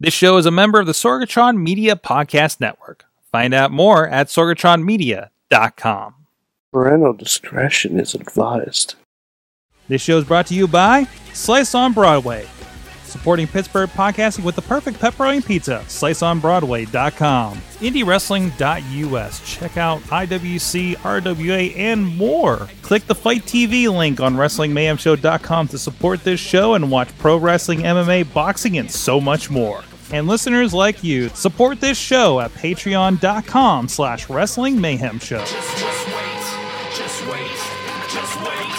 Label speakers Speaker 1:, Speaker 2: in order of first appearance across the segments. Speaker 1: This show is a member of the Sorgatron Media Podcast Network. Find out more at sorgatronmedia.com.
Speaker 2: Parental discretion is advised.
Speaker 1: This show is brought to you by Slice on Broadway, supporting Pittsburgh podcasting with the perfect pepperoni pizza. SliceOnBroadway.com, IndieWrestling.us. Check out IWC, RWA, and more. Click the Fight TV link on WrestlingMayhemShow.com to support this show and watch pro wrestling, MMA, boxing, and so much more. And listeners like you, support this show at patreon.com slash wrestling mayhem show.
Speaker 3: Just, just wait, just wait, just wait,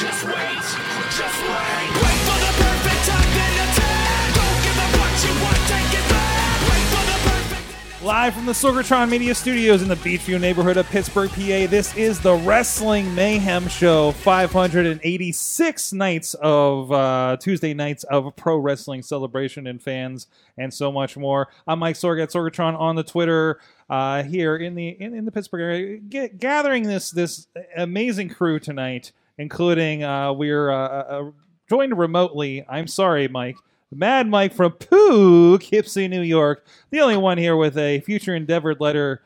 Speaker 3: just wait, just wait. Wait for the perfect time, then attack. Don't give up what you want, take it back. Wait for the perfect.
Speaker 1: Live from the Sorgatron Media Studios in the Beachview neighborhood of Pittsburgh, PA, this is the Wrestling Mayhem Show. 586 nights of uh, Tuesday nights of pro wrestling celebration and fans and so much more. I'm Mike Sorg at Sorgatron on the Twitter uh, here in the in, in the Pittsburgh area, Get, gathering this this amazing crew tonight, including uh, we're uh, uh, joined remotely. I'm sorry, Mike. Mad Mike from Poughkeepsie, New York. The only one here with a future endeavored letter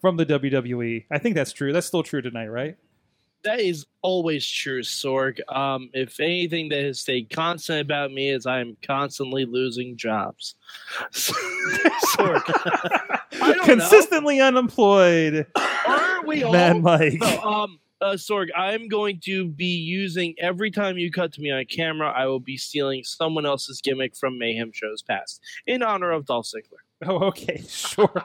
Speaker 1: from the WWE. I think that's true. That's still true tonight, right?
Speaker 4: that is always true, Sorg. Um, if anything that has stayed constant about me is I'm constantly losing jobs. Sorg, I don't
Speaker 1: Consistently unemployed,
Speaker 4: aren't we all?
Speaker 1: Mad Mike.
Speaker 4: No, um, uh, Sorg, I'm going to be using every time you cut to me on camera, I will be stealing someone else's gimmick from Mayhem shows past in honor of Dolph Ziggler.
Speaker 1: Oh, okay, sure.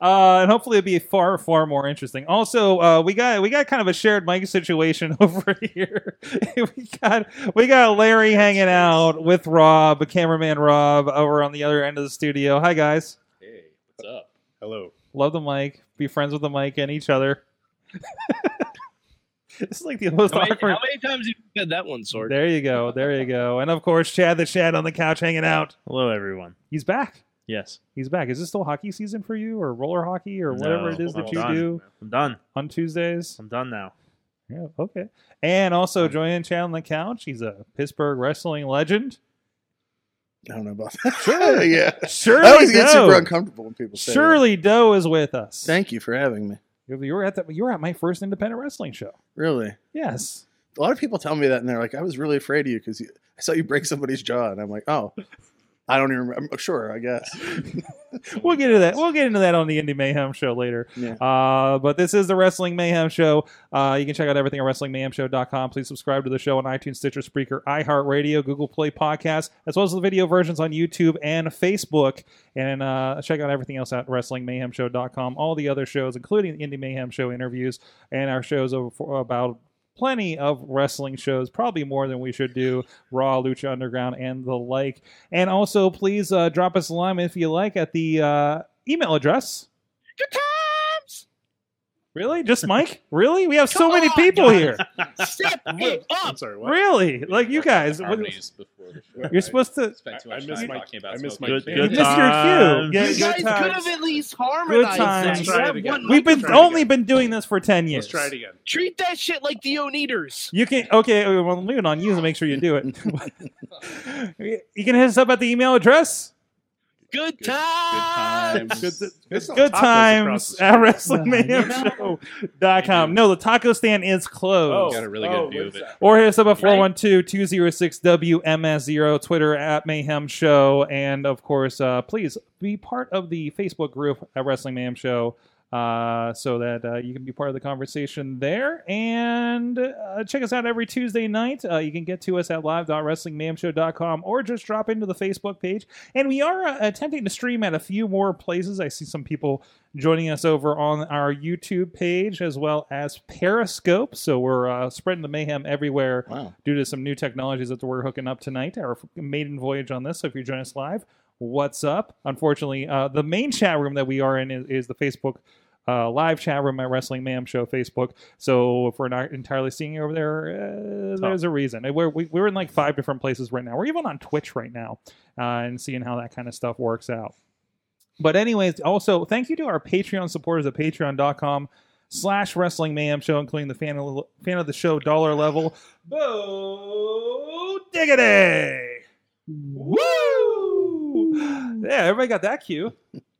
Speaker 1: Uh, and hopefully it'll be far, far more interesting. Also, uh, we got we got kind of a shared mic situation over here. we got we got Larry hanging out with Rob, cameraman Rob, over on the other end of the studio. Hi guys.
Speaker 5: Hey, what's up? Hello.
Speaker 1: love the mic, be friends with the mic and each other. this is like the most
Speaker 4: How many,
Speaker 1: awkward.
Speaker 4: how many times have you said that one, Sorg?
Speaker 1: There you go, there you go, and of course Chad the Chad on the couch hanging out.
Speaker 5: Hello, everyone.
Speaker 1: He's back.
Speaker 5: Yes.
Speaker 1: He's back. Is this still hockey season for you, or roller hockey, or whatever it
Speaker 5: No,
Speaker 1: is that
Speaker 5: I'm
Speaker 1: you
Speaker 5: done.
Speaker 1: do
Speaker 5: I'm done.
Speaker 1: on Tuesdays?
Speaker 5: I'm done now.
Speaker 1: Yeah, okay. And also joining Chad on the couch, he's a Pittsburgh wrestling legend.
Speaker 6: I don't know about that. Sure. yeah. I
Speaker 1: Surely
Speaker 6: always get super
Speaker 1: Doe.
Speaker 6: uncomfortable when people say that.
Speaker 1: Surely Doe is with us.
Speaker 6: Thank you for having me.
Speaker 1: you. You were at that. You were at my first independent wrestling show.
Speaker 6: Really.
Speaker 1: Yes.
Speaker 6: A lot of people tell me that, and they're like, I was really afraid of you because I saw you break somebody's jaw. And I'm like, oh, I don't even remember. Sure, I guess.
Speaker 1: we'll get into that. We'll get into that on the Indie Mayhem show later.
Speaker 6: Yeah.
Speaker 1: Uh, but this is the Wrestling Mayhem show. Uh, you can check out everything at WrestlingMayhemShow.com. Please subscribe to the show on iTunes, Stitcher, Spreaker, iHeartRadio, Google Play Podcasts, as well as the video versions on YouTube and Facebook. And uh, check out everything else at WrestlingMayhemShow.com. All the other shows, including the Indie Mayhem show interviews and our shows over for, about plenty of wrestling shows, probably more than we should do. Raw, Lucha Underground, and the like. And also, please uh, drop us a line if you like at the uh, email address.
Speaker 4: Good times.
Speaker 1: Really? Just Mike? really? We have so
Speaker 4: Come
Speaker 1: many
Speaker 4: on,
Speaker 1: people
Speaker 4: guys.
Speaker 1: here.
Speaker 4: Step it up.
Speaker 5: I'm sorry. What?
Speaker 1: Really? Like you guys? what-
Speaker 7: harmonies before the show.
Speaker 1: you're supposed to.
Speaker 7: spend too
Speaker 5: I- I
Speaker 7: much
Speaker 5: miss
Speaker 7: time
Speaker 5: my-
Speaker 7: talking about
Speaker 5: I miss
Speaker 7: smoking
Speaker 5: my
Speaker 7: cannabis.
Speaker 5: kid.
Speaker 1: You missed your
Speaker 5: Good
Speaker 1: cue.
Speaker 5: times.
Speaker 1: Yeah,
Speaker 4: You
Speaker 1: good
Speaker 4: guys
Speaker 1: times.
Speaker 4: could have at least harmonized
Speaker 1: times.
Speaker 4: that.
Speaker 1: Let's
Speaker 4: You
Speaker 1: try
Speaker 5: it
Speaker 4: have
Speaker 5: again.
Speaker 4: one
Speaker 1: We've been
Speaker 4: microphone.
Speaker 1: only been doing this for ten years.
Speaker 5: Let's try it again.
Speaker 4: Treat that shit like the Oneaters.
Speaker 1: You can okay. Well, leave it on you to make sure you do it. you can hit us up at the email address.
Speaker 4: Good
Speaker 7: Good
Speaker 4: times.
Speaker 7: times.
Speaker 5: It's not
Speaker 1: Good
Speaker 5: tacos
Speaker 1: times
Speaker 5: across the
Speaker 1: at
Speaker 5: street.
Speaker 1: WrestlingMayhemShow.com. No, the taco stand is
Speaker 4: Oh,
Speaker 1: closed.
Speaker 5: Oh.
Speaker 7: Got a really good view
Speaker 5: what
Speaker 7: of
Speaker 5: is
Speaker 7: it.
Speaker 5: that?
Speaker 1: Or hit us up at
Speaker 4: Right.
Speaker 1: 412 206 WMS0, Twitter at Mayhem Show. And of course, uh, please be part of the Facebook group at Wrestling Mayhem Show uh, so that uh, you can be part of the conversation there. And uh, check us out every Tuesday night. Uh, you can get to us at live.wrestlingmayhemshow.com or just drop into the Facebook page. And we are uh, attempting to stream at a few more places. I see some people joining us over on our YouTube page as well as Periscope. So we're uh, spreading the mayhem everywhere
Speaker 6: Wow.
Speaker 1: due to some new technologies that we're hooking up tonight. Our maiden voyage on this. So if you join us live, what's up? Unfortunately, uh, the main chat room that we are in is, is the Facebook. Uh, live chat room at Wrestling Mayhem Show Facebook. So if we're not entirely seeing you over there, uh, there's a reason. And We're, we, we're in like five different places right now. We're even on Twitch right now uh, and seeing how that kind of stuff works out. But anyways, also thank you to our Patreon supporters at patreon.com slash wrestling mayhem show, including the fan of, fan of the show dollar level. Bo diggity! Woo! Yeah, everybody got that cue.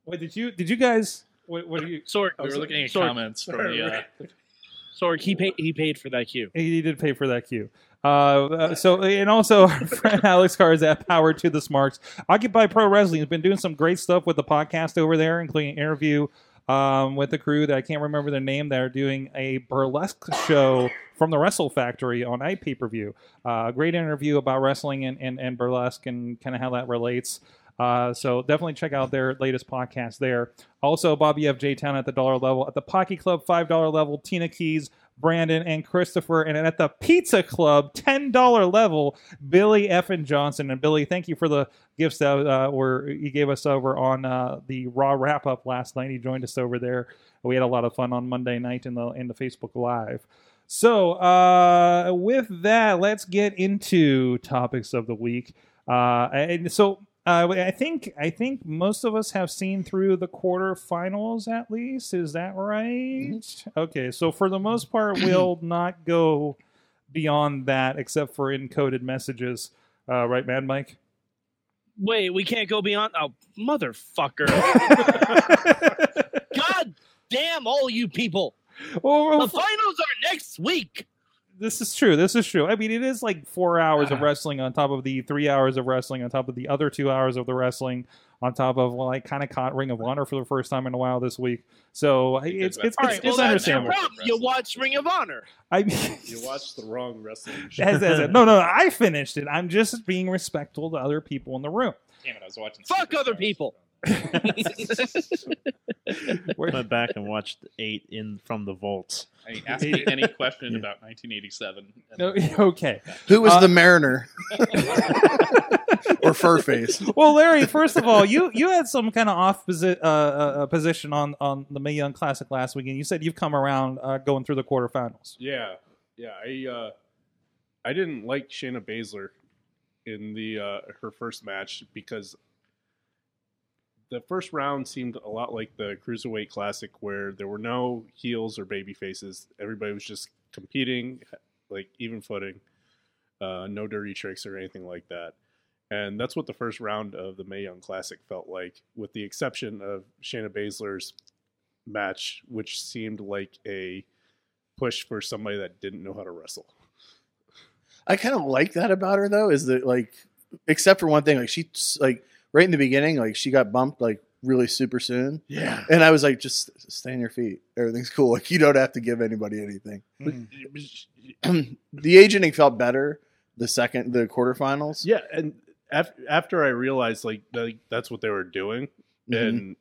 Speaker 1: Wait, did you did you guys? What, what are you?
Speaker 4: Sorg,
Speaker 5: We were looking at
Speaker 4: Sorg,
Speaker 5: comments from the. Uh,
Speaker 4: Sorg, he paid he paid for that cue.
Speaker 1: He did pay for that cue. Uh, uh, so and also our friend Alex Carr is at Power to the Smarts. Occupy Pro Wrestling has been doing some great stuff with the podcast over there, including an interview um, with the crew that I can't remember their name that are doing a burlesque show from the Wrestle Factory on iPay per view. Uh, great interview about wrestling and, and, and burlesque and kind of how that relates. Uh, so definitely check out their latest podcast there. Also, Bobby F. J. Town at the dollar level, at the Pocky Club five dollar level, Tina Keys, Brandon, and Christopher, and at the Pizza Club ten dollar level, Billy F. and Johnson. And Billy, thank you for the gifts that uh, were you gave us over on uh, the Raw wrap up last night. He joined us over there. We had a lot of fun on Monday night in the in the Facebook Live. So, uh, with that, let's get into topics of the week. Uh, and so, uh, I think I think most of us have seen through the quarterfinals at least. Is that right?
Speaker 4: Mm-hmm.
Speaker 1: Okay, so for the most part, we'll not go beyond that, except for encoded messages. Uh, right, Mad Mike.
Speaker 4: Wait, we can't go beyond. Oh, motherfucker! God damn all you people!
Speaker 1: Well,
Speaker 4: The finals are next week.
Speaker 1: this is true. This is true. I mean, it is like four hours
Speaker 4: Uh-huh.
Speaker 1: of wrestling on top of the three hours of wrestling on top of the other two hours of the wrestling on top of well, I kind of caught Ring of Honor for the first time in a while this week, so I- it's it's, it's,
Speaker 4: All right,
Speaker 1: it's
Speaker 4: well that's your
Speaker 1: understandable.
Speaker 4: problem. You watch Ring of Honor.
Speaker 1: I mean,
Speaker 5: you watched the wrong wrestling show.
Speaker 1: as, as, no, no, I finished it. I'm just being respectful to other people in the room.
Speaker 5: Damn it, I was watching.
Speaker 4: Fuck other
Speaker 5: Superstars.
Speaker 4: people.
Speaker 1: We're-
Speaker 7: Went back and watched eight in from the vault.
Speaker 5: I mean, ask me any question about 1987. and-
Speaker 1: no, okay.
Speaker 6: Who is
Speaker 1: Uh,
Speaker 6: the Mariner? or Furface?
Speaker 1: Well, Larry, first of all, you you had some kind of off posi- uh, uh, uh, position on on the Mae Young Classic last week, and you said you've come around uh, going through the quarterfinals.
Speaker 8: Yeah, yeah. I uh, I didn't like Shayna Baszler in the uh, her first match because the first round seemed a lot like the Cruiserweight Classic, where there were no heels or baby faces. Everybody was just competing, like even footing, uh, no dirty tricks or anything like that. And that's what the first round of the Mae Young Classic felt like, with the exception of Shayna Baszler's match, which seemed like a push for somebody that didn't know how to wrestle.
Speaker 6: I kind of like that about her though. Is that like, except for one thing, like she like right in the beginning, like she got bumped like really super soon,
Speaker 8: Yeah.
Speaker 6: and I was like, just stay on your feet. Everything's cool. Like you don't have to give anybody anything.
Speaker 8: Hmm.
Speaker 6: the agenting felt better the second the quarterfinals.
Speaker 8: Yeah, and af- after I realized like, like that's what they were doing,
Speaker 6: Mhm.
Speaker 8: and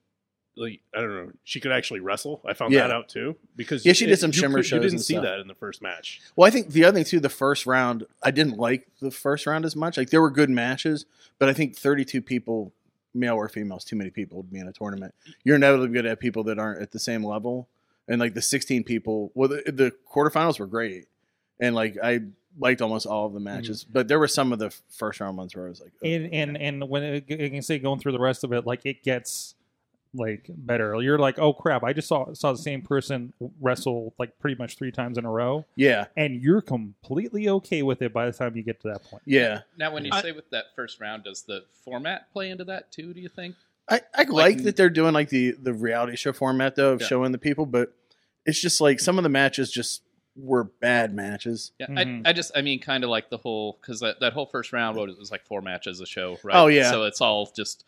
Speaker 8: like I don't know, she could actually wrestle. I found
Speaker 6: Yeah.
Speaker 8: that out too because
Speaker 6: Yeah, she did some
Speaker 8: you
Speaker 6: shimmer
Speaker 8: You
Speaker 6: shows
Speaker 8: didn't
Speaker 6: and
Speaker 8: see
Speaker 6: stuff.
Speaker 8: that in the first match.
Speaker 6: Well, I think the other thing too, the first round, I didn't like the first round as much. Like there were good matches, but I think 32 people, male or females, too many people would be in a tournament. You're inevitably going to have people that aren't at the same level, and like the 16 people. Well, the, the quarterfinals were great, and like I liked almost all of the matches, but there were some of the first round ones where I was like, oh.
Speaker 1: And and and when it, you can say going through the rest of it, like it gets like better. You're like, oh crap! I just saw saw the same person wrestle like pretty much three times in a row,
Speaker 6: yeah,
Speaker 1: and you're completely okay with it by the time you get to that point.
Speaker 6: yeah.
Speaker 5: Now, when you
Speaker 4: I-
Speaker 5: say with that first round, does the format play into that too? Do you think?
Speaker 6: I, I like, that they're doing like the the reality show format though of
Speaker 5: Yeah.
Speaker 6: showing the people, but it's just like some of the matches just were bad matches.
Speaker 5: Yeah,
Speaker 1: Mhm.
Speaker 5: I, I just, I mean, kind of like the whole because that, that whole first round, what was it, it was like four matches a show, right?
Speaker 6: Oh, yeah.
Speaker 5: so it's all just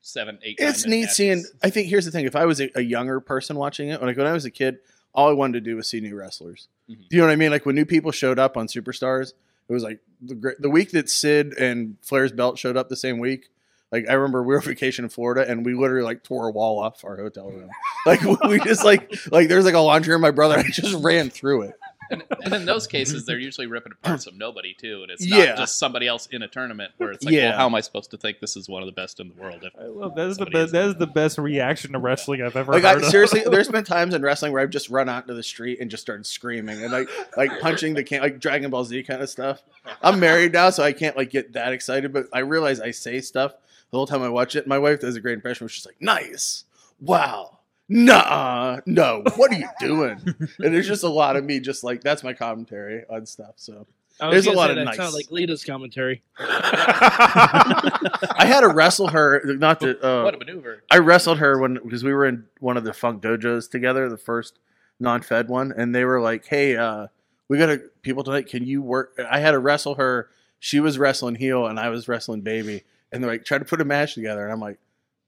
Speaker 5: seven, eight.
Speaker 6: it's
Speaker 5: nine-minute
Speaker 6: neat seeing.
Speaker 5: matches.
Speaker 6: I think here's the thing: if I was a, a younger person watching it, like when I was a kid, all I wanted to do was see new wrestlers.
Speaker 5: Mhm.
Speaker 6: Do you know what I mean? Like when new people showed up on Superstars, it was like the great, the week that Sid and Flair's belt showed up the same week. Like I remember we were on vacation in Florida and we literally like tore a wall off our hotel room. like we just like like there's like a laundry room. My brother I just ran through it.
Speaker 5: and, and in those cases, they're usually ripping apart some nobody too, and it's
Speaker 6: Yeah.
Speaker 5: not just somebody else in a tournament where it's like,
Speaker 6: Yeah.
Speaker 5: well, how am I supposed to think this is one of the best in the world? If
Speaker 1: I love Uh, that. Is the
Speaker 5: somebody
Speaker 1: best. That is the best reaction to wrestling I've ever
Speaker 6: Like I,
Speaker 1: heard. of.
Speaker 6: seriously, there's been times in wrestling where I've just run out into the street and just started screaming and like like punching the can like Dragon Ball Z kind of stuff. I'm married now, so I can't like get that excited, but I realize I say stuff the whole time I watch it. My wife does a great impression where she's like, Nice. Wow. Nah, no, what are you doing? and there's just a lot of me just like that's my commentary on stuff. So
Speaker 4: I
Speaker 6: There's
Speaker 4: was gonna
Speaker 6: a lot
Speaker 4: say
Speaker 6: of
Speaker 4: that
Speaker 6: nice.
Speaker 4: sound like Lita's commentary.
Speaker 6: I had to wrestle her. Not to. Uh,
Speaker 5: what a maneuver!
Speaker 6: I wrestled her when because we were in one of the funk dojos together, the first non-fed one, and they were like, "Hey, uh, we got a, people tonight. Can you work?" I had to wrestle her. She was wrestling heel, and I was wrestling baby, and they're like, "Try to put a match together," and I'm like,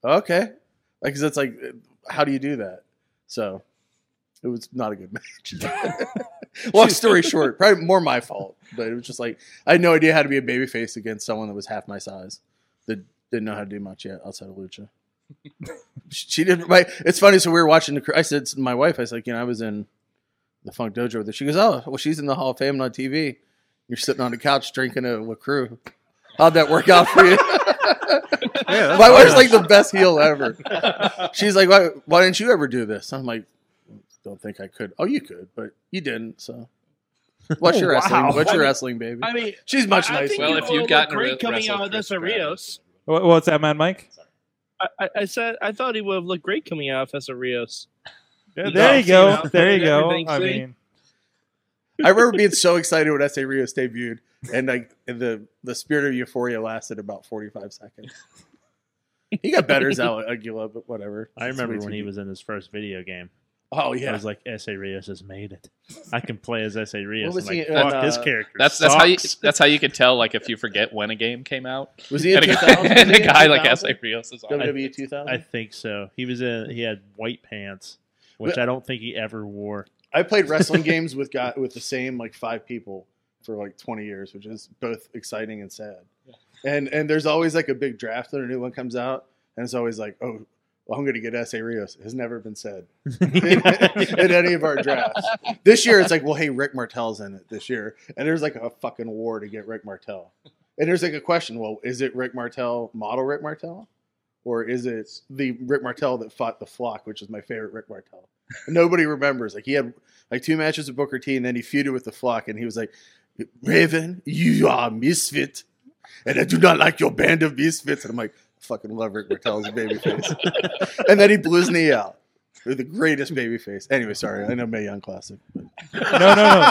Speaker 6: "Okay," like because it's like, how do you do that? So it was not a good match. Long story short, probably more my fault, but it was just like I had no idea how to be a babyface against someone that was half my size that didn't know how to do much yet outside of lucha she did my it's funny so we were watching the cr- i said to my wife i was like you know i was in the funk dojo with her she goes oh well she's in the hall of fame and on tv you're sitting on the couch drinking a lacroix how'd that work out for you
Speaker 8: that's
Speaker 6: my wife's like the best heel ever she's like why, why didn't you ever do this i'm like don't think i could oh you could but you didn't so what's your wrestling what's your wrestling baby
Speaker 4: I mean,
Speaker 6: she's much
Speaker 4: I, I
Speaker 6: nicer
Speaker 4: think
Speaker 5: Well,
Speaker 4: you
Speaker 5: if
Speaker 4: all
Speaker 5: you'd
Speaker 4: look
Speaker 5: gotten a
Speaker 4: great
Speaker 5: re-
Speaker 4: coming
Speaker 5: wrestle
Speaker 4: out of
Speaker 5: Chris
Speaker 4: this Rios.
Speaker 1: Wha- What's that, Mad Mike?
Speaker 4: I, I- I said I thought he would have looked great coming out of Festa Rios.
Speaker 1: There,
Speaker 4: No,
Speaker 1: there you
Speaker 4: see,
Speaker 1: go.
Speaker 4: now,
Speaker 1: There you go.
Speaker 4: everything,
Speaker 1: I
Speaker 4: see?
Speaker 1: mean,
Speaker 6: I remember being so excited when S.A. Rios debuted, and like the the spirit of euphoria lasted about forty five seconds. He got better as Al Aguila, but whatever.
Speaker 7: I
Speaker 6: It's
Speaker 7: remember
Speaker 6: way
Speaker 7: when
Speaker 6: too
Speaker 7: he
Speaker 6: deep.
Speaker 7: was in his first video game.
Speaker 6: Oh
Speaker 7: I
Speaker 6: yeah,
Speaker 7: was like, S.A. Rios has made it. I can play as S.A. Rios.
Speaker 6: was
Speaker 7: I'm
Speaker 6: he
Speaker 7: like,
Speaker 6: in,
Speaker 7: fuck,
Speaker 6: uh,
Speaker 7: this character
Speaker 5: That's that's how you
Speaker 7: sucks."
Speaker 5: that's how you can tell like if you forget when a game came out.
Speaker 6: was he in
Speaker 5: And a
Speaker 6: 2000?
Speaker 5: guy,
Speaker 6: Was
Speaker 5: and
Speaker 6: he
Speaker 5: a
Speaker 6: in
Speaker 5: guy like
Speaker 6: 2000?
Speaker 5: S.A. Rios is on. it.
Speaker 6: WWE E two
Speaker 7: I
Speaker 6: thousand.
Speaker 7: think so. He was in. He had white pants, which
Speaker 6: But-
Speaker 7: I don't think he ever wore.
Speaker 6: I played wrestling games with guy with the same like five people for like twenty years, which is both exciting and sad. And and there's always like a big draft when a new one comes out, and it's always like, oh, well, I'm going to get S.A. Rios. It has never been said in, in any of our drafts. This year, it's like, well, hey, Rick Martel's in it this year, and there's like a fucking war to get Rick Martel. And there's like a question: well, is it Rick Martel model Rick Martel, or is it the Rick Martel that fought the Flock, which is my favorite Rick Martel? Nobody remembers. Like he had like two matches with Booker T, and then he feuded with the Flock, and he was like, Raven, you are a misfit, and I do not like your band of misfits. And I'm like, fucking love Rick Martel's babyface. and then he blew his knee out. The greatest babyface. Anyway, sorry, I know May Young classic. But
Speaker 1: no, no, no.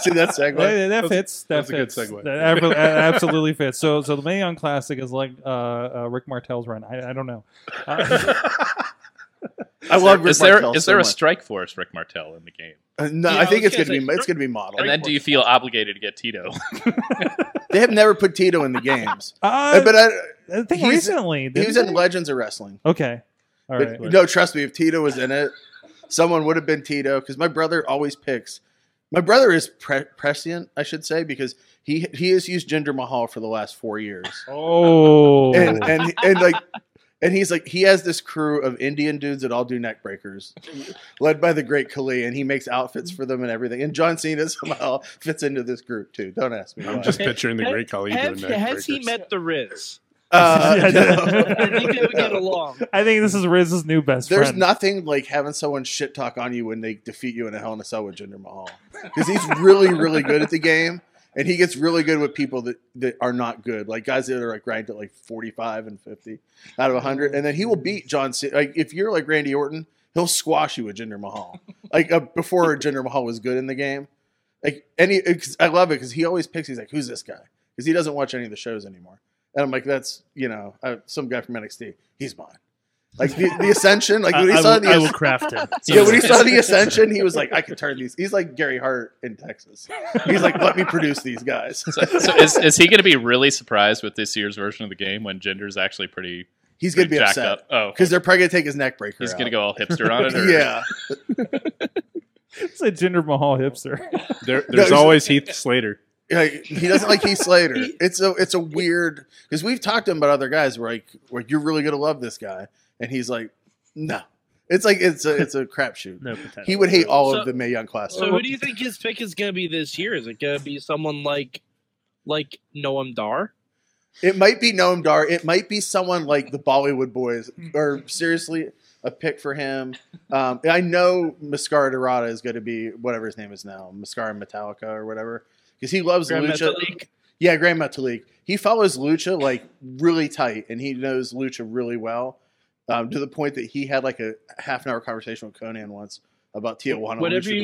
Speaker 6: see that
Speaker 1: that,
Speaker 6: segue?
Speaker 1: that
Speaker 8: That's-
Speaker 1: fits. That
Speaker 8: that's a good
Speaker 1: fits.
Speaker 8: segue.
Speaker 1: That ab- that absolutely fits. So, so the Mae Young Classic is like uh, uh, Rick Martel's run. I, I don't know. Uh,
Speaker 6: I love Rick
Speaker 5: Is there
Speaker 6: Martel
Speaker 5: is there
Speaker 6: so
Speaker 5: a
Speaker 6: much.
Speaker 5: strike force Rick Martel in the game?
Speaker 6: Uh, no,
Speaker 4: Yeah,
Speaker 6: I
Speaker 4: I
Speaker 6: think
Speaker 4: was
Speaker 6: it's gonna,
Speaker 4: gonna
Speaker 6: be
Speaker 4: say,
Speaker 6: it's gonna be model.
Speaker 5: And then do you feel obligated to get Tito?
Speaker 6: they have never put Tito in the games,
Speaker 1: uh,
Speaker 6: but I,
Speaker 1: I think
Speaker 6: he's-
Speaker 1: recently
Speaker 6: he
Speaker 1: didn't
Speaker 6: was in
Speaker 1: they?
Speaker 6: Legends of Wrestling.
Speaker 1: Okay. All
Speaker 6: But
Speaker 1: right.
Speaker 6: No, trust me, if Tito was in it, someone would have been Tito because my brother always picks. My brother is pre- prescient, I should say, because he he has used Jinder Mahal for the last four years,
Speaker 1: Oh.
Speaker 6: and and and like. And he's like, he has this crew of Indian dudes that all do neck breakers, led by the great Kali, and he makes outfits for them and everything. And John Cena somehow fits into this group too. Don't ask me. why.
Speaker 8: I'm just picturing the great colleague
Speaker 4: Have,
Speaker 8: doing that.
Speaker 4: has he met the Riz?
Speaker 6: Uh,
Speaker 1: Yeah,
Speaker 6: no.
Speaker 4: I think they would get along.
Speaker 1: I think this is Riz's new best
Speaker 6: There's
Speaker 1: friend.
Speaker 6: nothing like having someone shit talk on you when they defeat you in a Hell in a Cell with Jinder Mahal because he's really, really good at the game, and he gets really good with people that, that are not good, like guys that are like ranked at like 45 and 50 out of 100, and then he will beat John. C- like if you're like Randy Orton, he'll squash you with Jinder Mahal. Like uh, before Jinder Mahal was good in the game, like any. Cause I love it because he always picks. He's like, who's this guy? Because he doesn't watch any of the shows anymore. And I'm like, that's you know, uh, some guy from NXT. He's mine. Like the, the Ascension. Like
Speaker 7: I,
Speaker 6: when he
Speaker 7: I
Speaker 6: saw
Speaker 7: will,
Speaker 6: the
Speaker 7: I will craft him.
Speaker 6: yeah, when he saw the Ascension, he was like, I could turn these. He's like Gary Hart in Texas. He's like, let me produce these guys.
Speaker 5: So, so is, is he going to be really surprised with this year's version of the game when gender's actually pretty?
Speaker 6: He's gonna be
Speaker 5: jacked
Speaker 6: upset
Speaker 5: Up? Oh,
Speaker 6: because they're probably gonna take his neck breaker.
Speaker 5: he's
Speaker 6: out.
Speaker 5: going to go all hipster on it. Or,
Speaker 6: Yeah,
Speaker 1: it's a Jinder Mahal hipster.
Speaker 8: There,
Speaker 6: No, he's-
Speaker 8: there's always Heath Slater.
Speaker 6: Yeah, he doesn't like Heath Slater. It's a it's a weird because we've talked to him about other guys. We're like, well, you're really gonna love this guy, and he's like, no. It's like it's a it's a crapshoot.
Speaker 7: No potato.
Speaker 6: He would hate all
Speaker 4: So-
Speaker 6: of the Mae Young classics.
Speaker 4: So who do you think his pick is going to be this year? Is it going to be someone like like Noam Dar?
Speaker 6: It might be Noam Dar. It might be someone like the Bollywood Boys,
Speaker 4: Hmm.
Speaker 6: or seriously, a pick for him. Um, I know Mascara Dorada is going to be whatever his name is now, Mascara Metallica or whatever, because he loves
Speaker 4: Grand
Speaker 6: lucha.
Speaker 4: Metalik?
Speaker 6: Yeah, Grand Metalik. He follows lucha like really tight, and he knows lucha really well um, to the point that he had like a half an hour conversation with Conan once
Speaker 4: whatever you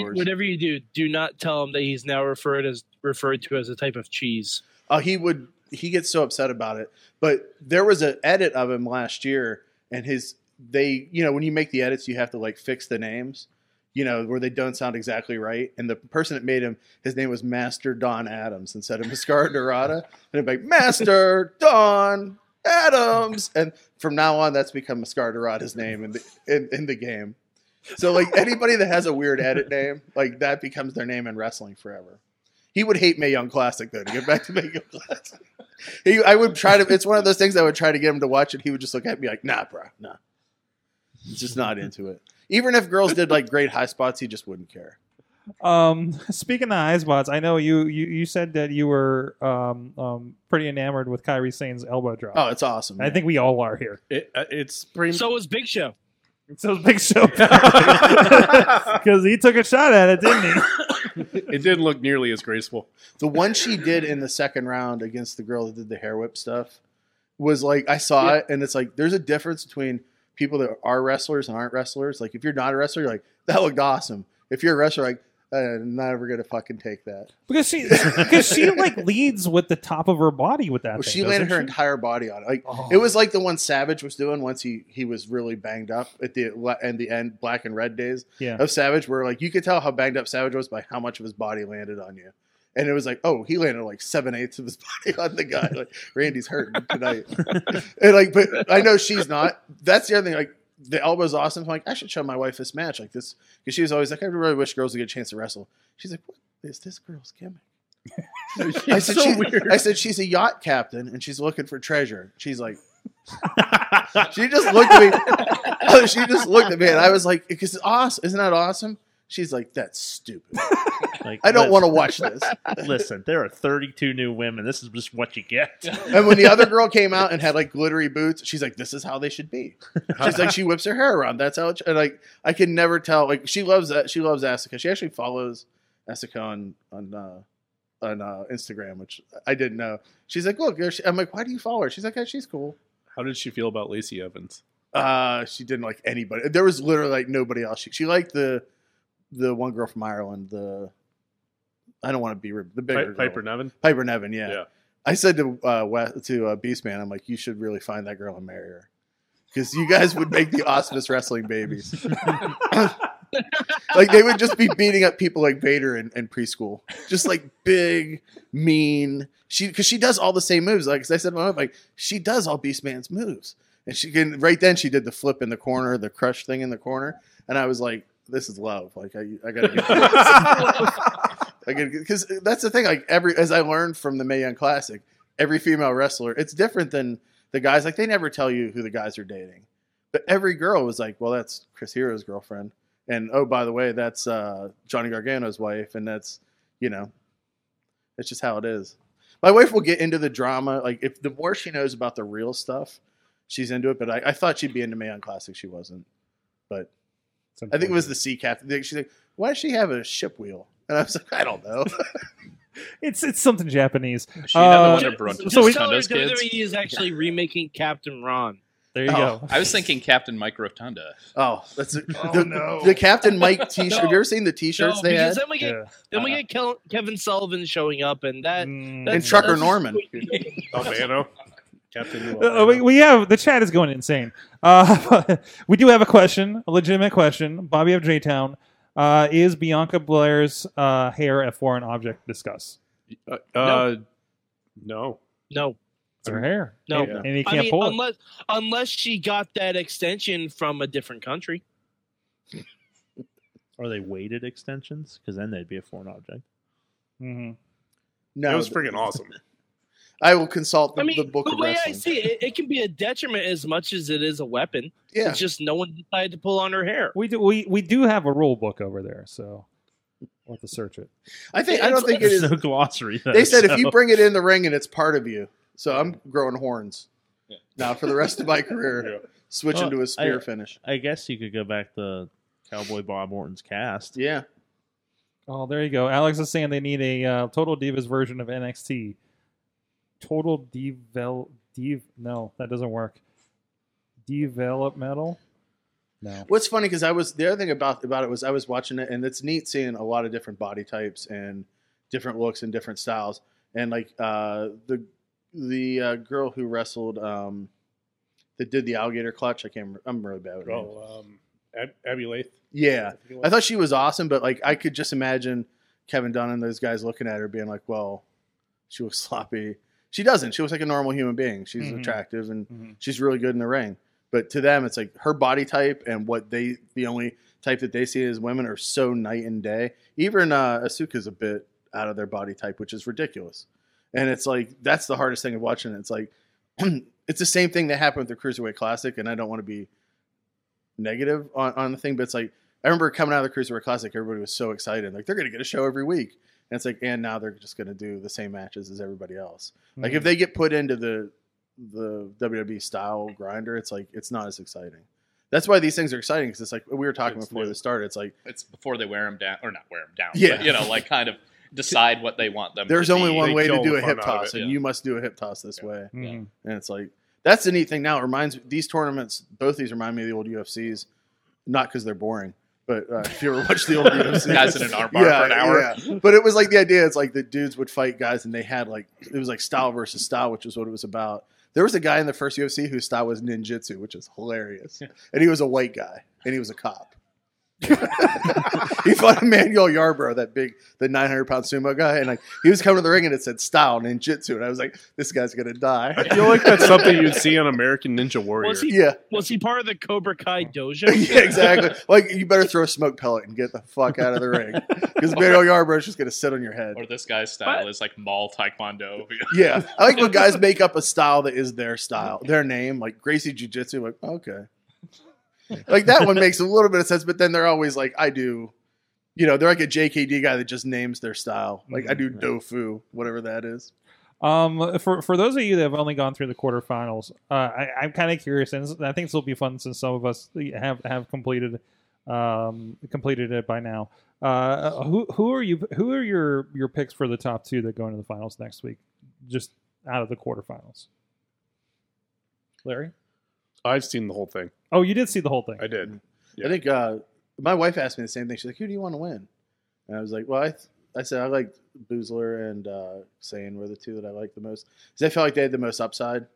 Speaker 6: luchadors.
Speaker 4: whatever you do, do not tell him that he's now referred as referred to as a type of cheese.
Speaker 6: Oh, he would. He gets so upset about it. But there was an edit of him last year, and his they you know when you make the edits, you have to like fix the names, you know where they don't sound exactly right. And the person that made him, his name was Master Don Adams instead of Mascara Dorada, and i like Master Don Adams, and from now on that's become Mascara Dorada's name in the in, in the game. So like anybody that has a weird edit name, like that becomes their name in wrestling forever. He would hate May Young Classic though. To get back to May Young Classic, he, I would try to. It's one of those things I would try to get him to watch it. He would just look at me like, "Nah, bro, nah." He's just not into it. Even if girls did like great high spots, he just wouldn't care.
Speaker 1: Um, speaking of Icebots, I know you, you you said that you were um, um, pretty enamored with Kyrie Sane's elbow drop.
Speaker 6: Oh, it's awesome!
Speaker 1: I
Speaker 6: man.
Speaker 1: think we all are here.
Speaker 8: It, uh, it's pretty.
Speaker 4: So was Big Show.
Speaker 1: So Big Show, because he took a shot at it, didn't he?
Speaker 8: it didn't look nearly as graceful.
Speaker 6: the one she did in the second round against the girl that did the hair whip stuff was like I saw it, and it's like there's a difference between people that are wrestlers and aren't wrestlers. Like if you're not a wrestler, you're like that looked awesome. If you're a wrestler, like "Uh, I'm not ever gonna fucking take that.
Speaker 1: Because she, because she like leads with the top of her body with that.
Speaker 6: Well,
Speaker 1: thing,
Speaker 6: she landed
Speaker 1: doesn't
Speaker 6: her
Speaker 1: she?
Speaker 6: entire body on it. Like
Speaker 1: Oh.
Speaker 6: it was like the one Savage was doing once he he was really banged up at the le- and the end black and red days
Speaker 1: Yeah.
Speaker 6: of Savage, where like you could tell how banged up Savage was by how much of his body landed on you. And it was like, oh, he landed like seven eighths of his body on the guy. Like Randy's hurting tonight. and like, but I know she's not. That's the other thing. Like the elbow's awesome. I'm like, I should show my wife this match. Like this, because she was always like, I really wish girls would get a chance to wrestle. She's like, what is this girl's gimmick? I said,
Speaker 8: so
Speaker 6: she-
Speaker 8: weird.
Speaker 6: I said she's a yacht captain and she's looking for treasure. She's like, she just looked at me. Oh, she just looked at me, and I was like, "Because it's awesome, isn't that awesome?" She's like, "That's stupid.
Speaker 7: Like,
Speaker 6: I don't
Speaker 7: listen-
Speaker 6: want to watch this."
Speaker 7: Listen, there are 32 new women. This is just what you get.
Speaker 6: And when the other girl came out and had like glittery boots, she's like, "This is how they should be." She's like, she whips her hair around. That's how. It sh-. And like, I can never tell. Like, she loves that. She loves Asuka. She actually follows Asuka on on uh, on uh, Instagram, which I didn't know. She's like, "Look," there she-" I'm like, "Why do you follow her?" She's like, oh, "She's cool."
Speaker 8: How did she feel about Lacey Evans?
Speaker 6: Uh, she didn't like anybody. There was literally like nobody else. She, she liked the the one girl from Ireland. The I don't want to be rude, the bigger
Speaker 8: Pi-
Speaker 6: girl.
Speaker 8: Piper Nevin.
Speaker 6: Piper Nevin. Yeah.
Speaker 8: Yeah.
Speaker 6: I said to uh, Wes, to uh, Beastman, I'm like, you should really find that girl and marry her. Because you guys would make the Osmus wrestling babies. like they would just be beating up people like Vader in, in preschool, just like big, mean. She because she does all the same moves. Like 'cause I said, to my wife, like she does all Beastman's moves, and she can. Right then, she did the flip in the corner, the crush thing in the corner, and I was like, this is love. Like I, I gotta get. Like, because that's the thing. Like every, as I learned from the Mae Young Classic, every female wrestler, it's different than the guys. Like they never tell you who the guys are dating, but every girl was like, "Well, that's Chris Hero's girlfriend," and oh, by the way, that's uh, Johnny Gargano's wife, and that's you know, it's just how it is. My wife will get into the drama. Like if the more she knows about the real stuff, she's into it. But I, I thought she'd be into Mae Young Classic. She wasn't, but I think it was the sea captain. She's like, "Why does she have a ship wheel?" And I was like, "I don't know."
Speaker 1: It's it's something Japanese.
Speaker 5: Is she another
Speaker 1: Uh,
Speaker 5: one of Brunton's
Speaker 1: so we-
Speaker 5: Rotunda's
Speaker 4: tell her
Speaker 5: kids?
Speaker 4: WWE is actually remaking Captain Ron.
Speaker 1: There you
Speaker 6: Oh.
Speaker 1: go.
Speaker 5: I was thinking Captain Mike Rotunda.
Speaker 6: Oh, that's a, the, the Captain Mike T-shirt. Have you ever seen the T-shirts
Speaker 4: No,
Speaker 6: they
Speaker 4: because
Speaker 6: had?
Speaker 4: then we get
Speaker 1: Yeah.
Speaker 4: then we get Kel- Kevin Sullivan showing up, and that
Speaker 1: Mm.
Speaker 4: that's-
Speaker 6: And Trucker
Speaker 4: that's-
Speaker 6: Norman.
Speaker 8: Oh, Mano. Captain. Lou
Speaker 1: Uh, we,
Speaker 8: Albano.
Speaker 1: we have the chat is going insane. Uh, we do have a question, a legitimate question. Bobby of J Town, uh, is Bianca Blair's uh, hair a foreign object? Discuss.
Speaker 8: Uh, uh, no.
Speaker 4: No,
Speaker 1: It's her hair,
Speaker 4: no.
Speaker 8: Yeah.
Speaker 1: and he
Speaker 4: I
Speaker 1: can't
Speaker 4: mean,
Speaker 1: pull it.
Speaker 4: unless unless she got that extension from a different country.
Speaker 7: Are they weighted extensions? Because then they'd be a foreign object.
Speaker 1: Mhm.
Speaker 6: No,
Speaker 8: it was freaking awesome.
Speaker 6: I will consult the,
Speaker 4: I mean,
Speaker 6: the book
Speaker 4: the
Speaker 6: of
Speaker 4: way I
Speaker 6: wrestling.
Speaker 4: see it, it can be a detriment as much as it is a weapon.
Speaker 6: yeah,
Speaker 4: It's just no one decided to pull on her hair.
Speaker 1: We do we, we do have a rule book over there, so we'll have to search it.
Speaker 6: I think I don't think it
Speaker 7: There's
Speaker 6: is.
Speaker 7: no glossary. Though,
Speaker 6: They said
Speaker 7: so-
Speaker 6: if you bring it in the ring and it's part of you, so I'm growing horns now for the rest of my career. Switching
Speaker 7: Well,
Speaker 6: to a spear
Speaker 7: Oh, I-
Speaker 6: finish.
Speaker 7: I guess you could go back to Cowboy Bob Orton's cast.
Speaker 6: Yeah,
Speaker 1: Oh, there you go. Alex is saying they need a uh, Total Divas version of NXT. Total Devel Div. No, that doesn't work. Developmental. No.
Speaker 6: What's funny because I was the other thing about about it was I was watching it and it's neat seeing a lot of different body types and different looks and different styles and like uh, the the uh, girl who wrestled um, that did the alligator clutch I can't remember- I'm really bad with names.
Speaker 8: Oh, um, Ab- Abby Lath.
Speaker 6: yeah
Speaker 8: think it was.
Speaker 6: I thought she was awesome but like I could just imagine Kevin Dunn and those guys looking at her being like well she looks sloppy she doesn't she looks like a normal human being she's
Speaker 1: Mhm.
Speaker 6: attractive and
Speaker 1: Mhm.
Speaker 6: she's really good in the ring. But to them, it's like her body type and what they the only type that they see as women are so night and day. Even uh, Asuka's a bit out of their body type, which is ridiculous. And it's like that's the hardest thing of watching. It. It's like it's the same thing that happened with the Cruiserweight Classic, and I don't want to be negative on, on the thing, but it's like I remember coming out of the Cruiserweight Classic, everybody was so excited, like they're going to get a show every week, and it's like, and now they're just going to do the same matches as everybody else. Like
Speaker 8: Hmm.
Speaker 6: if they get put into the the WWE style grinder, it's like it's not as exciting. That's why these things are exciting because it's like we were talking
Speaker 8: It's
Speaker 6: before
Speaker 8: new.
Speaker 6: the start. It's like
Speaker 5: It's before they wear them down, or not wear them down.
Speaker 6: Yeah.
Speaker 5: but, you know, like kind of decide what they want them.
Speaker 6: there's
Speaker 5: to
Speaker 6: only
Speaker 5: be.
Speaker 6: one
Speaker 8: they
Speaker 6: way to
Speaker 8: kill
Speaker 6: do
Speaker 8: the
Speaker 6: a
Speaker 8: fun
Speaker 6: hip
Speaker 8: out of
Speaker 6: toss,
Speaker 5: it,
Speaker 6: and
Speaker 5: yeah.
Speaker 6: you must do a hip toss this
Speaker 8: Yeah.
Speaker 6: way.
Speaker 1: Mhm.
Speaker 6: And it's like that's the neat thing now. It reminds these tournaments. Both these remind me of the old UFCs, not because they're boring, but uh, if you ever watch the old UFCs,
Speaker 5: Guys in an arm bar for an hour.
Speaker 6: yeah. But it was like the idea. It's like the dudes would fight guys, and they had like it was like style versus style, which is what it was about. There was a guy in the first UFC whose style was ninjutsu, which is hilarious, and he was a white guy, and he was a cop. he fought Emmanuel Yarbrough, that big, the 900 pound sumo guy, and like he was coming to the ring and it said style ninjutsu, and I was like, this guy's gonna die.
Speaker 8: I feel like that's something you'd see on American Ninja Warrior.
Speaker 4: Was he
Speaker 6: Yeah,
Speaker 4: was he part of the Cobra Kai dojo?
Speaker 6: yeah, exactly. Like you better throw a smoke pellet and get the fuck out of the ring because Mario Yarbrough's just gonna sit on your head.
Speaker 5: Or this guy's style is like mall taekwondo.
Speaker 6: Yeah, I like when guys make up a style that is their style, their name, like Gracie Jiu Jitsu. Like okay, like that one makes a little bit of sense, but then they're always like, I do. You know, they're like a JKD guy that just names their style. Like I do dofu, whatever that is.
Speaker 1: Um, for for those of you that have only gone through the quarterfinals, uh, I, I'm kind of curious, and I think this will be fun since some of us have have completed um completed it by now. Uh, who who are you? Who are your your picks for the top two that go into the finals next week? Just out of the quarterfinals, Larry.
Speaker 8: I've seen the whole thing.
Speaker 1: Oh, you did see the whole thing.
Speaker 8: I did.
Speaker 6: I think uh, my wife asked me the same thing. She's like, "Who do you want to win?" And I was like, "Well, I, th- I said I liked Boozler and uh, Sane were the two that I liked the most because I felt like they had the most upside."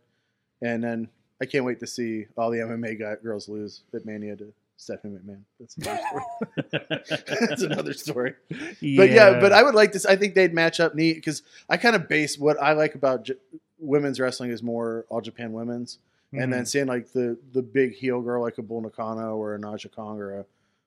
Speaker 6: And then I can't wait to see all the MMA guy- girls lose at Mania to Stephanie McMahon. That's another story. That's another story. But yeah. but I would like this. I think they'd match up neat because I kind of base what I like about j- women's wrestling is more all Japan women's
Speaker 1: Mm-hmm.
Speaker 6: and
Speaker 8: Mm-hmm.
Speaker 6: then seeing like the the big heel girl like a Bull Nakano or a Naja Kong or a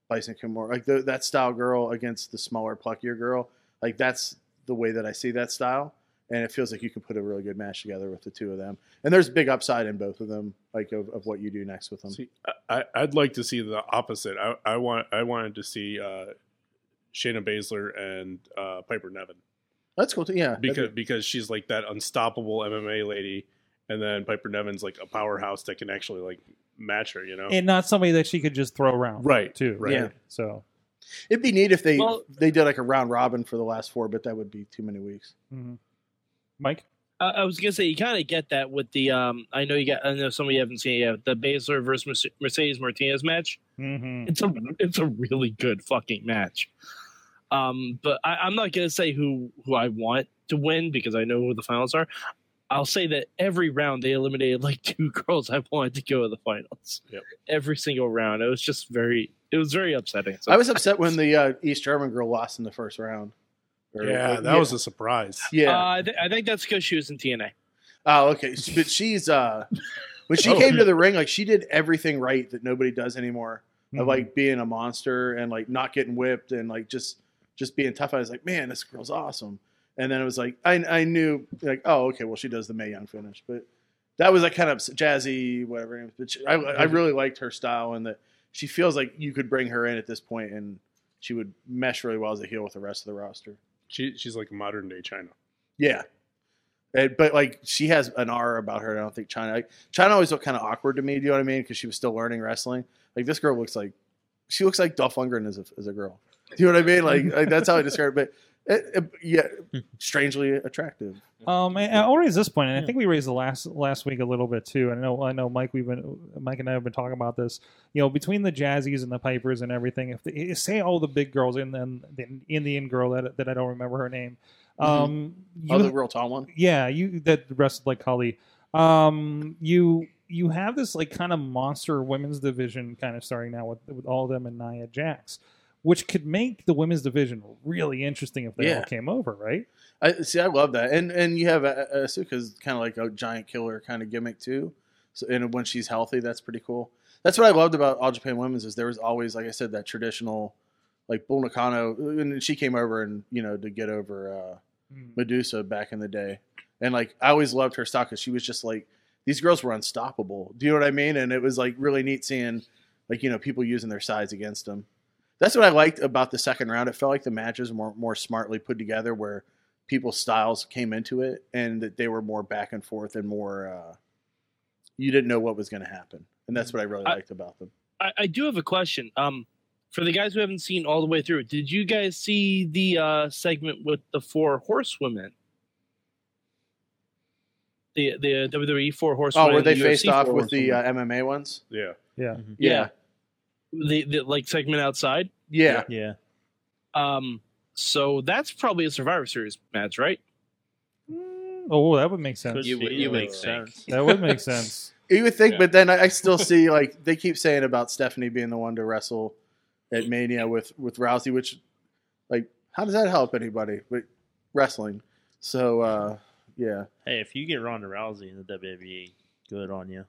Speaker 6: Bison Kimura, like the, that style girl against the smaller, pluckier girl, like that's the way that I see that style, and it feels like you can put a really good match together with the two of them. And there's big upside in both of them, like of, of what you do next with them.
Speaker 8: See, I, I- I'd like to see the opposite. I, I want. I wanted to see uh, Shayna Baszler and uh, Piper Nevin
Speaker 6: that's cool too. Yeah, that'd be-
Speaker 8: because because she's like that unstoppable MMA lady, and then Piper Nevin's like a powerhouse that can actually like match her. You know,
Speaker 1: and not somebody that she could just throw around,
Speaker 8: Right,
Speaker 1: Too
Speaker 8: right.
Speaker 6: Yeah.
Speaker 1: So
Speaker 6: it'd be neat if they
Speaker 4: Well-
Speaker 6: they did like a round robin for the last four, but that would be too many weeks.
Speaker 1: mhm. Mike.
Speaker 4: I, I was gonna say you kind of get that with the um. I know you got. I know some of you haven't seen it yet. The Baszler versus Merce- Mercedes Martinez match.
Speaker 1: Mm-hmm.
Speaker 4: It's a it's a really good fucking match. Um, but I, I'm not gonna say who who I want to win because I know who the finals are. I'll say that every round they eliminated like two girls I wanted to go to the finals.
Speaker 8: Yep.
Speaker 4: Every single round, it was just very it was very upsetting. So
Speaker 6: I was upset when the uh, East German girl lost in the first round. Or-
Speaker 8: yeah,
Speaker 6: or-
Speaker 8: that was a surprise.
Speaker 6: yeah.
Speaker 4: Uh, I, th- I think that's because she was in TNA.
Speaker 6: Oh, okay. S- But she's uh when she
Speaker 8: Oh.
Speaker 6: came to the ring, like she did everything right that nobody does anymore.
Speaker 1: Mm-hmm.
Speaker 6: Of like being a monster and like not getting whipped and like just just being tough. I was like, man, this girl's awesome. And then it was like I I knew like oh okay well she does the May Young finish, but that was like kind of jazzy whatever. her name is. But she, I I really liked her style and that she feels like you could bring her in at this point and she would mesh really well as a heel with the rest of the roster.
Speaker 8: She, she's like modern day China.
Speaker 6: Yeah. And- but like she has an aura about her. I don't think China. Like, China always looked kind of awkward to me. Do you know what I mean? Because she was still learning wrestling. Like this girl looks like she looks like Dolph Lundgren as a, as a girl. Do you know what I mean? Like, like that's how I describe it. But It, it- yeah, strangely attractive.
Speaker 1: Um, and- and already at this point, and I think we raised the last last week a little bit too. And I know, I know, Mike. We've been Mike and I have been talking about this. You know, between the Jazzies and the Pipers and everything, if they, say all the big girls and then the Indian girl that that I don't remember her name. Um, you-
Speaker 6: Oh, the real tall one.
Speaker 1: yeah, you that wrestled like Kali. Um, you you have this like kind of monster women's division kind of starting now with with all of them and Nia Jax, which could make the women's division really interesting if they all
Speaker 6: Yeah.
Speaker 1: came over, right?
Speaker 6: I see. I love that, and and you have uh, uh, Asuka's kind of like a giant killer kind of gimmick too. So, and when she's healthy, that's pretty cool. That's what I loved about All Japan Women's is there was always, like I said, that traditional, like Bull Nakano, and she came over and you know to get over uh, Medusa back in the day, and like I always loved her style because she was just like these girls were unstoppable. Do you know what I mean? And it was like really neat seeing like you know people using their size against them. That's what I liked about the second round. It felt like the matches were more smartly put together, where people's styles came into it and that they were more back and forth and more uh, you didn't know what was going to happen and that's what i really
Speaker 4: Mm. I-
Speaker 6: liked about them
Speaker 4: I, I do have a question. Um, for the guys who haven't seen all the way through, did you guys see the uh, segment with the four horsewomen? The the WWE four horsewomen.
Speaker 6: oh where
Speaker 4: and
Speaker 6: they
Speaker 4: the
Speaker 6: faced
Speaker 4: UFC
Speaker 6: off
Speaker 4: four
Speaker 6: with the
Speaker 4: horsewomen.
Speaker 6: uh, mma ones
Speaker 8: Yeah.
Speaker 4: Yeah.
Speaker 6: uh,
Speaker 4: the, the like segment outside.
Speaker 6: yeah,
Speaker 7: Yeah.
Speaker 4: Um, so that's probably a Survivor Series match, right?
Speaker 1: Oh, that would make sense.
Speaker 7: Could
Speaker 5: You
Speaker 7: be,
Speaker 5: would- you
Speaker 7: uh,
Speaker 5: would
Speaker 7: sense.
Speaker 1: That would make sense.
Speaker 6: you would think
Speaker 5: Yeah.
Speaker 6: but then I, I still see like they keep saying about stephanie being the one to wrestle at mania with with rousey which like how does that help anybody with wrestling so uh yeah
Speaker 7: Hey, if you get Ronda Rousey in the WWE, good on you.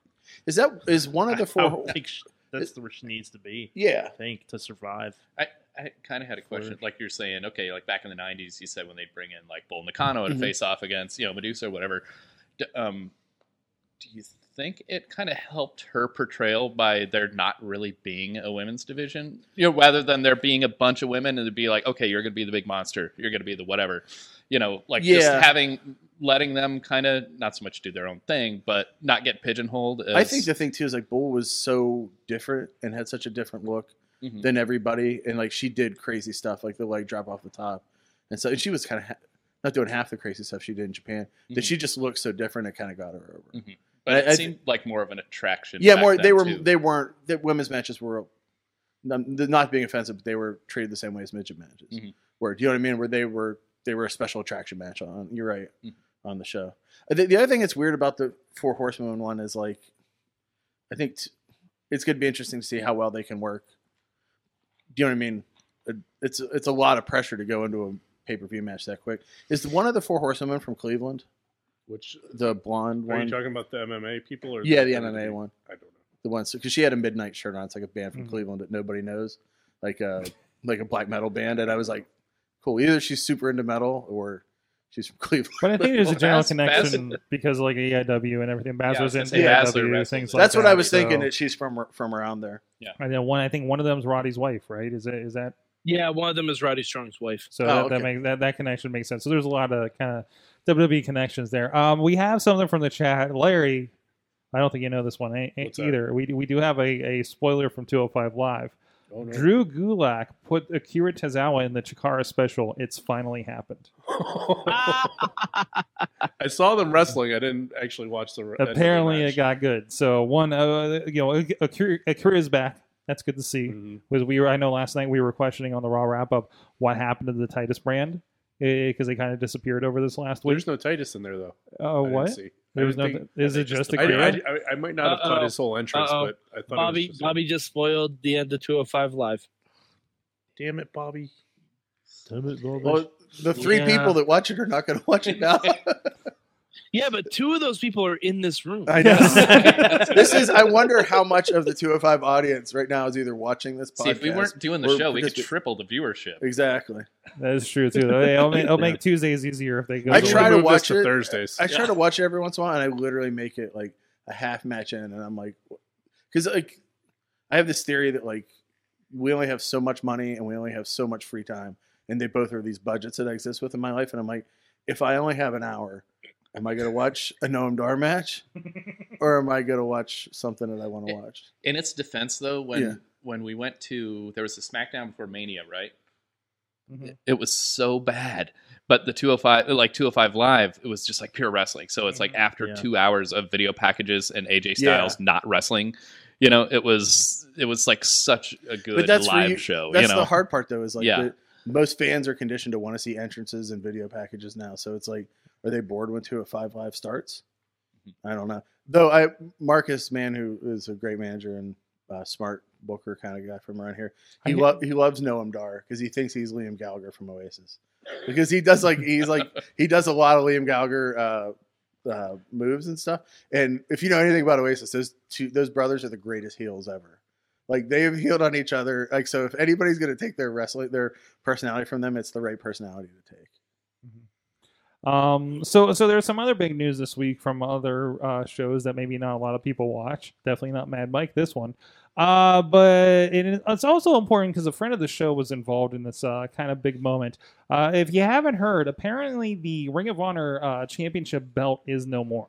Speaker 6: is that is one of the
Speaker 7: I, I
Speaker 6: four
Speaker 7: would think sh- that's where she needs to be.
Speaker 6: yeah
Speaker 7: I think to survive.
Speaker 5: I kind of had a question,
Speaker 7: Sure.
Speaker 5: like you're saying, okay, like back in the '90s, you said when they'd bring in like Bull Nakano to
Speaker 6: Mhm.
Speaker 5: face off against you know Medusa or whatever. D- um, do you think it kind of helped her portrayal by there not really being a women's division, you know, rather than there being a bunch of women and it'd be like, okay, you're going to be the big monster, you're going to be the whatever, you know, like just
Speaker 6: Yeah.
Speaker 5: having letting them kind of not so much do their own thing, but not get pigeonholed. As,
Speaker 6: I think the thing too is like Bull was so different and had such a different look
Speaker 5: Mhm.
Speaker 6: than everybody, and like she did crazy stuff like the leg drop off the top, and so and she was kind of ha- not doing half the crazy stuff she did in Japan. That
Speaker 5: Mhm.
Speaker 6: she just looked so different, it kind of got her over.
Speaker 5: Mhm. but it
Speaker 6: I- I-
Speaker 5: seemed like more of an attraction.
Speaker 6: Yeah,
Speaker 5: back
Speaker 6: more
Speaker 5: then,
Speaker 6: they were
Speaker 5: too.
Speaker 6: they weren't that women's matches were num- not being offensive, but they were treated the same way as midget matches.
Speaker 5: Mhm.
Speaker 6: Where do you know what I mean? Where they were they were a special attraction match on. You're right
Speaker 5: Mhm.
Speaker 6: on the show. Uh, The, the other thing that's weird about the Four Horsemen one is like, I think t- it's going to be interesting to see how well they can work. Do you know what I mean? It- It's it's a lot of pressure to go into a pay per view match that quick. Is one of the Four Horsemen from Cleveland?
Speaker 8: Which
Speaker 6: The blonde
Speaker 8: are
Speaker 6: one.
Speaker 8: you talking about the MMA people or
Speaker 6: Yeah, the MMA one
Speaker 8: I don't know.
Speaker 6: the ones because she had a midnight shirt on. It's like a band from
Speaker 1: Mhm.
Speaker 6: Cleveland that nobody knows, like a like a black metal band. And I was like, cool. Either she's super into metal or she's from Cleveland.
Speaker 1: But I think there's a
Speaker 5: Well,
Speaker 1: general
Speaker 5: Baz-
Speaker 1: connection because like AIW and everything.
Speaker 5: Yeah, I
Speaker 1: Baz
Speaker 5: was
Speaker 1: in
Speaker 5: gonna say Baz
Speaker 1: AIW,
Speaker 5: wrestled
Speaker 1: things
Speaker 5: it.
Speaker 1: like
Speaker 6: That's what I was
Speaker 1: so-
Speaker 6: thinking. That she's from from around there.
Speaker 1: And then one, I think one of them's Roddy's wife, right? Is that is that
Speaker 4: Yeah, one of them is Roddy Strong's wife.
Speaker 1: so?
Speaker 6: Oh,
Speaker 1: that, that
Speaker 6: okay.
Speaker 1: makes that, that connection makes sense. So there's a lot of kind of WWE connections there. Um, we have something from the chat, Larry. I don't think you know this one eh, eh,
Speaker 8: What's that?
Speaker 1: either. We we do have a, a spoiler from 205 Live.
Speaker 8: Oh, no.
Speaker 1: Drew Gulak put Akira Tozawa in the Chikara special. It's finally happened.
Speaker 4: Ah,
Speaker 8: I saw them wrestling. I didn't actually watch the. that
Speaker 1: Apparently,
Speaker 8: match.
Speaker 1: it got good. So one, uh, you know, Akira, Akira's back. That's good to see.
Speaker 8: Mhm.
Speaker 1: was we were I know last night we were questioning on the Raw wrap up what happened to the Titus brand because they kind of disappeared over this last week.
Speaker 8: There's no Titus in there though.
Speaker 1: Oh,
Speaker 8: I didn't
Speaker 1: what?
Speaker 8: see. I
Speaker 1: There was no.
Speaker 8: didn't think-
Speaker 1: is
Speaker 8: I
Speaker 1: it
Speaker 8: think
Speaker 1: just
Speaker 8: I,
Speaker 1: the
Speaker 8: I,
Speaker 1: Akira?
Speaker 8: I, I might not have caught
Speaker 4: Uh-oh.
Speaker 8: his whole entrance,
Speaker 4: Uh-oh.
Speaker 8: but I thought
Speaker 4: Bobby
Speaker 8: it was just
Speaker 4: Bobby just spoiled the end of 205 Live.
Speaker 8: Damn it, Bobby!
Speaker 6: Well, the three
Speaker 4: Yeah.
Speaker 6: people that watch it are not going to watch it now.
Speaker 4: Yeah, but two of those people are in this room.
Speaker 6: I know. this is. I wonder how much of the 205 audience right now is either watching this podcast.
Speaker 5: See, if we weren't doing the
Speaker 6: We're
Speaker 5: show, we could
Speaker 6: predicted-
Speaker 5: triple the viewership.
Speaker 6: exactly.
Speaker 1: That is true too. Hey, It'll make, it'll make Tuesdays easier if they go.
Speaker 6: I
Speaker 1: to-
Speaker 8: We'll
Speaker 6: try to
Speaker 8: move this
Speaker 6: watch
Speaker 8: to
Speaker 6: it.
Speaker 8: Thursdays.
Speaker 6: I try to watch it every once in a while, and I literally make it like a half match in, and I'm like, because like I have this theory that like we only have so much money and we only have so much free time, and they both are these budgets that I exist with in my life, and I'm like, if I only have an hour, am I gonna watch a Noam Dar match, or am I gonna watch something that I want to watch?
Speaker 5: In its defense, though, when
Speaker 6: Yeah.
Speaker 5: when we went to there was a SmackDown before Mania, right?
Speaker 6: Mm-hmm.
Speaker 1: Mhm.
Speaker 5: it was so bad. But the 205, like 205 Live, it was just like pure wrestling. So it's like after
Speaker 7: Yeah.
Speaker 5: two hours of video packages and AJ
Speaker 6: Yeah.
Speaker 5: Styles not wrestling, you know, it was it was like such a good
Speaker 6: that's where
Speaker 5: live
Speaker 6: you-
Speaker 5: show.
Speaker 6: That's
Speaker 5: you know,
Speaker 6: the hard part, though. Is like
Speaker 5: Yeah.
Speaker 6: the, most fans are conditioned to want to see entrances and video packages now. So it's like, are they bored when two at five live starts?
Speaker 5: Mm-hmm.
Speaker 6: I don't know. Though I Marcus, man, who is a great manager and uh, smart booker kind of guy from around here, he lo- he loves Noam Dar because he thinks he's Liam Gallagher from Oasis because he does like he's like he does a lot of Liam Gallagher. Uh, uh, moves and stuff, and if you know anything about Oasis, those two those brothers are the greatest heels ever. Like they've healed on each other. Like so, if anybody's gonna take their wrestling, their personality from them, it's the right personality to take.
Speaker 1: Um, so so there's some other big news this week from other uh, shows that maybe not a lot of people watch. Definitely not Mad Mike this one. Uh, but it is, it's also important because a friend of the show was involved in this uh, kind of big moment. Uh, if you haven't heard, apparently the Ring of Honor uh, championship belt is no more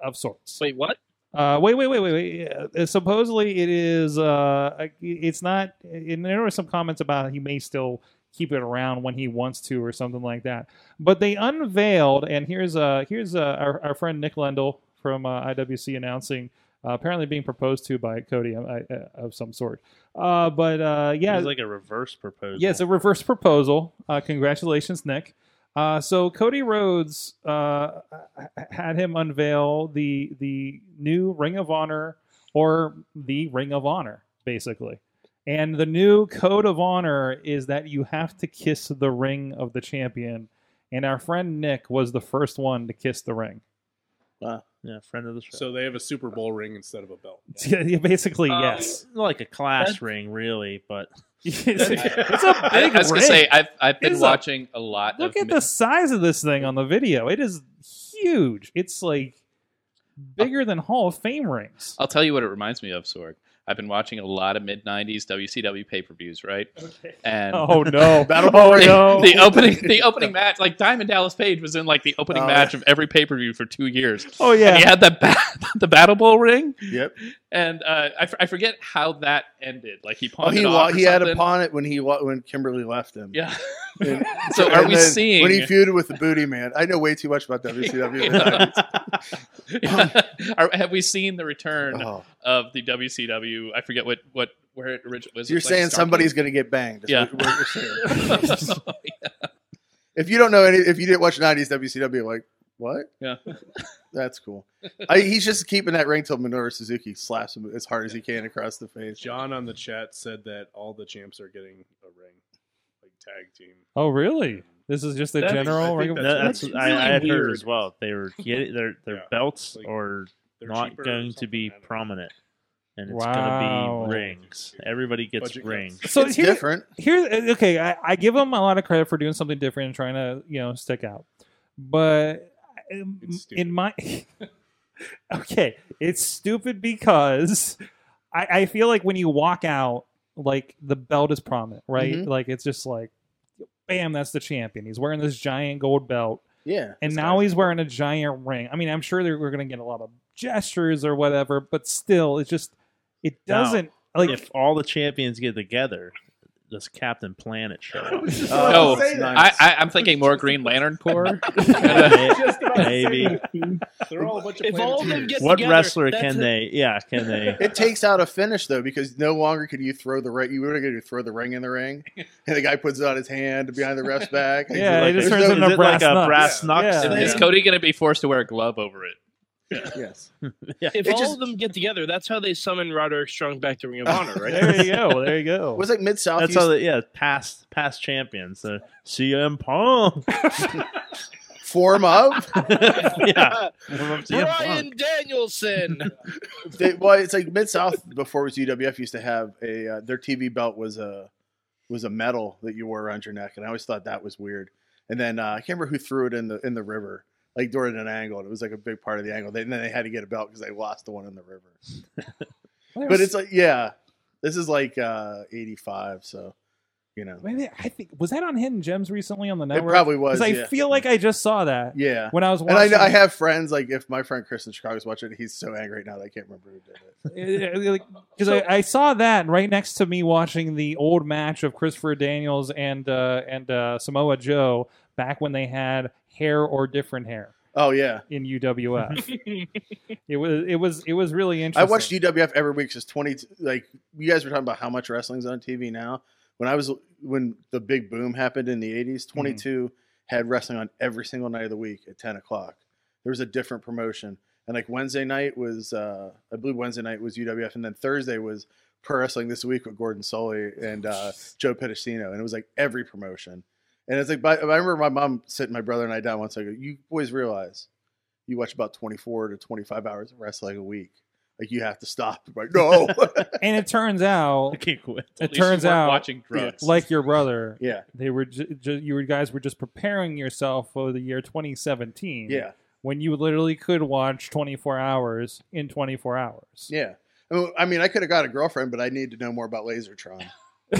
Speaker 1: of sorts.
Speaker 4: Wait, what?
Speaker 1: Uh, wait, wait, wait, wait, wait. Uh, supposedly it is. Uh, it's not. And there were some comments about he may still keep it around when he wants to or something like that. But they unveiled, and here's uh here's uh, our, our friend Nick Lendl from uh, IWC announcing. Uh, apparently being proposed to by Cody uh, uh, of some sort. Uh, but uh, yeah,
Speaker 7: It's like a reverse proposal.
Speaker 1: yeah, it's a reverse proposal. Uh, congratulations, Nick. Uh, so Cody Rhodes uh, had him unveil the the new Ring of Honor or the Ring of Honor, basically. And the new code of honor is that you have to kiss the ring of the champion. And our friend Nick was the first one to kiss the ring.
Speaker 7: Uh, yeah, friend of the show.
Speaker 8: So they have a Super Bowl ring instead of a belt.
Speaker 1: Yeah, basically,
Speaker 4: Um,
Speaker 1: yes.
Speaker 7: like a class
Speaker 4: That's-
Speaker 7: ring, really, but
Speaker 1: it's, it's a big
Speaker 5: I, I was
Speaker 1: ring.
Speaker 5: gonna say I've I've been
Speaker 1: It's a-
Speaker 5: watching a, lot.
Speaker 1: Look
Speaker 5: of
Speaker 1: at
Speaker 5: mi-
Speaker 1: the size of this thing on the video. It is huge. It's like bigger than Hall of Fame rings.
Speaker 5: I'll tell you what it reminds me of, Sorg. I've been watching a lot of mid '90s WCW pay per views, right? And
Speaker 1: Oh no!
Speaker 6: Battle
Speaker 1: oh
Speaker 5: the,
Speaker 1: no!
Speaker 5: the opening the opening match, like Diamond Dallas Page was in like the opening
Speaker 6: Oh,
Speaker 5: match of every pay per view for two years.
Speaker 1: oh
Speaker 5: And he
Speaker 1: yeah.
Speaker 5: had the ba- the battle bowl ring,
Speaker 6: Yep.
Speaker 5: and uh, I, f- I forget how that ended. Like he
Speaker 6: Oh,
Speaker 5: pawned
Speaker 6: he
Speaker 5: it off.
Speaker 6: lo-
Speaker 5: or
Speaker 6: he had a
Speaker 5: something.
Speaker 6: pawn it when he lo- when Kimberly left him.
Speaker 5: Yeah.
Speaker 6: And-
Speaker 5: So are
Speaker 6: and
Speaker 5: we
Speaker 6: then
Speaker 5: seeing?
Speaker 6: when he feuded with the Booty Man? I know way too much about WCW.
Speaker 5: Are- have we seen the return
Speaker 6: Oh.
Speaker 5: of the WCW? I forget what what where it originally was.
Speaker 6: So you're
Speaker 5: it, like,
Speaker 6: saying
Speaker 5: Starcade?
Speaker 6: somebody's gonna get banged? is
Speaker 5: Yeah.
Speaker 6: what- what you're saying. if you don't know any, if you didn't watch '90s WCW, like what?
Speaker 5: Yeah.
Speaker 6: That's cool. I, he's just keeping that ring till Minoru Suzuki slaps him as hard as he can across the face.
Speaker 8: John on the chat said that all the champs are getting a ring, like tag team.
Speaker 1: Oh really? This is just a
Speaker 8: That-
Speaker 1: general.
Speaker 8: I think
Speaker 1: ring of-
Speaker 8: That's-
Speaker 7: That- that's,
Speaker 8: that's
Speaker 7: I, I
Speaker 8: really
Speaker 7: had heard
Speaker 8: weird.
Speaker 7: as well. They were getting their their
Speaker 8: Yeah,
Speaker 7: belts
Speaker 8: like,
Speaker 7: are
Speaker 8: They're
Speaker 7: not
Speaker 8: cheaper or
Speaker 7: going to
Speaker 8: something,
Speaker 7: be
Speaker 8: I don't know.
Speaker 7: prominent, and it's
Speaker 1: Wow.
Speaker 7: going to be rings. Everybody gets
Speaker 8: Budget cuts.
Speaker 7: rings.
Speaker 1: so
Speaker 6: it's
Speaker 1: here,
Speaker 6: different.
Speaker 1: here. Okay, I, I give him a lot of credit for doing something different and trying to you know stick out, but um,
Speaker 8: It's stupid.
Speaker 1: in my okay, it's stupid because I, I feel like when you walk out, like the belt is prominent, right?
Speaker 6: Mhm.
Speaker 1: Like it's just like, bam, that's the champion. He's wearing this giant gold belt,
Speaker 6: Yeah.
Speaker 1: and
Speaker 8: This
Speaker 1: now
Speaker 8: guy's-
Speaker 1: he's wearing a giant ring. I mean, I'm sure that we're gonna get a lot of gestures or whatever, but still, it's just it
Speaker 7: Now,
Speaker 1: doesn't like.
Speaker 7: if all the champions get together, does Captain Planet show up?
Speaker 5: No,
Speaker 6: it's
Speaker 5: I,
Speaker 6: nice.
Speaker 5: I, I'm thinking more Green Lantern Corps. uh,
Speaker 7: May-
Speaker 8: Just about to say
Speaker 7: Maybe.
Speaker 8: They're all a bunch of
Speaker 4: If all of them
Speaker 8: Planeteers.
Speaker 4: get
Speaker 7: What
Speaker 4: together,
Speaker 7: wrestler
Speaker 4: that's
Speaker 7: can
Speaker 4: it.
Speaker 7: they? Yeah, can they?
Speaker 6: it takes out a finish though because no longer can you throw the ring. You were going to throw the ring in the ring, and the guy puts it on his hand behind the ref's back.
Speaker 1: Yeah, it
Speaker 7: Like,
Speaker 1: just
Speaker 7: is
Speaker 1: turns
Speaker 7: it
Speaker 1: into
Speaker 7: like
Speaker 1: brass
Speaker 7: a
Speaker 1: knucks.
Speaker 7: brass knucks?
Speaker 1: Yeah.
Speaker 7: And
Speaker 5: Is
Speaker 7: then-
Speaker 5: Cody going to be forced to wear a glove over it?
Speaker 6: yes.
Speaker 4: If
Speaker 6: It
Speaker 4: all
Speaker 6: just-
Speaker 4: of them get together, that's how they summon Roderick Strong back to Ring of Honor, right?
Speaker 1: there you go. There you go.
Speaker 6: Was like mid south?
Speaker 7: That's how, they, yeah, past past champions. The CM Punk.
Speaker 6: form of.
Speaker 7: yeah.
Speaker 4: Brian Danielson.
Speaker 6: they, well, it's like Mid South before it was UWF used to have a uh, their TV belt was a was a medal that you wore around your neck, and I always thought that was weird. And then uh, I can't remember who threw it in the in the river, like during an angle, and it was like a big part of the angle. They, and then they had to get a belt because they lost the one in the river. but it's like, yeah, this is like uh, eighty five, so You know,
Speaker 1: Maybe I think was that on Hidden Gems recently on the
Speaker 6: it
Speaker 1: network.
Speaker 6: probably was.
Speaker 1: Because I
Speaker 6: yeah.
Speaker 1: feel like I just saw that
Speaker 6: yeah.
Speaker 1: when I was
Speaker 6: And I,
Speaker 1: watching.
Speaker 6: know- I have friends like if my friend Chris in Chicago's watching, it, he's so angry right now that I can't remember who did it.
Speaker 1: because I, I saw that right next to me watching the old match of Christopher Daniels and uh, and uh, Samoa Joe back when they had hair or different hair
Speaker 6: Oh yeah,
Speaker 1: in UWF. it was it was it was really
Speaker 6: I
Speaker 1: interesting.
Speaker 6: watched UWF every week since twenty. Like you guys were talking about how much wrestling's on TV now. When I was when the big boom happened in the eighties, twenty had wrestling on every single night of the week at ten o'clock. There was a different promotion, and like Wednesday night was uh, I believe Wednesday night was UWF, and then Thursday was Pro Wrestling This Week with Gordon Sully and uh, Joe Pedicino, and it was like every promotion. And it's like, but I remember my mom sitting my brother and I down once. I go, you boys realize you watch about twenty four to twenty five hours of wrestling a week. Like you have to stop. I'm like no,
Speaker 1: and it turns out
Speaker 7: I can't quit.
Speaker 1: it turns out
Speaker 5: watching drugs.
Speaker 1: like your brother
Speaker 6: yeah,
Speaker 1: they were ju- ju- you guys were just preparing yourself for the year 2017
Speaker 6: yeah,
Speaker 1: when you literally could watch 24 hours in 24 hours
Speaker 6: yeah. I mean- I mean, I could have got a girlfriend, but I need to know more about Lasertron. you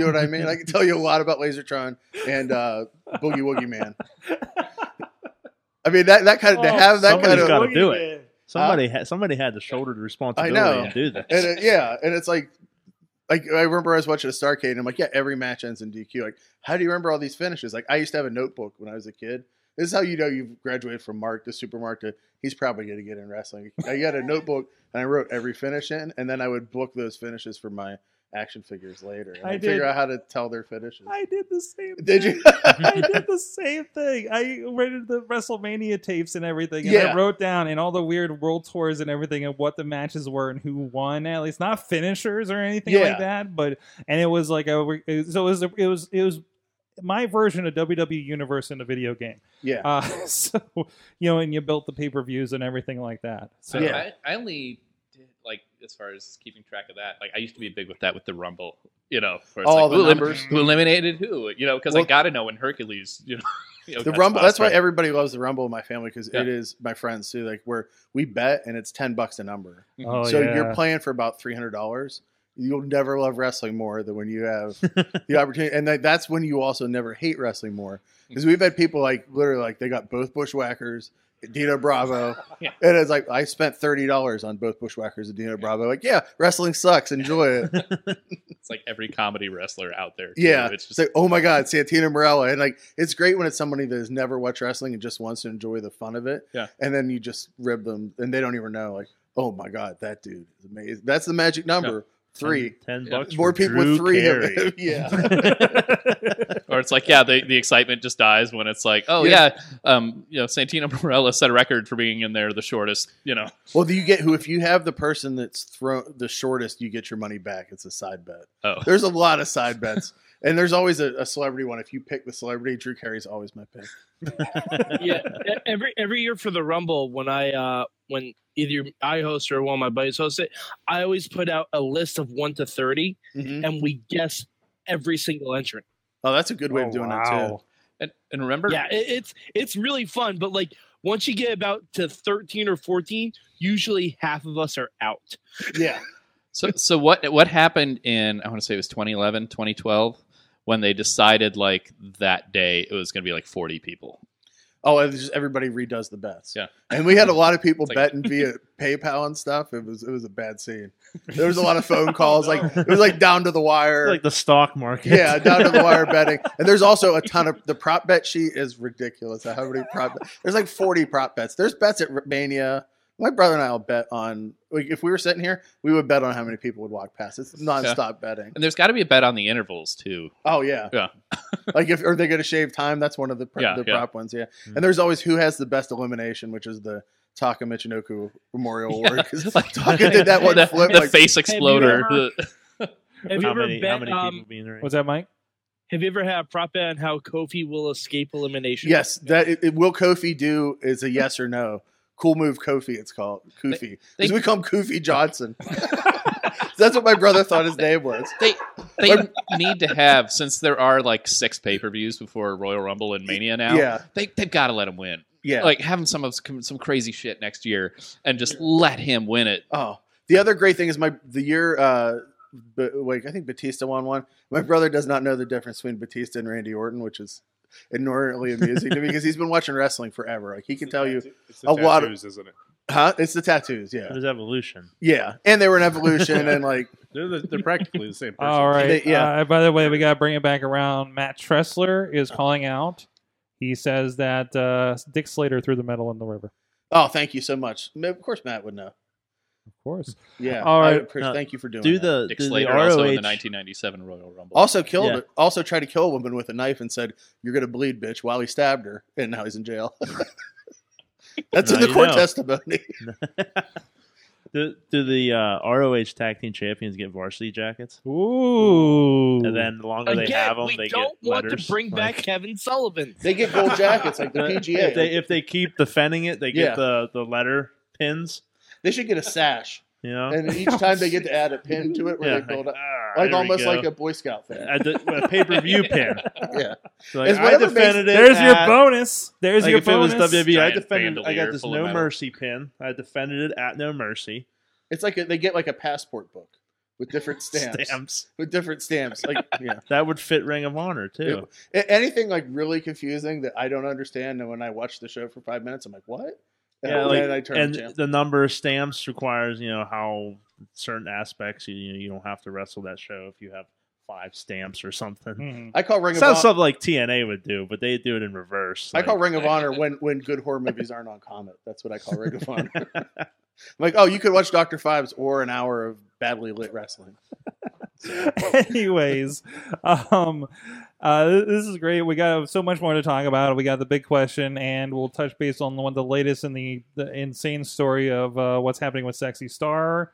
Speaker 6: know what I mean? I can tell you a lot about Lasertron and uh, Boogie Woogie Man. I mean, that that kind of to have that kind
Speaker 7: somebody's
Speaker 6: of
Speaker 7: got to do it. Somebody had somebody had to shoulder the responsibility
Speaker 6: Uh, I know.
Speaker 7: to do this.
Speaker 6: and it, yeah, and it's like, like I remember I was watching a Starcade, and I'm like, yeah, every match ends in DQ. Like, how do you remember all these finishes? Like, I used to have a notebook when I was a kid. This is how you know you've graduated from Mark to Supermark to he's probably going to get in wrestling. I got a notebook and I wrote every finish in, and then I would book those finishes for my action figures later. And
Speaker 1: I
Speaker 6: I
Speaker 1: did-
Speaker 6: figure out how to tell their finishes.
Speaker 1: i did the same
Speaker 6: Did
Speaker 1: thing.
Speaker 6: you?
Speaker 1: i did the same thing i rented the wrestlemania tapes and everything and i
Speaker 6: Yeah.
Speaker 1: wrote down and all the weird world tours and everything and what the matches were and who won at least not finishers or anything like
Speaker 6: Yeah.
Speaker 1: that but and it was like a it- so it was it was it was my version of WWE Universe in a video game.
Speaker 6: yeah.
Speaker 1: Uh, so you know, and you built the pay per views and everything like that. So
Speaker 5: So
Speaker 6: Yeah.
Speaker 5: I, I only did like as far as keeping track of that. Like I used to be big with that with the Rumble, you know, where it's
Speaker 6: All
Speaker 5: like,
Speaker 6: Oh, the
Speaker 5: who elim-
Speaker 6: numbers.
Speaker 5: who eliminated who, you know, because
Speaker 6: Well-
Speaker 5: I got to know when Hercules, you know, you know,
Speaker 6: the
Speaker 5: got
Speaker 6: rumble that's why
Speaker 5: sponsored.
Speaker 6: everybody loves the rumble in my family because
Speaker 5: Yeah.
Speaker 6: it is my friends too like where we bet and it's 10 bucks a number
Speaker 1: Oh,
Speaker 6: so
Speaker 1: yeah.
Speaker 6: you're playing for about $300 you'll never love wrestling more than when you have the opportunity and that, that's when you also never hate wrestling more
Speaker 1: Mm.
Speaker 6: because we've had people like literally like they got both bushwhackers Dino Bravo,
Speaker 5: Yeah.
Speaker 6: and it's like I spent thirty dollars on both Bushwhackers and Dino Bravo. Like, yeah, wrestling sucks. Enjoy it.
Speaker 5: it's like every comedy wrestler out there. too.
Speaker 6: Yeah,
Speaker 5: it's just
Speaker 6: say, oh my God, Santino Morella, and like it's great when it's somebody that has never watched wrestling and just wants to enjoy the fun of it.
Speaker 5: Yeah.
Speaker 6: and then you just rib them, and they don't even know. Like, oh my God, that dude is amazing. That's the magic number three.
Speaker 7: Ten, ten
Speaker 5: Yeah.
Speaker 7: bucks.
Speaker 6: More
Speaker 7: for
Speaker 6: people
Speaker 7: Drew
Speaker 6: with three. of
Speaker 7: Carey.
Speaker 6: it. yeah,
Speaker 5: or it's like yeah, the, the excitement just dies when it's like oh yeah, um, you know, Santino Morella set a record for being in there the shortest, you know.
Speaker 6: well, you get who if you have the person that's thrown the shortest, you get your money back. It's a side bet.
Speaker 5: Oh.
Speaker 6: There's a lot of side bets. And there's always a, a celebrity one. If you pick the celebrity, Drew Carey's always my pick.
Speaker 4: yeah, e- every every year for the Rumble, when I uh when either I host or one of my buddies hosts it, I always put out a list of one to thirty,
Speaker 5: Mm-hmm.
Speaker 4: and we guess every single entrant.
Speaker 6: Oh, that's a good way of doing it too.
Speaker 5: And, and remember,
Speaker 4: Yeah, it, it's it's really fun, but like once you get about to thirteen or fourteen, usually half of us are out.
Speaker 6: Yeah,
Speaker 5: So, so what what happened in I want to say it was 2011, 2012 when they decided like that day it was going to be like 40 people.
Speaker 6: Oh, it was just everybody redoes the bets.
Speaker 5: Yeah.
Speaker 6: and we had a lot of people
Speaker 5: It's like-
Speaker 6: betting via PayPal and stuff. It was it was a bad scene. There was a lot of
Speaker 5: Oh,
Speaker 6: phone calls. Like it was like down to the wire.
Speaker 7: It's like the stock market.
Speaker 6: yeah, down to the wire betting. And there's also a ton of the prop bet sheet is ridiculous. How many prop? There's like 40 prop bets. There's bets at Mania. My brother and I will bet on. Like if we were sitting here, we would bet on how many people would walk past. It's nonstop betting.
Speaker 5: And there's got to be a bet on the intervals too.
Speaker 6: Oh yeah,
Speaker 5: Yeah.
Speaker 6: like if are they going to shave time? That's one of the, pr-
Speaker 5: Yeah,
Speaker 6: the
Speaker 5: yeah. Mm-hmm.
Speaker 6: prop ones. Yeah, and there's always who has the best elimination, which is the Taka Michinoku Memorial Award. 'cause Taka did that one
Speaker 5: the,
Speaker 6: flip.
Speaker 5: the
Speaker 6: like,
Speaker 5: face exploder.
Speaker 4: ever-
Speaker 5: the-
Speaker 4: Have you
Speaker 7: How
Speaker 4: ever
Speaker 7: many,
Speaker 4: bet?
Speaker 7: how many
Speaker 4: um,
Speaker 7: people being there?
Speaker 1: What's that, Mike?
Speaker 4: have you ever had a prop bet on how Kofi will escape elimination?
Speaker 6: yes, that it, it- will Kofi do is a yes or no. Cool move, Kofi. It's called Kofi.
Speaker 5: they-
Speaker 6: Because we call him Kofi Johnson. That's what my brother thought his name was.
Speaker 5: they they need to have since there are like six pay per views before Royal Rumble and Mania now.
Speaker 6: Yeah,
Speaker 5: They they've got to let him win.
Speaker 6: yeah.
Speaker 5: Like have him some of some crazy shit next year and just let him win it.
Speaker 6: Oh, the other great thing is my the year uh, but like I think Batista won one. My brother does not know the difference between Batista and Randy Orton, which is inordinately amusing to me because he's been watching wrestling forever. Like he can tell you,
Speaker 8: it's the
Speaker 6: a lot of-
Speaker 8: tattoos, isn't it?
Speaker 6: huh? It's the tattoos, yeah,
Speaker 7: There's evolution.
Speaker 6: yeah. And they were in evolution, and like
Speaker 8: They're, the, they're practically the same person.
Speaker 1: All right.
Speaker 6: They- yeah.
Speaker 1: Uh, by the way, we got to bring it back around. Matt Tressler is calling out. He says that uh, Dick Slater threw the medal in the river.
Speaker 6: Oh, thank you so much. Ma- Of course, Matt would know.
Speaker 1: Of course.
Speaker 6: Yeah.
Speaker 1: All
Speaker 6: I
Speaker 1: right.
Speaker 6: appreciate-
Speaker 7: No,
Speaker 6: thank you for doing
Speaker 7: Do
Speaker 6: that.
Speaker 7: the,
Speaker 5: Dick
Speaker 7: do the
Speaker 5: Slater
Speaker 7: ROH.
Speaker 5: also in the 1997 Royal Rumble.
Speaker 6: also killed
Speaker 7: Yeah.
Speaker 6: her. Also tried to kill a woman with a knife and said, "You're gonna bleed, bitch." While he stabbed her, and now he's in jail. That's
Speaker 7: Now
Speaker 6: in the
Speaker 7: you
Speaker 6: court
Speaker 7: know.
Speaker 6: testimony.
Speaker 7: do, do the uh, ROH tag team champions get varsity jackets?
Speaker 1: Ooh.
Speaker 7: And then the longer they
Speaker 4: Again,
Speaker 7: have them,
Speaker 4: we
Speaker 7: they
Speaker 4: don't
Speaker 7: get
Speaker 4: want
Speaker 7: letters.
Speaker 4: to bring back
Speaker 7: Like,
Speaker 4: Kevin Sullivan.
Speaker 6: They get gold jackets like the
Speaker 7: the-
Speaker 6: PGA.
Speaker 7: Uh, If they, if they keep defending it, they get
Speaker 6: Yeah.
Speaker 7: the, the letter pins.
Speaker 6: they should get a sash,
Speaker 7: You know,
Speaker 6: and each time they get to add a pin to it, where they build up,
Speaker 7: ah, there
Speaker 6: like
Speaker 7: we
Speaker 6: almost
Speaker 7: go.
Speaker 6: like a Boy Scout thing.
Speaker 7: a, pay per view pin.
Speaker 6: Yeah.
Speaker 7: So, like,
Speaker 6: It's
Speaker 7: I
Speaker 6: whatever
Speaker 7: defended it.
Speaker 1: There's your
Speaker 7: at-
Speaker 1: bonus. There's
Speaker 7: like
Speaker 1: your
Speaker 7: if
Speaker 1: bonus.
Speaker 7: it was E WWE, I
Speaker 5: Giant
Speaker 7: defended. I
Speaker 5: bandolier
Speaker 7: got this
Speaker 5: full of
Speaker 7: no
Speaker 5: metal.
Speaker 7: mercy pin. I defended it at no mercy
Speaker 6: It's like a, they get like a passport book with different stamps,
Speaker 7: stamps.
Speaker 6: with different stamps. Like yeah.
Speaker 7: That would fit Ring of Honor too.
Speaker 6: A- anything like really confusing that I don't understand, and when I watch the show for five minutes, I'm like, "What?" And
Speaker 7: Yeah, like,
Speaker 6: then I turn
Speaker 7: and
Speaker 6: the channel.
Speaker 7: the number of stamps requires you know how certain aspects you you don't have to wrestle that show if you have five stamps or something.
Speaker 1: Mhm.
Speaker 6: I call Ring of
Speaker 7: Sounds
Speaker 6: Honor.
Speaker 7: something like TNA would do, but they do it in reverse.
Speaker 6: I
Speaker 7: Like,
Speaker 6: call Ring of Honor when when good horror movies aren't on Comet. That's what I call Ring of Honor. I'm like, oh, you could watch Doctor Fives or an hour of badly lit wrestling.
Speaker 1: Anyways, um, uh, th- this is great. We got so much more to talk about. We got the big question, and we'll touch base on one of the latest in the, the insane story of uh, what's happening with Sexy Star.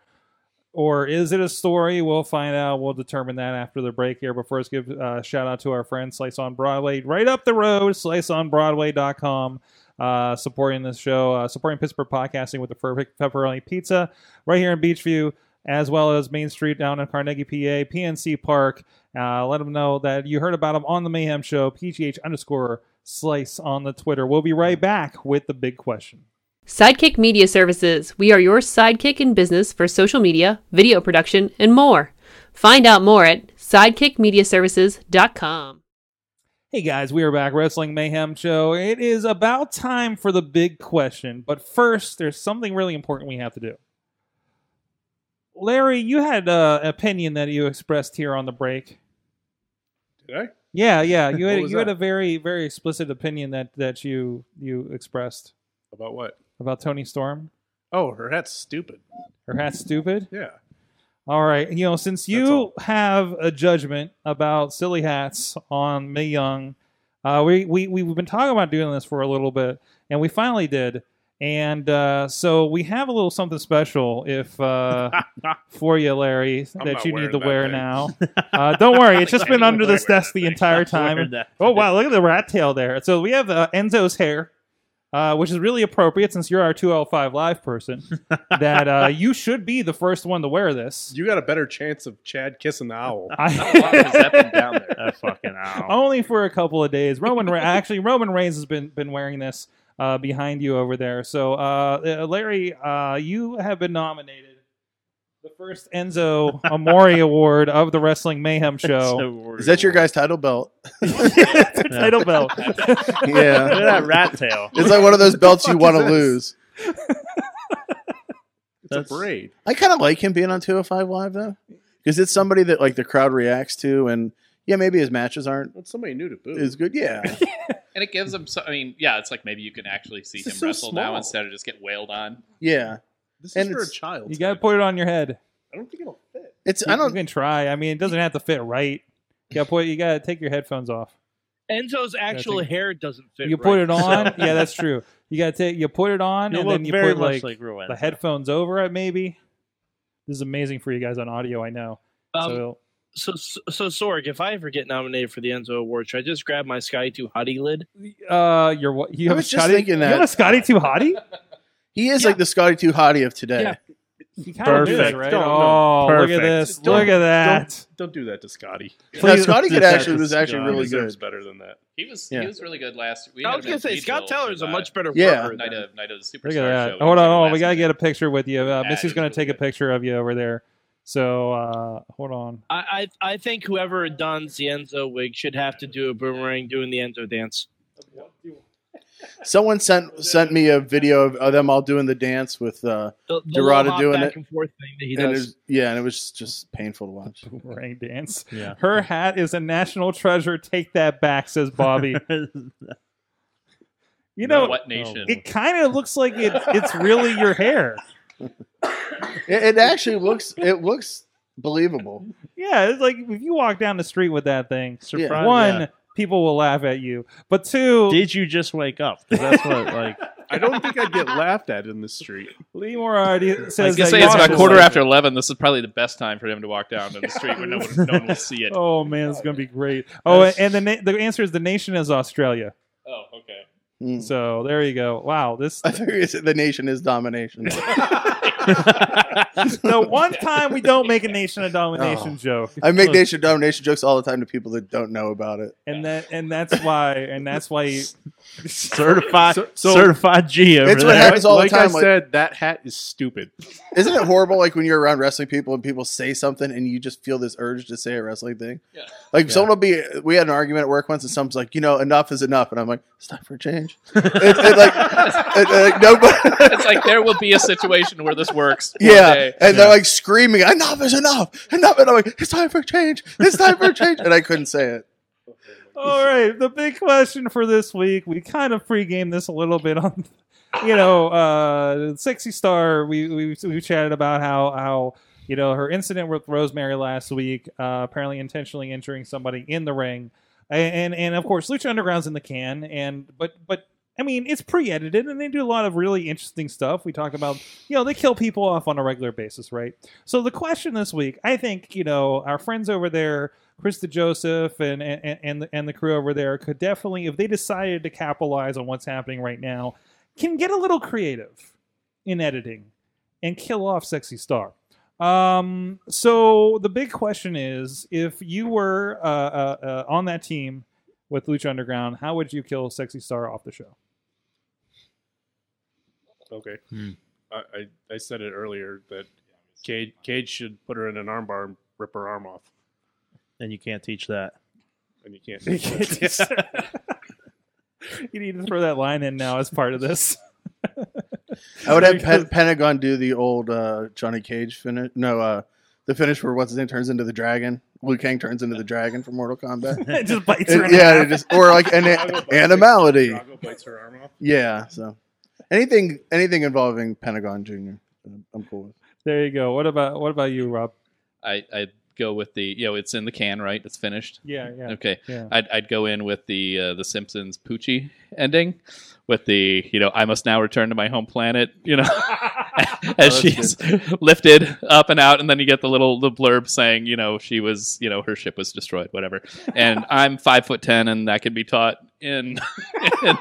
Speaker 1: Or is it a story? We'll find out. We'll determine that after the break here. But first, give uh, shout out to our friend Slice on Broadway, right up the road, sliceonbroadway.com, uh, supporting this show, uh, supporting Pittsburgh podcasting with the perfect pepperoni pizza right here in Beachview as well as Main Street down in Carnegie, PA, PNC Park. Uh, let them know that you heard about them on the Mayhem Show, PGH underscore slice on the Twitter. We'll be right back with the big question.
Speaker 9: Sidekick Media Services. We are your sidekick in business for social media, video production, and more. Find out more at sidekickmediaservices.com.
Speaker 1: Hey guys, we are back, Wrestling Mayhem Show. It is about time for the big question, but first, there's something really important we have to do. Larry, you had uh, an opinion that you expressed here on the break.
Speaker 8: Did I?
Speaker 1: Yeah, yeah, you
Speaker 8: What
Speaker 1: had
Speaker 8: was
Speaker 1: you had
Speaker 8: that?
Speaker 1: a very very explicit opinion that that you you expressed
Speaker 8: About what?
Speaker 1: about Tony Storm.
Speaker 8: Oh, her hat's stupid.
Speaker 1: Her hat's stupid.
Speaker 8: Yeah.
Speaker 1: All right. You know, since you
Speaker 8: all.
Speaker 1: have a judgment about silly hats on May Young, uh, we, we, we've been talking about doing this for a little bit, and we finally did. And uh, so we have a little something special if uh, for you, Larry,
Speaker 8: I'm
Speaker 1: that
Speaker 8: not
Speaker 1: you need
Speaker 8: wearing
Speaker 1: to
Speaker 8: that
Speaker 1: wear
Speaker 8: thing.
Speaker 1: now. Uh, don't worry, it's just been under this desk the entire time.
Speaker 7: Wearing that.
Speaker 1: Oh wow, look at the rat tail there. So we have uh, Enzo's hair, uh, which is really appropriate since you're our 205 live person. that uh, you should be the first one to wear this.
Speaker 8: You got a better chance of Chad kissing the owl.
Speaker 5: Why has that been down there?
Speaker 7: That fucking owl.
Speaker 1: Only for a couple of days. Roman Re- actually Roman Reigns has been been wearing this uh, behind you over there. So uh, uh, Larry, uh, you have been nominated the first Enzo Amore Award of the Wrestling Mayhem Show.
Speaker 6: Is that your
Speaker 7: guy?
Speaker 6: guy's title belt?
Speaker 1: Title belt.
Speaker 7: Look at
Speaker 6: yeah,
Speaker 7: that rat tail.
Speaker 6: it's like one of those belts you
Speaker 8: fuck
Speaker 6: want to
Speaker 8: is this?
Speaker 6: lose.
Speaker 8: It's
Speaker 7: That's-
Speaker 8: a parade.
Speaker 6: I kind of like him being on 205 Live though, because it's somebody that like the crowd reacts to, and yeah, maybe his matches aren't
Speaker 8: Well, somebody new to boo.
Speaker 6: as good. Yeah,
Speaker 5: And it gives him. So, I mean, yeah, it's like maybe you can actually see
Speaker 8: This is
Speaker 5: him
Speaker 8: so
Speaker 5: wrestle
Speaker 8: small.
Speaker 5: now instead of just get wailed on.
Speaker 6: yeah.
Speaker 8: this
Speaker 6: and
Speaker 8: is for a
Speaker 6: it's-
Speaker 8: child.
Speaker 1: You got to put it on your head.
Speaker 8: I don't think it'll fit.
Speaker 6: It's
Speaker 1: You-
Speaker 6: I
Speaker 1: you
Speaker 6: don't.
Speaker 1: can try. I mean, it doesn't have to fit right. You got to put. You got to take your headphones off.
Speaker 4: Enzo's actual
Speaker 1: think-
Speaker 4: hair doesn't fit.
Speaker 1: you put
Speaker 4: right,
Speaker 1: it on.
Speaker 4: so-
Speaker 1: yeah, that's true. You got to take. You put it on,
Speaker 7: You
Speaker 1: and
Speaker 7: look
Speaker 1: then you
Speaker 7: very
Speaker 1: put
Speaker 7: much
Speaker 1: like,
Speaker 7: like Ruin.
Speaker 1: the headphones over it. Maybe this is amazing for you guys on audio. I know.
Speaker 4: Um,
Speaker 1: so
Speaker 4: so, so, so Sorg, if I ever get nominated for the Enzo Award, should I just grab my Sky 2 hottie lid?
Speaker 1: uh, you're what? You
Speaker 6: I
Speaker 1: have
Speaker 6: was
Speaker 1: a
Speaker 6: just
Speaker 1: Scotty?
Speaker 6: thinking
Speaker 1: You have
Speaker 6: that.
Speaker 1: a Scotty too hottie?
Speaker 6: He is like the Scotty Two Hottie of today.
Speaker 4: Yeah.
Speaker 1: He kind of is,
Speaker 7: Perfect.
Speaker 1: right?
Speaker 8: Don't-
Speaker 1: oh, look at
Speaker 7: Perfect.
Speaker 1: this!
Speaker 8: Don't-
Speaker 1: look at that!
Speaker 8: Don't do that to Scotty.
Speaker 6: Now,
Speaker 1: Please-
Speaker 6: Scotty could
Speaker 7: Just
Speaker 6: actually
Speaker 7: have
Speaker 6: was
Speaker 7: to-
Speaker 6: actually
Speaker 7: God,
Speaker 6: really good.
Speaker 8: deserves better than that.
Speaker 5: He was
Speaker 6: Yeah.
Speaker 5: he was really good last. We
Speaker 4: I
Speaker 5: had
Speaker 4: was
Speaker 5: him
Speaker 4: gonna
Speaker 5: in
Speaker 4: say
Speaker 5: Beedville
Speaker 4: Scott
Speaker 5: for
Speaker 4: Teller's a
Speaker 5: that
Speaker 4: much better
Speaker 6: Yeah.
Speaker 4: worker.
Speaker 5: uh, night of night of the superstar
Speaker 1: Look at that!
Speaker 5: show.
Speaker 1: Hold on, hold
Speaker 5: He was
Speaker 1: on.
Speaker 5: in
Speaker 1: We
Speaker 5: last
Speaker 1: gotta
Speaker 5: minute.
Speaker 1: get a picture with you. Uh,
Speaker 5: Yeah,
Speaker 1: Missy's
Speaker 5: just
Speaker 1: gonna
Speaker 5: a
Speaker 1: take a
Speaker 5: little bit.
Speaker 1: picture of you over there. So uh, hold on.
Speaker 4: I, I I think whoever dons the Enzo wig should have to do a boomerang doing the Enzo dance.
Speaker 6: Someone sent sent me a video of, of them all doing the dance with uh
Speaker 4: The, the
Speaker 6: Dorada
Speaker 4: little hop
Speaker 6: doing
Speaker 4: back
Speaker 6: it.
Speaker 4: and forth thing that he
Speaker 6: and it
Speaker 4: does.
Speaker 6: was- yeah, and it was just painful to watch.
Speaker 1: Boomerang dance.
Speaker 7: Yeah.
Speaker 1: Her hat is a national treasure. Take that back, says Bobby. You know,
Speaker 5: what nation?
Speaker 1: it kind of looks like it, it's really your hair.
Speaker 6: It, it actually looks it looks believable.
Speaker 1: Yeah, it's like if you walk down the street with that thing,
Speaker 7: Surprise.
Speaker 1: one,
Speaker 7: yeah.
Speaker 1: people will laugh at you, but two,
Speaker 7: Did you just wake up? 'Cause that's what like
Speaker 8: I don't think I'd get laughed at in the street.
Speaker 1: Lee Moriarty
Speaker 5: I
Speaker 1: says
Speaker 5: was
Speaker 1: that
Speaker 5: gonna say it's
Speaker 1: Yosh
Speaker 5: about
Speaker 1: is
Speaker 5: quarter
Speaker 1: like-
Speaker 5: after eleven. This is probably the best time for him to walk down to the street where no one, no one will see it.
Speaker 1: Oh man, it's gonna be great. Oh, and, and the na- the answer is the nation is Australia.
Speaker 5: Oh, okay.
Speaker 6: Mm.
Speaker 1: So there you go. Wow, this
Speaker 6: I figure it's, the nation is domination.
Speaker 1: the one time we don't make a nation of domination
Speaker 6: Oh.
Speaker 1: joke,
Speaker 6: I make nation domination jokes all the time to people that don't know about it.
Speaker 1: and that and that's why and that's why
Speaker 7: certified
Speaker 8: So- so-
Speaker 7: certified G over
Speaker 6: It's what
Speaker 7: there.
Speaker 6: happens all
Speaker 8: like
Speaker 6: the time.
Speaker 8: I
Speaker 6: like-
Speaker 8: said, that hat is stupid.
Speaker 6: isn't it horrible? Like when you're around wrestling people and people say something and you just feel this urge to say a wrestling thing.
Speaker 5: Yeah.
Speaker 6: Like someone will be. We had an argument at work once, and someone's like, "You know, enough is enough," and I'm like, "It's time for a change." It's it, like, it, like nobody.
Speaker 5: It's like there will be a situation where this works. one
Speaker 6: Yeah,
Speaker 5: day.
Speaker 6: and they're like screaming, "Enough is enough! Enough!" And I'm like, "It's time for change! It's time for change!" And I couldn't say it.
Speaker 1: All right, the big question for this week. We kind of pregame this a little bit on, you know, uh, sexy star. We we we chatted about how how you know her incident with Rosemary last week, uh, apparently intentionally injuring somebody in the ring, and and, and of course Lucha Underground's in the can, and but but. I mean, it's pre-edited, and they do a lot of really interesting stuff. We talk about, you know, they kill people off on a regular basis, right? So the question this week, I think, you know, our friends over there Krista Joseph and and and the, and the crew over there could definitely, if they decided to capitalize on what's happening right now, can get a little creative in editing and kill off sexy star. Um, so the big question is, if you were uh, uh, uh, on that team with Lucha Underground, how would you kill sexy star off the show?
Speaker 8: Okay.
Speaker 7: Hmm.
Speaker 8: I, I, I said it earlier that Cage, Cage should put her in an armbar and rip her arm off.
Speaker 7: and you can't teach that.
Speaker 8: And you can't.
Speaker 1: you need to throw that line in now as part of this.
Speaker 6: I would have Pen- Pentagon do the old uh, Johnny Cage finish. No, uh, the finish where what's his name turns into the dragon. Liu Kang turns into the dragon from Mortal Kombat.
Speaker 1: just bites her
Speaker 6: It-
Speaker 1: in half.
Speaker 6: yeah, it just or like an animality.
Speaker 8: Drago bites her arm off.
Speaker 6: Yeah, so anything anything involving Pentagon Junior, I'm cool with.
Speaker 1: There you go. What about what about you, Rob?
Speaker 5: I I go with the you know it's in the can right. It's finished.
Speaker 1: Yeah, yeah.
Speaker 5: Okay.
Speaker 1: Yeah.
Speaker 5: I'd, I'd go in with the uh, the Simpsons Poochie ending, with the you know I must now return to my home planet. You know, as
Speaker 6: that's
Speaker 5: she's lifted up and out, and then you get the little the blurb saying you know she was you know her ship was destroyed, whatever. And I'm five foot ten, and that can be taught in in,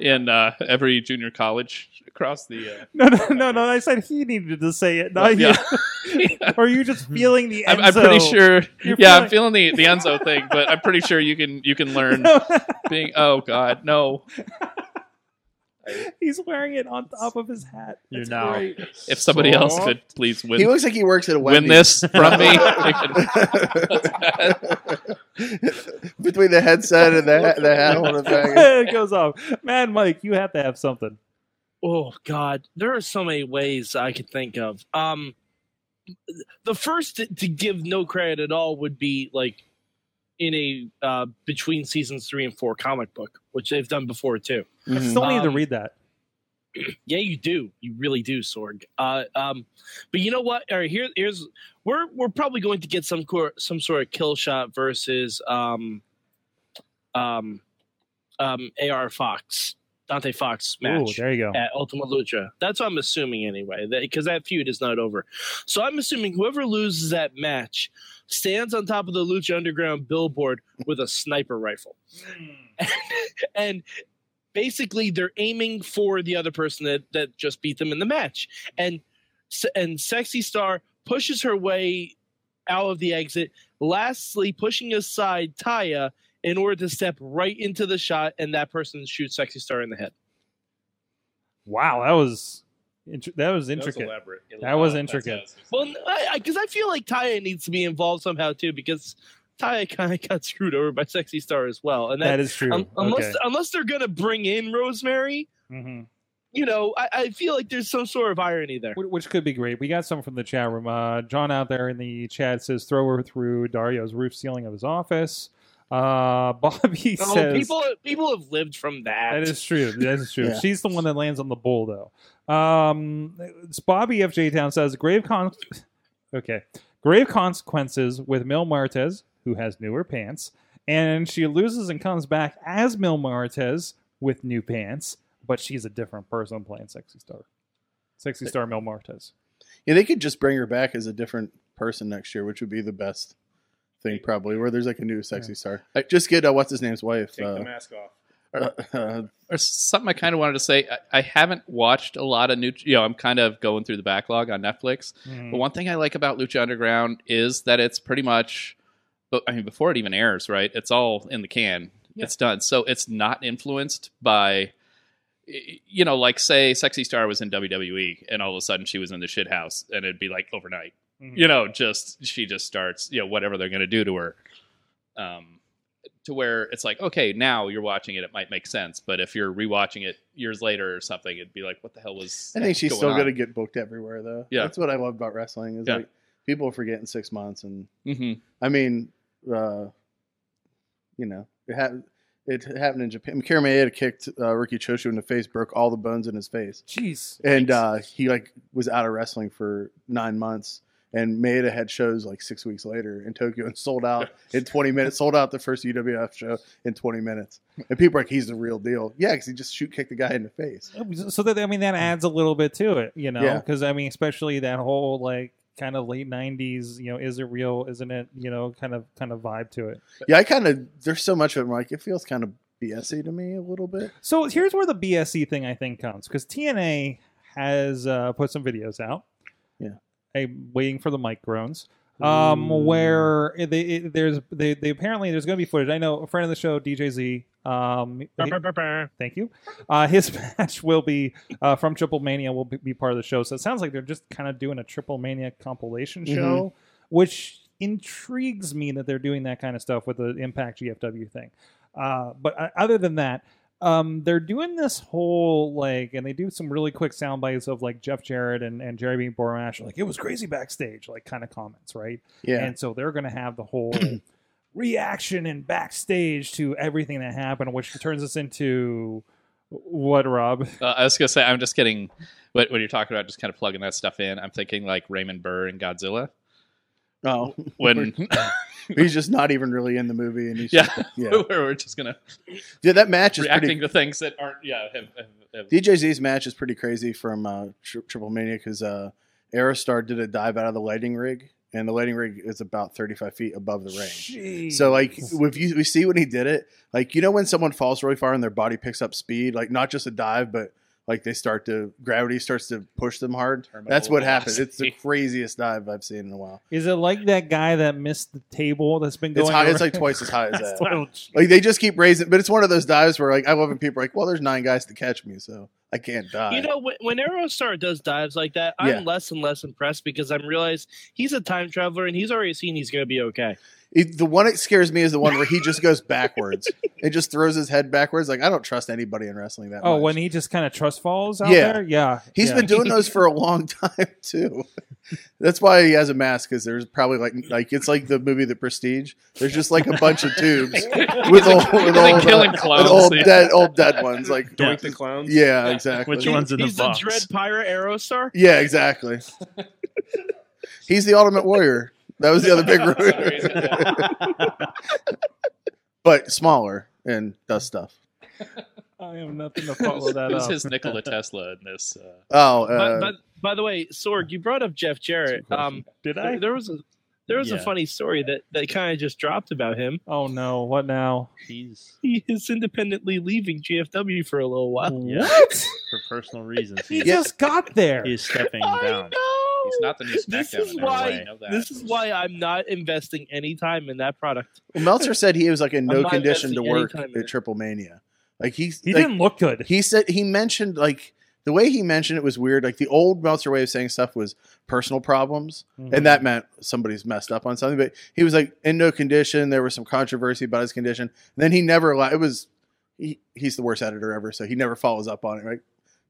Speaker 5: in uh, every junior college across the. Uh,
Speaker 1: No, no, no, no. I said he needed to say it, not you.
Speaker 5: yeah.
Speaker 1: Or are you just feeling the
Speaker 5: I'm,
Speaker 1: Enzo?
Speaker 5: I'm pretty sure.
Speaker 1: You're
Speaker 5: yeah, I'm feeling the, the Enzo thing, but I'm pretty sure you can you can learn being. Oh God, no!
Speaker 1: He's wearing it on top of his hat.
Speaker 7: You're
Speaker 1: It's
Speaker 7: now-
Speaker 1: great.
Speaker 5: If somebody else
Speaker 8: Soft.
Speaker 5: could please
Speaker 6: he
Speaker 5: win
Speaker 6: looks like he works at a
Speaker 5: win
Speaker 6: Wendy's.
Speaker 5: this from me.
Speaker 6: between the headset and the hat, the hat on the bag.
Speaker 1: it goes off. Man, Mike, you have to have something.
Speaker 4: Oh God, there are so many ways I could think of. Um, the first to, to give no credit at all would be like in a uh, between seasons three and four comic book, which they've done before too.
Speaker 1: I
Speaker 5: Mm-hmm.
Speaker 1: still need to
Speaker 4: Um,
Speaker 1: read that.
Speaker 4: Yeah, you do. You really do, Sorg. Uh, um, but you know what? All right, here, here's we're we're probably going to get some cor- some sort of kill shot versus um, um, um, AR Fox, Dante Fox
Speaker 1: Ooh,
Speaker 4: match
Speaker 1: there you go.
Speaker 4: at Ultima Lucha. That's what I'm assuming anyway, because that, feud is not over. So I'm assuming whoever loses that match stands on top of the Lucha Underground billboard with a sniper rifle.
Speaker 1: Hmm.
Speaker 4: and basically they're aiming for the other person that, that just beat them in the match. And S- and Sexy Star pushes her way out of the exit, lastly pushing aside Taya in order to step right into the shot and that person shoots Sexy Star in the head.
Speaker 1: Wow, that was Intr- that was
Speaker 8: That was
Speaker 1: intricate.
Speaker 8: elaborate.
Speaker 1: That was intricate.
Speaker 4: Well, because I, 'cause I feel like Taya needs to be involved somehow too, because Taya kind of got screwed over by Sexy Star as well. And
Speaker 1: that
Speaker 4: that,
Speaker 1: is true.
Speaker 5: Um,
Speaker 4: un- unless
Speaker 1: okay.
Speaker 4: unless they're gonna bring in Rosemary,
Speaker 1: Mhm.
Speaker 4: you know, I, I feel like there's some sort of irony there.
Speaker 1: Wh- Which could be great. We got some from the chat room. Uh, John out there in the chat says, "Throw her through Dario's roof ceiling of his office." Uh, Bobby
Speaker 4: Oh,
Speaker 1: says,
Speaker 4: people people have lived from that.
Speaker 1: That is true. That is true.
Speaker 6: Yeah.
Speaker 1: She's the one that lands on the bull, though. Um, it's Bobby FJ Town says grave con. Okay, grave consequences with Mil Martez, who has newer pants, and she loses and comes back as Mil Martez with new pants, but she's a different person playing sexy star. Sexy star Mil Martez.
Speaker 6: Yeah, they could just bring her back as a different person next year, which would be the best thing probably. Where there's like a new sexy star. Like, just get uh, what's his name's wife.
Speaker 8: Take the
Speaker 6: Uh,
Speaker 8: mask off.
Speaker 6: uh, uh,
Speaker 5: or something I kind of wanted to say. I, I haven't watched a lot of new. You know, I'm kind of going through the backlog on Netflix.
Speaker 6: Hmm.
Speaker 5: But one thing I like about Lucha Underground is that it's pretty much, but I mean, before it even airs, right? It's all in the can. It's done. So it's not influenced by, y- you know, like say Sexy Star was in WWE and all of a sudden she was in the shit house and it'd be like overnight.
Speaker 6: Mm-hmm.
Speaker 5: You know, just she just starts, you know, whatever they're gonna do to her. Um, to where it's like, okay, now you're watching it, it might make sense. But if you're rewatching it years later or something, it'd be like, what the hell was?
Speaker 6: I think she's still
Speaker 5: going
Speaker 6: gonna get booked everywhere though.
Speaker 5: Yeah.
Speaker 6: that's what I love about wrestling is
Speaker 5: Yeah.
Speaker 6: like people forget in six months, and
Speaker 5: hmm
Speaker 6: I mean, uh, you know, it happened. It happened in Japan. Kira Maeda kicked uh, Ricky Choshu in the face, broke all the bones in his face.
Speaker 1: Jeez.
Speaker 6: and uh, he like was out of wrestling for nine months and Maeda had shows like six weeks later in Tokyo and sold out in 20 minutes, sold out the first UWF show in 20 minutes. And people are like, he's the real deal. Yeah, because he just shoot kicked the guy in the face.
Speaker 1: Oh, So that I mean that adds a little bit to it, you know,
Speaker 6: Yeah.
Speaker 1: because I mean especially that whole like kind of late '90s, you know, is it real? Isn't it? You know, kind of kind of vibe to it.
Speaker 6: Yeah, I kind of, there's so much of him. Like, it feels kind of BSy to me a little bit.
Speaker 1: So here's where the BSE thing I think comes because TNA has uh, put some videos out.
Speaker 6: Yeah.
Speaker 1: I'm waiting for the mic groans. Um, where they it, there's they, they apparently there's going to be footage. I know a friend of the show, DJZ. Um, he- thank you. Uh, his match will be uh, from Triple Mania will be, be part of the show. So it sounds like they're just kind of doing a Triple Mania compilation show, which intrigues me that they're doing that kind of stuff with the Impact GFW thing. Uh, but uh, other than that, um, they're doing this whole like, and they do some really quick sound bites of like Jeff Jarrett and, and Jerry B. Borash, like it was crazy backstage, like kind of comments, right?
Speaker 6: Yeah.
Speaker 1: And so they're going to have the whole reaction and backstage to everything that happened, which turns us into what, Rob?
Speaker 5: Uh, I was gonna say, I'm just kidding. What, what you're talking about, just kind of plugging that stuff in. I'm thinking like Raymond Burr and Godzilla
Speaker 6: Oh,
Speaker 5: when,
Speaker 6: he's just not even really in the movie. And he's
Speaker 5: yeah,
Speaker 6: just- yeah.
Speaker 5: where we're just gonna
Speaker 6: Yeah, that match is
Speaker 5: reacting
Speaker 6: pretty
Speaker 5: to things that aren't. Yeah, have, have, have-
Speaker 6: DJ Z's match is pretty crazy from uh, tri- Triple Mania because uh, Aerostar did a dive out of the lighting rig, and the lighting rig is about 35 feet above the ring. So, like, if you we see when he did it, like, you know, when someone falls really far and their body picks up speed, like, not just a dive, but like they start to gravity starts to push them hard.
Speaker 5: Terminal
Speaker 6: That's what happened. It's the
Speaker 5: velocity.
Speaker 6: craziest dive I've seen in a while.
Speaker 1: Is it like that guy that missed the table that's been going?
Speaker 6: It's high.
Speaker 1: around?
Speaker 6: It's like twice as high as that.
Speaker 1: Oh,
Speaker 6: Like they just keep raising, but it's one of those dives where like I love when people are like, "Well, there's nine guys to catch me, so I can't die."
Speaker 4: You know, when, when Aerostar does dives like that, I'm
Speaker 6: Yeah.
Speaker 4: less and less impressed because I'm realized he's a time traveler and he's already seen he's going to be okay.
Speaker 6: It- the one that scares me is the one where he just goes backwards. it just throws his head backwards. Like I don't trust anybody in wrestling that.
Speaker 1: Oh,
Speaker 6: much.
Speaker 1: when he just kind of trust falls out
Speaker 6: Yeah.
Speaker 1: there? Yeah.
Speaker 6: he's
Speaker 1: yeah.
Speaker 6: been doing those for a long time too. That's why he has a mask because there's probably like like it's like the movie The Prestige. There's just like a bunch of tubes with old with
Speaker 5: Like
Speaker 6: old,
Speaker 5: killing
Speaker 6: uh,
Speaker 5: clowns,
Speaker 6: with old
Speaker 5: yeah.
Speaker 6: dead old dead ones. Like
Speaker 7: Yeah.
Speaker 8: Doink the clowns.
Speaker 6: yeah, exactly.
Speaker 7: Which one's in the
Speaker 4: he's the,
Speaker 7: box?
Speaker 4: Dread Pirate Aerostar.
Speaker 6: Yeah, exactly. he's the Ultimate Warrior. That was the other big
Speaker 5: Sorry.
Speaker 6: rumor, but smaller and does stuff.
Speaker 1: I have nothing to follow that
Speaker 5: Who's
Speaker 1: up.
Speaker 5: his Nikola Tesla in this? Uh,
Speaker 6: Oh,
Speaker 4: but,
Speaker 6: uh,
Speaker 4: but by the way, Sorg, you brought up Jeff Jarrett. Um,
Speaker 1: Did
Speaker 4: there,
Speaker 1: I?
Speaker 4: there was a there was a
Speaker 7: Yeah.
Speaker 4: funny story that that kind of just dropped about him.
Speaker 1: Oh no! What now?
Speaker 7: He's
Speaker 4: He is independently leaving GFW for a little while.
Speaker 7: yeah,
Speaker 1: What?
Speaker 7: for personal reasons.
Speaker 1: He
Speaker 7: He's,
Speaker 1: just got there.
Speaker 7: he's stepping
Speaker 4: I
Speaker 7: down.
Speaker 4: know.
Speaker 5: he's not the new SmackDown.
Speaker 4: This is
Speaker 5: announcer,
Speaker 4: why-
Speaker 5: I know that.
Speaker 4: This is why I'm not investing any time in that product.
Speaker 6: Well, Meltzer said he was like in no
Speaker 4: not
Speaker 6: condition to
Speaker 4: investing any
Speaker 6: work
Speaker 4: time in
Speaker 6: at
Speaker 4: it.
Speaker 6: Triple Mania. Like he,
Speaker 1: He
Speaker 6: like,
Speaker 1: didn't look good.
Speaker 6: He said he mentioned like the way he mentioned it was weird. Like the old Meltzer way of saying stuff was personal problems,
Speaker 4: Mm-hmm.
Speaker 6: and that meant somebody's messed up on something. But he was like in no condition. There was some controversy about his condition. And then he never. li- It was he, he's the worst editor ever, so he never follows up on it. Right?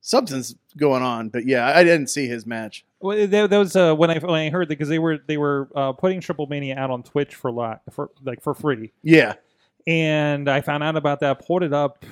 Speaker 6: Something's going on, but yeah, I didn't see his match.
Speaker 1: Well, that, that was uh, when I when I heard that because they were they were uh, putting Triple Mania out on Twitch for lot for like for free,
Speaker 6: Yeah,
Speaker 1: and I found out about that. Pulled it up.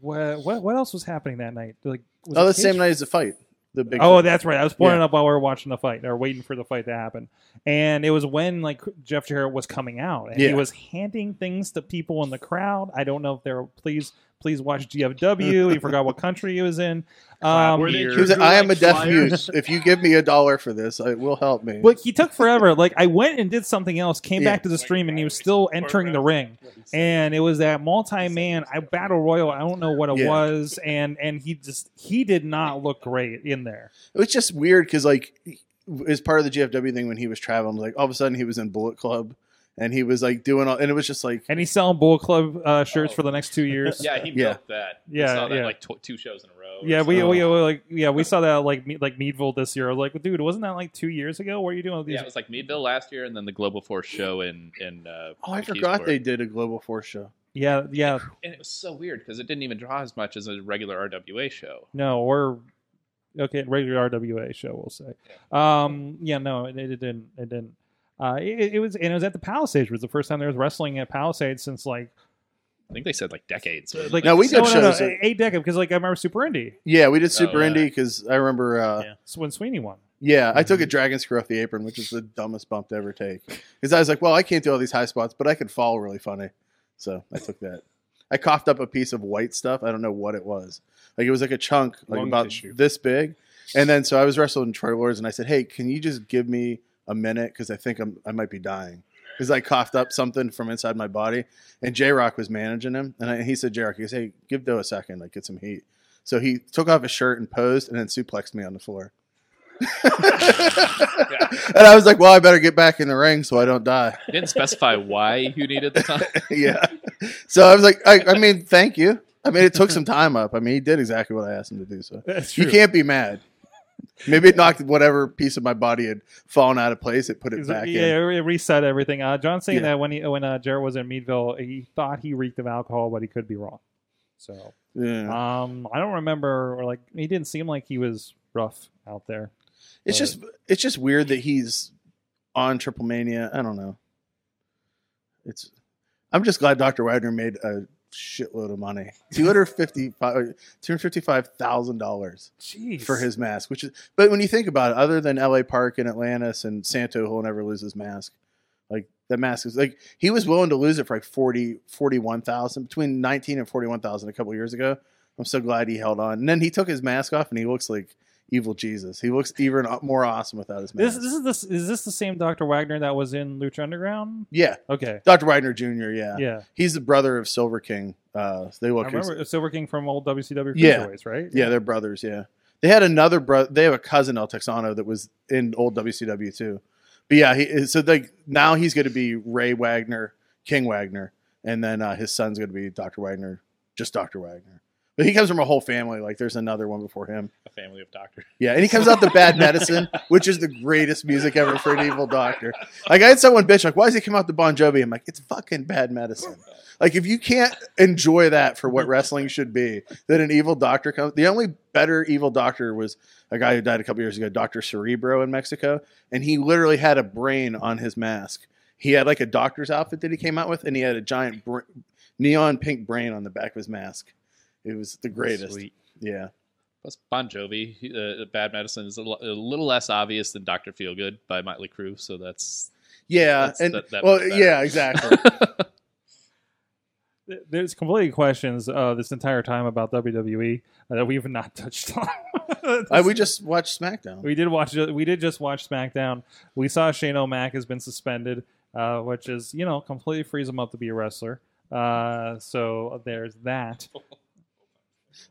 Speaker 1: What what, what else was happening that night? Like was
Speaker 6: oh,
Speaker 1: it
Speaker 6: the
Speaker 1: Cage
Speaker 6: same night as the fight. The big
Speaker 1: Oh, that's right. I was pulling it
Speaker 6: Yeah.
Speaker 1: up while we were watching the fight or waiting for the fight to happen. And it was when like Jeff Jarrett was coming out and he
Speaker 6: Yeah.
Speaker 1: was handing things to people in the crowd. I don't know if they're please please watch GFW. he forgot what country he was in. Um,
Speaker 4: Were they
Speaker 6: He was like,
Speaker 4: Drew
Speaker 6: I am a
Speaker 4: like
Speaker 6: deaf
Speaker 4: flyers?
Speaker 6: mute. If you give me a dollar for this, it will help me.
Speaker 1: but he took forever. Like I went and did something else, came
Speaker 6: Yeah.
Speaker 1: back to the stream, and he was still entering the ring. And it was that multi-man I battle royal. I don't know what it
Speaker 6: Yeah.
Speaker 1: was, and and he just he did not look great in there.
Speaker 6: It was just weird because, like, as part of the GFW thing when he was traveling, like all of a sudden he was in Bullet Club and he was like doing all, and it was just like,
Speaker 1: And he's selling Bull Club uh, shirts for the next two years.
Speaker 5: Yeah, he
Speaker 6: Yeah.
Speaker 5: built that. We
Speaker 1: Yeah,
Speaker 5: saw that
Speaker 1: yeah.
Speaker 5: like tw- two shows in a row. or
Speaker 1: Yeah, we,
Speaker 6: Oh.
Speaker 1: we we, like yeah we saw that like Me- like Meadville this year. I was like, dude, wasn't that like two years ago? What are you doing? With these?
Speaker 5: Yeah, it was like Meadville last year, and then the Global Force show in in. Uh,
Speaker 6: oh, I
Speaker 5: in
Speaker 6: forgot they
Speaker 5: Keysport.
Speaker 6: did a Global Force show.
Speaker 1: yeah, yeah,
Speaker 5: And it was so weird because it didn't even draw as much as a regular RWA show.
Speaker 1: no, or okay, regular RWA show, we'll say. Um, yeah, no, it, it didn't, it didn't. Uh, it, it was and it was at the Palisades. It was the first time there was wrestling at Palisades since like
Speaker 5: I think they said like decades.
Speaker 1: like
Speaker 6: No, we did shows
Speaker 1: no,
Speaker 6: at-
Speaker 1: eight decade because like I remember Super Indy
Speaker 6: Yeah,
Speaker 4: Oh,
Speaker 6: we did Super
Speaker 5: yeah.
Speaker 6: Indy because I remember, uh, yeah.
Speaker 7: Yeah.
Speaker 1: it's when Sweeney won.
Speaker 6: I took a
Speaker 8: Mm-hmm.
Speaker 6: dragon screw off the apron, which is the dumbest bump to ever take. Because I was like, well, I can't do all these high spots, but I could fall really funny. So I took that. I coughed up a piece of white stuff. I don't know what it was. Like it was like a chunk, like
Speaker 8: Lung
Speaker 6: about
Speaker 8: tissue.
Speaker 6: this big. And then so I was wrestling Troy Lords, and I said, "Hey, can you just give me a minute because I think I'm I might be dying because I coughed up something from inside my body." And J Rock was managing him, and I, he said, "J Rock, he goes, hey, give Doe a second, like get some heat." So he took off his shirt and posed, and then suplexed me on the floor. And I was like, "Well, I better get back in the ring so I don't die."
Speaker 5: They didn't specify why you needed the time.
Speaker 6: yeah. So I was like, I, I mean, thank you. I mean, it took some time up. I mean, he did exactly what I asked him to do. So
Speaker 1: That's
Speaker 6: you can't be mad. Maybe it knocked whatever piece of my body had fallen out of place. It put it
Speaker 1: Is-
Speaker 6: back
Speaker 1: uh, yeah,
Speaker 6: in.
Speaker 1: it re- reset everything. Uh, John saying
Speaker 6: Yeah.
Speaker 1: that when he when uh, Jarrett was in Meadville, he thought he reeked of alcohol, but he could be wrong. So
Speaker 6: Yeah.
Speaker 1: Um, I don't remember, or like he didn't seem like he was rough out there.
Speaker 6: It's just it's just weird that he's on Triple Mania. I don't know. It's I'm just glad Dr. Wagner made a shitload of money. Two hundred fifty five two hundred fifty five thousand dollars.
Speaker 1: Jeez,
Speaker 6: for his mask, which is. But when you think about it, other than L.A. Park and Atlantis and Santo, who'll never lose his mask. Like that mask is like he was willing to lose it for like 40, 41,000 between nineteen and forty one thousand a couple years ago. I'm so glad he held on. And then he took his mask off, and he looks like evil Jesus. He looks even more awesome without his
Speaker 1: This,
Speaker 6: mask.
Speaker 1: this is this is this the same Doctor Wagner that was in Lucha Underground?
Speaker 6: yeah,
Speaker 1: Okay,
Speaker 6: Dr. Widener Jr. Yeah.
Speaker 1: yeah,
Speaker 6: he's the brother of Silver King. Uh, they
Speaker 1: I
Speaker 6: look.
Speaker 1: remember Silver King from old WCW
Speaker 6: Yeah.
Speaker 1: Cruiserweights, right?
Speaker 6: Yeah, they're brothers. Yeah, they had another brother. They have a cousin El Texano that was in old WCW too. But yeah, he, so like now he's going to be Ray Wagner, King Wagner, and then uh, his son's going to be Doctor Wagner, just Doctor Wagner. But he comes from a whole family. Like there's another one before him.
Speaker 5: A family of doctors.
Speaker 6: Yeah, and he comes out the Bad Medicine, which is the greatest music ever for an evil doctor. Like I had someone bitch like, "Why does he come out the Bon Jovi?" I'm like, "It's fucking Bad Medicine." Like if you can't enjoy that for what wrestling should be, then an evil doctor comes. The only better evil doctor was a guy who died a couple years ago, Doctor Cerebro in Mexico, and he literally had a brain on his mask. He had like a doctor's outfit that he came out with, and he had a giant br- neon pink brain on the back of his mask. It was the greatest.
Speaker 7: Sweet.
Speaker 6: Yeah.
Speaker 5: Plus, Bon Jovi, he- uh, Bad Medicine is a, l- a little less obvious than Doctor Feelgood by Motley Crue, so that's
Speaker 6: Yeah,
Speaker 5: That's-
Speaker 6: and
Speaker 5: that- that
Speaker 6: well,
Speaker 5: makes better.
Speaker 6: yeah, exactly.
Speaker 1: Th- There's completely questions uh, this entire time about WWE that we've not touched on.
Speaker 6: I, we just watched SmackDown.
Speaker 1: We did watch. We did just watch SmackDown. We saw Shane O'Mac has been suspended, uh, which is you know completely frees him up to be a wrestler. Uh, so there's that.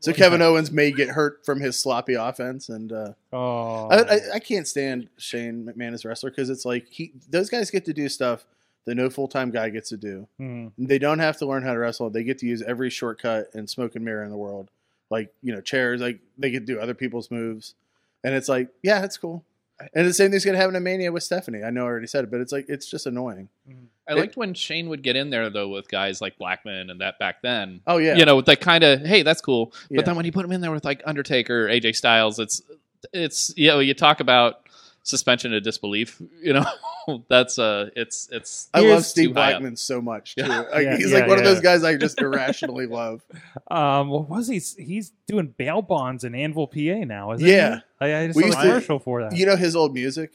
Speaker 6: so Kevin Owens may get hurt from his sloppy offense, and uh,
Speaker 1: Oh,
Speaker 6: I, I, I can't stand Shane McMahon as a wrestler because it's like he those guys get to do stuff that no full time guy gets to do.
Speaker 1: Hmm.
Speaker 6: They don't have to learn how to wrestle; they get to use every shortcut and smoke and mirror in the world like you know chairs. Like they could do other people's moves, and it's like, yeah, it's cool. And the same thing's gonna happen in Mania with Stephanie. I know I already said it, but it's like it's just annoying.
Speaker 5: I liked when Shane would get in there though with guys like Blackman and that back then.
Speaker 6: Oh yeah,
Speaker 5: You know, with that kind of hey, that's cool.
Speaker 6: Yeah.
Speaker 5: But then when you put him in there with like Undertaker, AJ Styles, it's it's you know, you talk about suspension of disbelief, you know. that's uh it's it's
Speaker 6: I
Speaker 1: Here's
Speaker 6: love Steve
Speaker 5: too high up.
Speaker 6: Blackman so much too.
Speaker 5: Yeah.
Speaker 6: Like,
Speaker 1: Yeah,
Speaker 6: he's
Speaker 1: yeah,
Speaker 6: like one of
Speaker 1: yeah.
Speaker 6: those guys I just irrationally love.
Speaker 1: Um, what was he? He's doing bail bonds in Anvil, PA now, isn't
Speaker 6: Yeah.
Speaker 1: he? I, I just
Speaker 6: We
Speaker 1: saw
Speaker 6: used
Speaker 1: a
Speaker 6: to-
Speaker 1: commercial for that.
Speaker 6: You know his old music,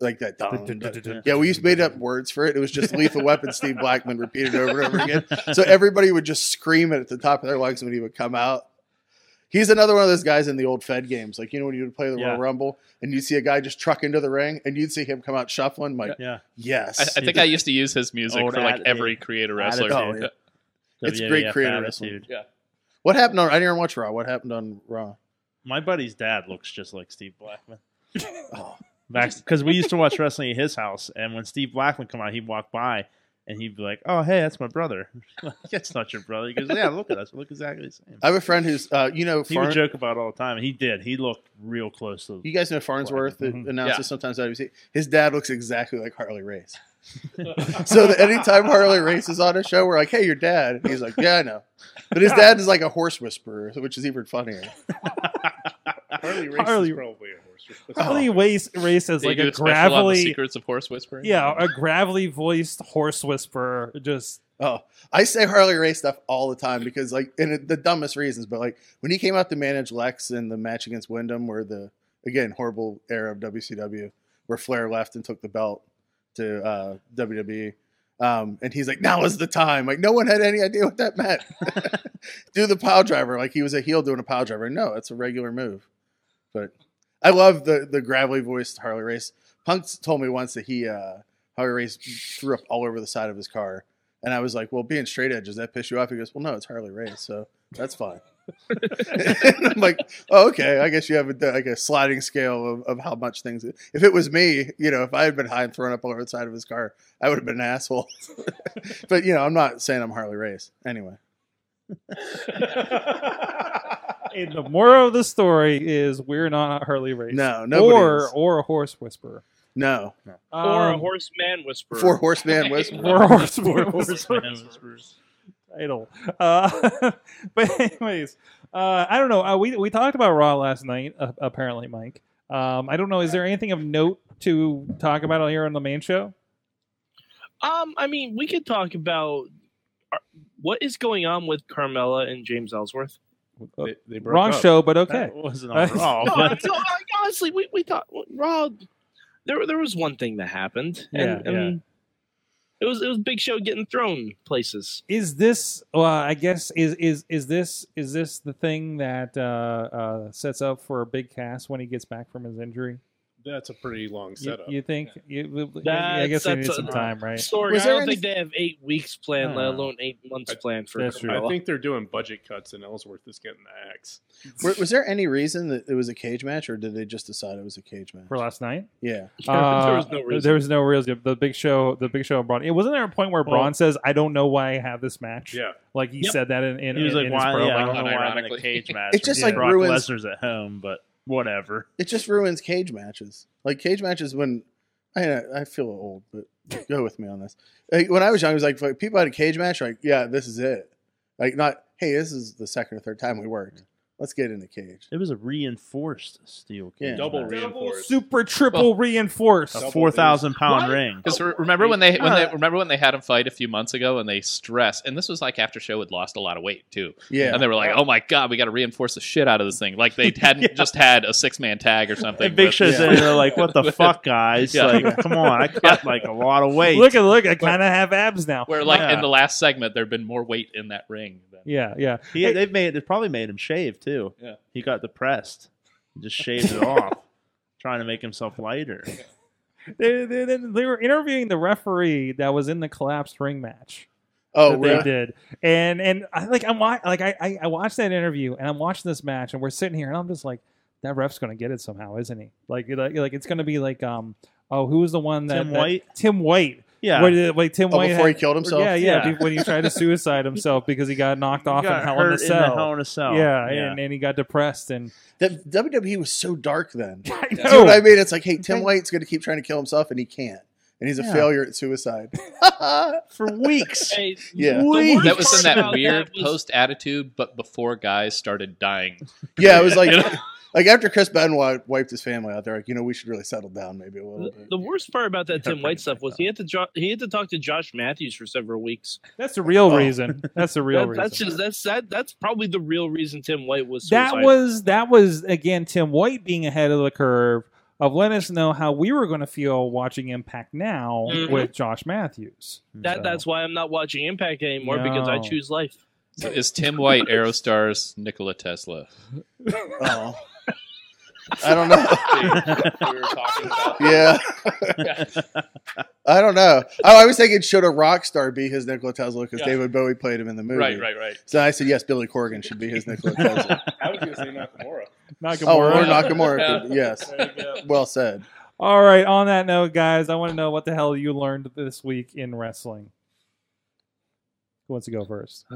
Speaker 6: like that. Yeah, we used made up words for it. It was just Lethal Weapon. Steve Blackman repeated over and over again. So everybody would just scream it at the top of their lungs when he would come out. He's another one of those guys in the old Fed games. Like you know when you would play the
Speaker 7: Yeah.
Speaker 6: Royal Rumble and you'd see a guy just truck into the ring and you'd see him come out shuffling. Like
Speaker 7: Yeah.
Speaker 6: yes,
Speaker 5: I, I think I used to use his music
Speaker 7: Old
Speaker 5: for like
Speaker 7: atti-
Speaker 5: every creator wrestler.
Speaker 6: attitude. Oh, It's
Speaker 7: WWF
Speaker 6: great creator wrestling.
Speaker 7: attitude.
Speaker 6: what happened on? I didn't even watch Raw. What happened on Raw?
Speaker 7: My buddy's dad looks just like Steve Blackman.
Speaker 6: Oh,
Speaker 7: Because we used to watch wrestling at his house, and when Steve Blackman come out, he'd walk by and he'd be like, "Oh, hey, that's my brother." that's not your brother. He goes, "Yeah, look at us. We look exactly the same."
Speaker 6: I have a friend who's uh, you know
Speaker 7: He would
Speaker 6: Farn-
Speaker 7: joke about it all the time. He did. He looked real close to.
Speaker 6: You guys know Farnsworth that
Speaker 1: Mhm.
Speaker 6: announces
Speaker 5: Yeah.
Speaker 6: sometimes on ABC. His dad looks exactly like Harley Race. so that anytime Harley Race is on a show, we're like, "Hey, your dad." And he's like, "Yeah, I know." But his dad is like a horse whisperer, which is even funnier.
Speaker 8: Harley Race
Speaker 1: Harley-
Speaker 8: is probably a horse.
Speaker 1: Harley Race, Race as
Speaker 5: They
Speaker 1: like
Speaker 5: do
Speaker 1: a
Speaker 5: a special on the
Speaker 1: gravelly,
Speaker 5: secrets of horse whispering.
Speaker 1: yeah, a gravelly voiced horse whisperer. Just
Speaker 6: Oh, I say Harley Race stuff all the time because, like, and it, the dumbest reasons, but like when he came out to manage Lex in the match against Wyndham, where the again horrible era of WCW, where Flair left and took the belt to uh, WWE, um, and he's like, "Now is the time!" Like, no one had any idea what that meant. Do the pile driver, like he was a heel doing a pile driver. No, it's a regular move. But I love the the gravelly voiced Harley Race. Punk told me once that he uh, Harley Race threw up all over the side of his car. And I was like, well, being straight edge, does that piss you off? He goes, well, no, it's Harley Race, so that's fine. and I'm like, oh, okay, I guess you have a, like a sliding scale of, of how much things. If it was me, you know, if I had been high and thrown up all over the side of his car, I would have been an asshole. but, you know, I'm not saying I'm Harley Race. Anyway,
Speaker 1: and the moral of the story is we're not a Harley Race.
Speaker 6: No, nobody
Speaker 1: or
Speaker 6: is.
Speaker 1: or a horse whisperer.
Speaker 6: no.
Speaker 4: or a
Speaker 1: Um,
Speaker 4: horseman whisperer.
Speaker 6: Four horseman was.
Speaker 1: Or a horse, or a horse
Speaker 7: Horseman
Speaker 1: whisperer. title. Uh, but anyways, uh, I don't know. Uh, we we talked about Raw last night. Uh, apparently, Mike. Um, I don't know. Is there anything of note to talk about on here on the main show?
Speaker 4: Um, I mean, we could talk about uh, what is going on with Carmella and James Ellsworth.
Speaker 1: Oh,
Speaker 8: They, they broke
Speaker 1: Uh, Wrong
Speaker 8: up.
Speaker 1: show, but okay.
Speaker 7: That wasn't on
Speaker 1: Uh,
Speaker 7: Raw,
Speaker 4: No, I,
Speaker 7: but
Speaker 4: Oh, no, I, honestly, we we thought Rob. There, there was one thing that happened, and,
Speaker 1: Yeah,
Speaker 4: and it was it was Big Show getting thrown places.
Speaker 1: Is this? Uh, I guess is is is this is this the thing that uh, uh, sets up for a big cast when he gets back from his injury?
Speaker 8: That's a pretty long
Speaker 1: You,
Speaker 8: setup.
Speaker 1: you think? You, yeah, I
Speaker 4: That's-
Speaker 1: guess they need
Speaker 4: that's a-
Speaker 1: some time, right?
Speaker 4: Sorg,
Speaker 6: Was
Speaker 4: I
Speaker 6: there
Speaker 4: don't
Speaker 6: any-
Speaker 4: think they have eight weeks planned, let
Speaker 7: Uh,
Speaker 4: alone eight months
Speaker 8: I-
Speaker 4: planned for
Speaker 1: that's true.
Speaker 8: I
Speaker 4: Carmella.
Speaker 8: think they're doing budget cuts, and Ellsworth is getting the axe.
Speaker 6: Were- was there any reason that it was a cage match, or did they just decide it was a cage match?
Speaker 1: For last night.
Speaker 6: Yeah.
Speaker 4: there was
Speaker 1: Uh,
Speaker 4: no reason.
Speaker 1: There was no reason. The big show, the big show, and Braun. It wasn't there a point where
Speaker 7: Well-
Speaker 1: Braun says, "I don't know why I have this match."
Speaker 8: Yeah,
Speaker 1: like he
Speaker 4: Yep.
Speaker 1: said that in, in,
Speaker 7: he was
Speaker 1: in
Speaker 7: like,
Speaker 1: his
Speaker 7: "Why?
Speaker 1: promo.
Speaker 7: Yeah, I don't know why I'm in a
Speaker 5: Unironically.
Speaker 7: cage match.
Speaker 6: It just,
Speaker 7: with
Speaker 1: like,
Speaker 7: Brock
Speaker 6: ruins-
Speaker 7: Lesnar's at home, but whatever."
Speaker 6: it just ruins cage matches. Like cage matches when I I feel old, but go with me on this. Like, when I was young, it was like, like, people had a cage match. Like, yeah, this is it. Like, not hey, this is the second or third time we worked. Let's get in the cage.
Speaker 7: It was a reinforced steel cage,
Speaker 6: Yeah.
Speaker 8: double
Speaker 7: match.
Speaker 8: reinforced.
Speaker 1: super triple reinforced.
Speaker 7: a
Speaker 8: Double
Speaker 7: four thousand pound
Speaker 4: What?
Speaker 7: ring.
Speaker 5: Because remember when they when they
Speaker 7: Yeah.
Speaker 5: remember when they had him fight a few months ago and they stressed and this was like after show had lost a lot of weight too
Speaker 6: Yeah,
Speaker 5: and they were like oh my god we got to reinforce the shit out of this thing like they hadn't
Speaker 7: Yeah.
Speaker 5: just had a six man tag or something
Speaker 7: And Big
Speaker 5: with-
Speaker 7: Show's
Speaker 6: Yeah.
Speaker 7: in there like, "What the fuck, guys?
Speaker 5: Yeah.
Speaker 7: Like, come on! I cut like a lot of weight."
Speaker 1: Look at look, I kind of have abs now.
Speaker 5: where like
Speaker 7: Yeah.
Speaker 5: in the last segment there'd been more weight in that ring than
Speaker 1: Yeah, yeah.
Speaker 7: He,
Speaker 1: Hey-
Speaker 7: they've made they probably made him shave too.
Speaker 5: Yeah.
Speaker 7: He got depressed, and just shaved it off, trying to make himself lighter.
Speaker 1: They, they, they, they were interviewing the referee that was in the collapsed ring match
Speaker 6: oh,
Speaker 1: that they
Speaker 6: really?
Speaker 1: did, and and I like I'm wa- like I, I I watched that interview and I'm watching this match and we're sitting here and I'm just like that ref's gonna get it somehow, isn't he? Like like, like it's gonna be like um oh who was the one that
Speaker 7: Tim
Speaker 1: that-
Speaker 7: White?
Speaker 1: Tim White.
Speaker 7: Yeah.
Speaker 1: What did- like Tim
Speaker 6: Oh,
Speaker 1: White
Speaker 6: before he
Speaker 1: had-
Speaker 6: killed himself?
Speaker 1: Yeah, yeah,
Speaker 7: Yeah.
Speaker 1: be- When he tried to suicide himself because he got knocked off
Speaker 7: got
Speaker 1: in Hell in a
Speaker 7: hurt in the
Speaker 1: Cell.
Speaker 7: Hell in a Cell.
Speaker 1: Yeah,
Speaker 7: Yeah.
Speaker 1: And, and he got depressed and.
Speaker 6: That WWE was so dark then. Do
Speaker 1: I
Speaker 6: you know what I mean? It's like, hey, Tim White's going to keep trying to kill himself, and he can't, and he's a
Speaker 7: Yeah.
Speaker 6: failure at suicide.
Speaker 7: for weeks.
Speaker 4: Hey,
Speaker 6: Yeah.
Speaker 4: the
Speaker 7: Wait.
Speaker 4: worst
Speaker 5: That was in
Speaker 4: part
Speaker 5: that
Speaker 4: about
Speaker 5: weird
Speaker 4: was-
Speaker 5: post attitude, but before guys started dying.
Speaker 6: yeah, it was like,
Speaker 5: You know?
Speaker 6: like after Chris Benoit wiped his family out, they're like, you know, we should really settle down maybe a little
Speaker 4: The,
Speaker 6: bit.
Speaker 4: the worst part about that Tim White stuff was he had to jo- he had to talk to Josh Matthews for several weeks.
Speaker 1: That's the real
Speaker 6: Oh.
Speaker 1: reason. That's the real
Speaker 4: That-
Speaker 1: reason.
Speaker 4: that's just that's that that's probably the real reason Tim White was
Speaker 1: that
Speaker 4: suicidal.
Speaker 1: was that was again Tim White being ahead of the curve of letting us know how we were going to feel watching Impact now
Speaker 7: Mm-hmm.
Speaker 4: Mhm.
Speaker 1: with Josh Matthews.
Speaker 4: that. That's why I'm not watching Impact anymore because I
Speaker 1: No.
Speaker 4: choose life.
Speaker 5: So is Tim White Aerostar's Nikola Tesla?
Speaker 6: Oh. I don't know.
Speaker 5: we were talking about.
Speaker 6: Yeah. I don't know. I, I was thinking, should a rock star be his Nikola Tesla because
Speaker 5: Yeah.
Speaker 6: David Bowie played him in the movie?
Speaker 5: Right, right, right.
Speaker 6: So I said, yes, Billy Corgan should be his Nikola Tesla.
Speaker 8: I was going to say Nakamura.
Speaker 1: Nakamura.
Speaker 6: oh, or
Speaker 5: Yeah.
Speaker 6: Nakamura.
Speaker 5: Yeah.
Speaker 6: Yes. Well said.
Speaker 1: All right. On that note, guys, I want to know what the hell you learned this week in wrestling. Who wants to go first?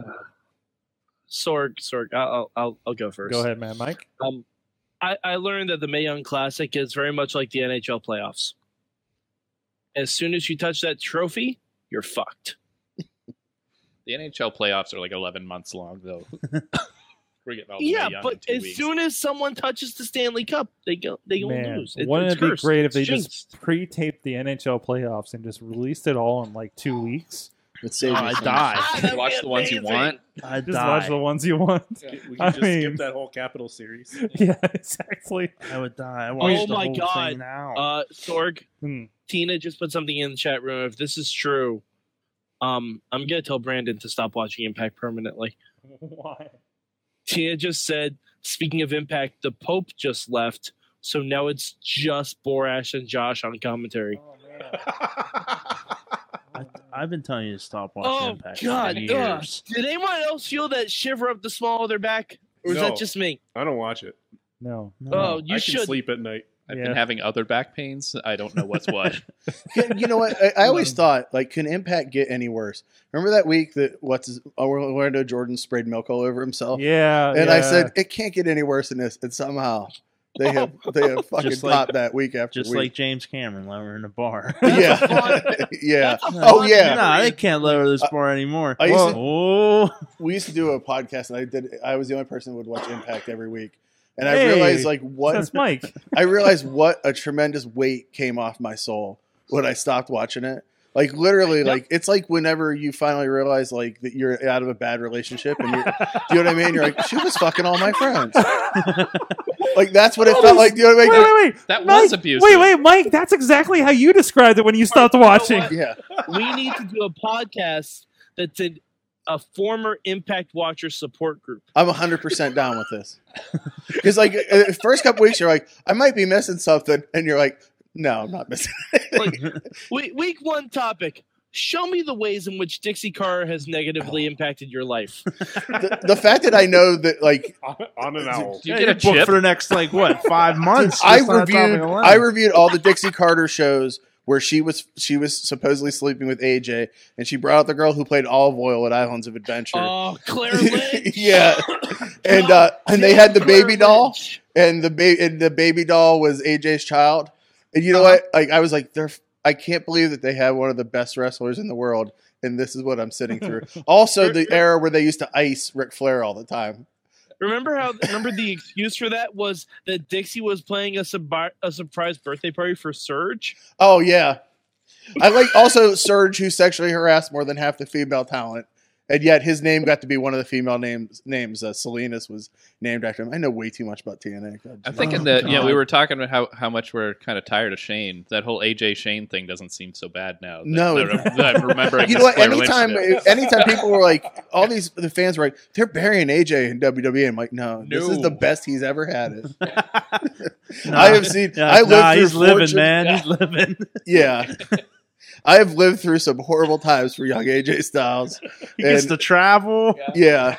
Speaker 4: Sorg, Sorg, I'll I'll- I'll, I'll go first.
Speaker 1: Go ahead, man, Mike.
Speaker 4: Um, I, I learned that the Mae Young Classic is very much like the NHL playoffs. As soon as you touch that trophy, you're fucked.
Speaker 5: The NHL playoffs are like 11 months long, though. We're getting all the
Speaker 4: yeah,
Speaker 5: way young in
Speaker 4: but
Speaker 5: two
Speaker 4: as
Speaker 5: weeks.
Speaker 4: soon as someone touches the Stanley Cup, they go they gonna
Speaker 1: Man,
Speaker 4: lose. It-
Speaker 1: wouldn't
Speaker 4: it's
Speaker 1: it be
Speaker 4: cursed.
Speaker 1: great if
Speaker 4: It's
Speaker 1: they just-
Speaker 4: jinxed.
Speaker 1: Pre-taped the NHL playoffs and just released it all in like two weeks.
Speaker 6: It saves
Speaker 7: Oh,
Speaker 6: you
Speaker 7: I
Speaker 6: some-
Speaker 7: die.
Speaker 4: Ah, that'd
Speaker 5: Watch
Speaker 4: be
Speaker 5: the ones you
Speaker 4: amazing.
Speaker 5: want.
Speaker 7: I
Speaker 1: Just watch
Speaker 7: die.
Speaker 1: the ones you want.
Speaker 8: We
Speaker 1: I
Speaker 8: can just
Speaker 1: mean-
Speaker 8: skip that whole Capital series.
Speaker 1: yeah, exactly.
Speaker 7: I would die. I
Speaker 4: Oh
Speaker 7: watched the
Speaker 4: my
Speaker 7: whole
Speaker 4: God.
Speaker 7: thing now.
Speaker 4: Uh, Sorg,
Speaker 1: Hmm.
Speaker 4: Tina just put something in the chat room. If this is true, um, I'm gonna tell Brandon to stop watching Impact permanently.
Speaker 1: Why?
Speaker 4: Tina just said, speaking of Impact, the Pope just left, so now it's just Borash and Josh on commentary.
Speaker 6: Oh,
Speaker 7: I, I've been telling you to stop watching
Speaker 4: Oh,
Speaker 7: Impact
Speaker 4: God,
Speaker 7: for
Speaker 4: ugh.
Speaker 7: years.
Speaker 4: Did anyone else feel that shiver up the small of their back, or is
Speaker 8: No.
Speaker 4: that just me?
Speaker 8: I don't watch it.
Speaker 1: No.
Speaker 4: Oh,
Speaker 8: I
Speaker 4: you
Speaker 8: can
Speaker 4: should.
Speaker 8: sleep at night.
Speaker 5: I've
Speaker 1: Yeah.
Speaker 5: been having other back pains. I don't know what's what.
Speaker 6: Yeah, you know what? I, I always thought like, can Impact get any worse? Remember that week that what's his, uh, Orlando Jordan sprayed milk all
Speaker 4: Oh,
Speaker 6: over himself,
Speaker 1: Yeah.
Speaker 6: and I
Speaker 1: yeah.
Speaker 6: said it can't get any worse than this, and somehow they have they have fucking
Speaker 7: Just like-
Speaker 6: popped that week after
Speaker 7: Just like
Speaker 6: week.
Speaker 7: James Cameron when we were in a bar.
Speaker 6: yeah, yeah.
Speaker 4: That's a
Speaker 7: No,
Speaker 6: Oh
Speaker 4: fun
Speaker 6: yeah,
Speaker 7: Nah, they can't lower this bar anymore.
Speaker 6: I used to-
Speaker 7: oh,
Speaker 6: we used to do a podcast, and I did. I was the only person who would watch Impact every week, and
Speaker 1: Hey.
Speaker 6: I realized like what
Speaker 1: That's Mike.
Speaker 6: I realized what a tremendous weight came off my soul when I stopped watching it. Like literally, like it's like whenever you finally realize like that you're out of a bad relationship, and you're, do you know what I mean? You're like, she was fucking all my friends. like that's what it felt like. Do you know what I
Speaker 1: wait,
Speaker 6: mean?
Speaker 1: wait, wait.
Speaker 5: That
Speaker 1: Mike,
Speaker 5: was abusive.
Speaker 1: Wait, wait, Mike. That's exactly how you described it when you stopped watching.
Speaker 4: what?
Speaker 6: Yeah,
Speaker 4: we need to do a podcast that's in a former Impact Watcher support group.
Speaker 6: I'm 100 percent down with this. Because like uh, the first couple weeks, you're like, I might be missing something, and you're like, No, I'm not missing.
Speaker 4: Like, we, week one topic. Show me the ways in which Dixie Carr has
Speaker 6: Oh.
Speaker 4: negatively impacted your life.
Speaker 6: the, the fact that I know that like
Speaker 8: On, on an owl.
Speaker 5: Do you
Speaker 7: Yeah,
Speaker 5: get a
Speaker 7: you're booked
Speaker 5: chip?
Speaker 7: for the next like what five months?
Speaker 6: I
Speaker 7: Just on that
Speaker 6: reviewed
Speaker 7: topic alone.
Speaker 6: I reviewed all the Dixie Carter shows where she was she was supposedly sleeping with AJ and she brought out the girl who played Olive Oil at Islands of Adventure.
Speaker 4: Oh, Claire Lynch.
Speaker 6: yeah. And uh and they had the baby doll and the baby and the baby doll was AJ's child. And you know
Speaker 7: Uh-huh.
Speaker 6: what? Like I was like they're f- I can't believe that they have one of the best wrestlers in the world and this is what I'm sitting through. Also the era where they used to ice Ric Flair all the time.
Speaker 4: Remember how? Remember the excuse for that was that Dixie was playing a, subi- a surprise birthday party for Surge.
Speaker 6: Oh yeah, I like also Surge, who sexually harassed more than half the female talent, and yet his name got to be one of the female names. Names uh, Salinas was named after him. I know way too much about TNA. God,
Speaker 5: I'm
Speaker 6: geez.
Speaker 5: thinking
Speaker 7: Oh,
Speaker 5: that yeah, we
Speaker 7: God.
Speaker 5: were talking about how, how much we're kind of tired of Shane. That whole AJ Shane thing doesn't seem so bad now. that-
Speaker 6: No,
Speaker 5: that
Speaker 6: it-
Speaker 5: I'm- that I'm remembering.
Speaker 6: You know
Speaker 5: this
Speaker 6: what?
Speaker 5: Claire Lynch
Speaker 6: Anytime,
Speaker 5: bit.
Speaker 6: anytime people were like, all these the fans were like, they're burying AJ in WWE. I'm like, no, this is
Speaker 5: No.
Speaker 6: the best he's ever had it.
Speaker 7: Nah.
Speaker 6: I have seen.
Speaker 7: Yeah,
Speaker 6: I lived
Speaker 7: nah,
Speaker 6: through
Speaker 7: he's living,
Speaker 6: fortune-
Speaker 7: man. He's living.
Speaker 6: Yeah. I have lived through some horrible times for young AJ Styles.
Speaker 7: He gets
Speaker 6: And-
Speaker 7: to travel.
Speaker 6: Yeah.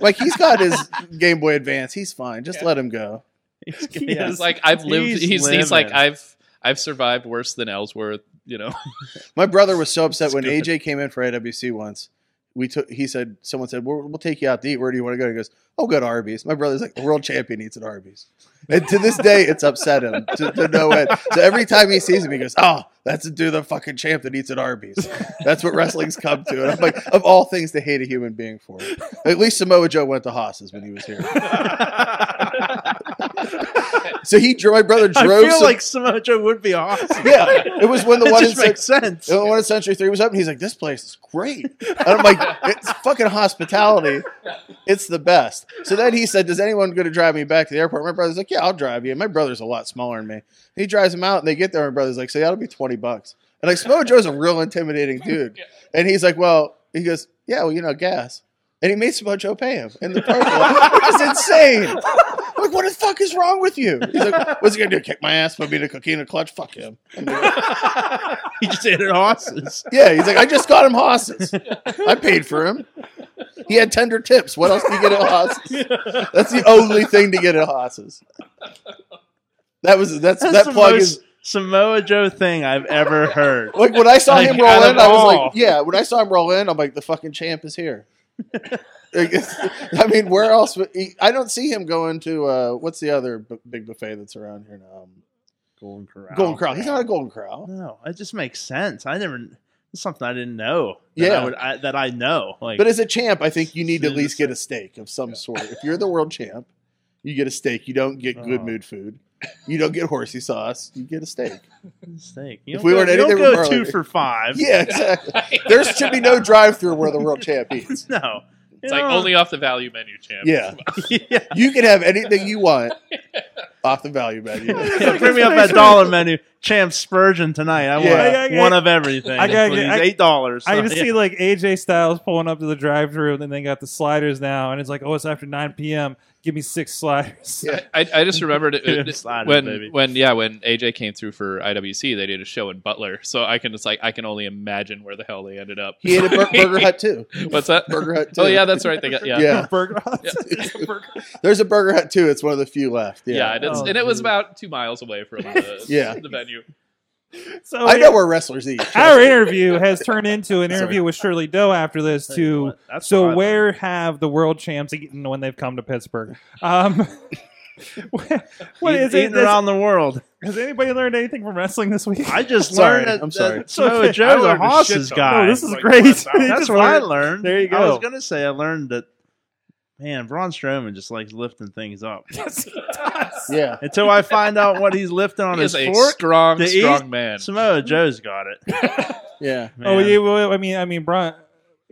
Speaker 6: like he's got his Game Boy Advance. He's fine. Just let him go.
Speaker 7: He's-
Speaker 1: He
Speaker 7: yeah.
Speaker 1: is-
Speaker 5: Like I've lived.
Speaker 7: He's
Speaker 5: He's, he's, like
Speaker 7: living.
Speaker 5: I've I've survived worse than Ellsworth. you know.
Speaker 6: My brother was so upset
Speaker 5: It's
Speaker 6: when
Speaker 5: good.
Speaker 6: AJ came in for AWC once. We took. He said, "Someone said we'll, we'll take you out to eat. Where do you want to go?" He goes, "I'll go to Arby's." My brother's like, "The world champion eats at Arby's," and to this day, it's upset him to, to no end. So every time he sees him, he goes, "Oh, that's the dude, the fucking champ that eats at Arby's." That's what wrestling's come to. And I'm like, of all things to hate a human being for, at least Samoa Joe went to Haas's when he was here. So he, dro- my brother
Speaker 7: I
Speaker 6: drove.
Speaker 7: feel
Speaker 6: Sam-
Speaker 7: like Samojo would be awesome.
Speaker 6: yeah, it was when the
Speaker 7: it
Speaker 6: one in
Speaker 7: just
Speaker 6: San-
Speaker 7: makes sense.
Speaker 6: and when Oh, Century 3 was up, and he's like, this place is great. And I'm like, it's fucking hospitality. It's the best. So then he said, does anyone going to drive me back to the airport? My brother's like, yeah, I'll drive you. And my brother's a lot smaller than me. And he drives him out, and they get there, and my brother's like, so that'll be 20 bucks. And like, Samoa Joe's a real intimidating dude. And he's like, well, he goes, yeah, well, you know, gas. And he made Samoa Joe pay him in the purple, which is insane. I'm like, what the fuck is wrong with you? He's like, what's he going to do, kick my ass, put me in a cookie in a clutch? Fuck him.
Speaker 7: He just ate at horses.
Speaker 6: Yeah, he's like, I just got him hosses. I paid for him. He had tender tips. What else do you get at hosses? That's the only thing to get at hosses. That was that's,
Speaker 7: That's
Speaker 6: that
Speaker 7: the
Speaker 6: plug
Speaker 7: most
Speaker 6: is
Speaker 7: Samoa Joe thing I've ever heard.
Speaker 6: like when I saw
Speaker 7: Like,
Speaker 6: him roll
Speaker 7: out of
Speaker 6: in, I was
Speaker 7: all.
Speaker 6: like, yeah. When I saw him roll in, I'm like, the fucking champ is here. Like, it's- I mean, where else? Would he, I don't see him going to uh, what's the other b- big buffet that's around here now? Um,
Speaker 7: Golden Corral.
Speaker 6: Golden Crow. He's not a Golden Crow.
Speaker 7: No, it just makes sense. I never. It's something I didn't know. That
Speaker 6: Yeah.
Speaker 7: I would, I, that I know. Like,
Speaker 6: But as a champ, I think you need to at
Speaker 7: Soon as
Speaker 6: least get a steak of some sort. If you're the world champ, you get a steak. You don't get good
Speaker 7: Oh.
Speaker 6: mood food. You don't get horsey sauce. You get a steak.
Speaker 7: mistake. You
Speaker 6: if
Speaker 7: don't
Speaker 6: we
Speaker 7: go,
Speaker 6: were to
Speaker 7: you don't
Speaker 6: anything
Speaker 7: go
Speaker 6: with
Speaker 7: two
Speaker 6: Marley-
Speaker 7: for five.
Speaker 6: Yeah, exactly. There should be no drive-through where the world champ eats.
Speaker 7: No.
Speaker 5: It's like only off the value menu, champ.
Speaker 6: Yeah,
Speaker 7: yeah.
Speaker 6: you can have anything you want off the value menu.
Speaker 7: Yeah, bring me up that dollar menu, champ Spurgeon tonight. I
Speaker 6: Yeah.
Speaker 7: want
Speaker 1: I- I-
Speaker 7: one of everything.
Speaker 1: I gotta get-
Speaker 7: please.
Speaker 1: I-
Speaker 7: eight dollars.
Speaker 1: I just see like AJ Styles pulling up to the drive-through, and then they got the sliders now, and it's like, oh, it's after 9 p.m. Give me six sliders.
Speaker 6: Yeah.
Speaker 5: I, I just remembered it,
Speaker 7: Yeah,
Speaker 5: it-
Speaker 7: slide it,
Speaker 5: when
Speaker 7: baby.
Speaker 5: when yeah when AJ came through for IWC they did a show in Butler so I can just like I can only imagine where the hell they ended up.
Speaker 6: He ate at Bur- Burger Hut too.
Speaker 5: What's that?
Speaker 6: Burger Hut too.
Speaker 5: Oh yeah, that's right. They got, yeah.
Speaker 6: Yeah.
Speaker 1: Burger Hut.
Speaker 5: Yeah.
Speaker 6: There's a Burger Hut too. It's one of the few left.
Speaker 5: Yeah,
Speaker 6: Yeah,
Speaker 5: and, it's,
Speaker 1: Oh,
Speaker 5: and it was
Speaker 1: dude.
Speaker 5: about two miles away from the,
Speaker 6: Yeah.
Speaker 5: the venue.
Speaker 1: So
Speaker 6: I know where wrestlers eat.
Speaker 1: our interview has turned into an
Speaker 6: Sorry.
Speaker 1: interview with Shirley Doe after this
Speaker 7: Tell you
Speaker 1: too.
Speaker 7: what, that's what I
Speaker 1: So
Speaker 7: learned.
Speaker 1: where have the world champs eaten when they've come to Pittsburgh? Um, what is it?
Speaker 7: eating
Speaker 1: Does,
Speaker 7: around the world?
Speaker 1: has anybody learned anything from wrestling this week?
Speaker 7: I just
Speaker 6: Sorry,
Speaker 7: learned that,
Speaker 6: I'm sorry.
Speaker 7: that Samoa Joe's a horses guy.
Speaker 1: No, Oh, this is
Speaker 8: Like,
Speaker 1: great.
Speaker 8: last hour.
Speaker 1: They
Speaker 7: That's
Speaker 1: just
Speaker 7: what I
Speaker 1: learned-
Speaker 7: learned.
Speaker 1: There you
Speaker 7: I
Speaker 1: go.
Speaker 7: was gonna say I learned that. Man, Braun Strowman just likes lifting things up.
Speaker 1: Yes, he does.
Speaker 6: Yeah,
Speaker 7: Until I find out what he's lifting on
Speaker 5: He
Speaker 7: his
Speaker 5: is a
Speaker 7: fork,
Speaker 5: strong,
Speaker 7: to eat?
Speaker 5: strong man.
Speaker 7: Samoa Joe's got it.
Speaker 6: yeah.
Speaker 1: Oh
Speaker 7: man.
Speaker 1: yeah. Well, I mean, I mean, Braun.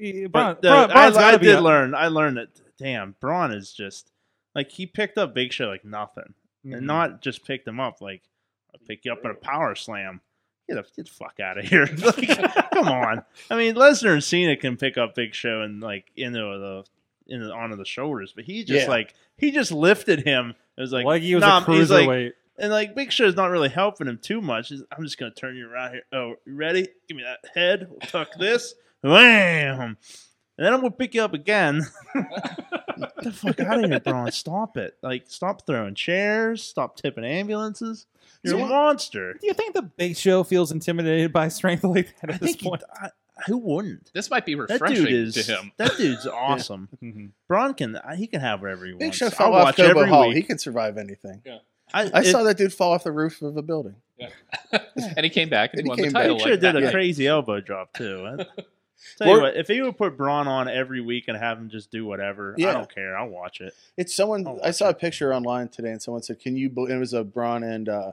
Speaker 1: eh, Braun,
Speaker 7: But the-
Speaker 1: Braun
Speaker 7: I,
Speaker 1: Braun's gotta
Speaker 7: I
Speaker 1: be
Speaker 7: did
Speaker 1: up.
Speaker 7: learn. I learned it. Damn, Braun is just like he picked up Big Show like nothing,
Speaker 1: Mm-hmm.
Speaker 7: and not just picked him up like I pick you up at a power slam. Get the, get the fuck out of here! Like, come on. I mean, Lesnar and Cena can pick up Big Show and like into the in the, onto the shoulders, but he just
Speaker 6: Yeah.
Speaker 7: like he just lifted him. It was like,
Speaker 1: Like, he was
Speaker 7: nah,
Speaker 1: a
Speaker 7: he's like,
Speaker 1: cruiserweight.
Speaker 7: and like Big Show's not really helping him too much. He's, I'm just gonna turn you around here. Oh, you ready? Give me that head. We'll tuck this. Wham! And then I'm gonna pick you up again. Get the fuck out of here, Braun. Stop it. Like, stop throwing chairs. Stop tipping ambulances. You're
Speaker 1: Yeah.
Speaker 7: a monster.
Speaker 1: Do you think the Big Show feels intimidated by strength like that at
Speaker 7: I
Speaker 1: this
Speaker 7: think he,
Speaker 1: point?
Speaker 7: I, who wouldn't?
Speaker 5: This might be
Speaker 7: That
Speaker 5: refreshing
Speaker 7: dude is
Speaker 5: to him.
Speaker 7: that dude's awesome.
Speaker 1: Mhm.
Speaker 7: Braun can he can have whatever he
Speaker 6: Big
Speaker 7: wants.
Speaker 6: Show
Speaker 7: I'll
Speaker 6: fell off
Speaker 7: watch
Speaker 6: Cobo
Speaker 7: every
Speaker 6: Hall. He
Speaker 7: week.
Speaker 6: can survive anything.
Speaker 7: I,
Speaker 6: I saw
Speaker 7: that.
Speaker 6: that dude fall off the roof of a building.
Speaker 5: and he came back and,
Speaker 6: And he
Speaker 5: won the
Speaker 6: came back.
Speaker 5: title.
Speaker 7: Big Show
Speaker 5: Like
Speaker 7: did
Speaker 5: that.
Speaker 7: a
Speaker 5: Yeah.
Speaker 7: crazy elbow drop too. I- Tell you
Speaker 6: Or-
Speaker 7: what, if he would put Braun on every week and have him just do whatever, I
Speaker 6: Yeah.
Speaker 7: don't care. I'll watch it.
Speaker 6: It's someone.
Speaker 7: I'll
Speaker 6: I
Speaker 7: watch
Speaker 6: saw a
Speaker 7: it.
Speaker 6: picture online today, and someone said, "Can you?" bel- It was a Braun and uh,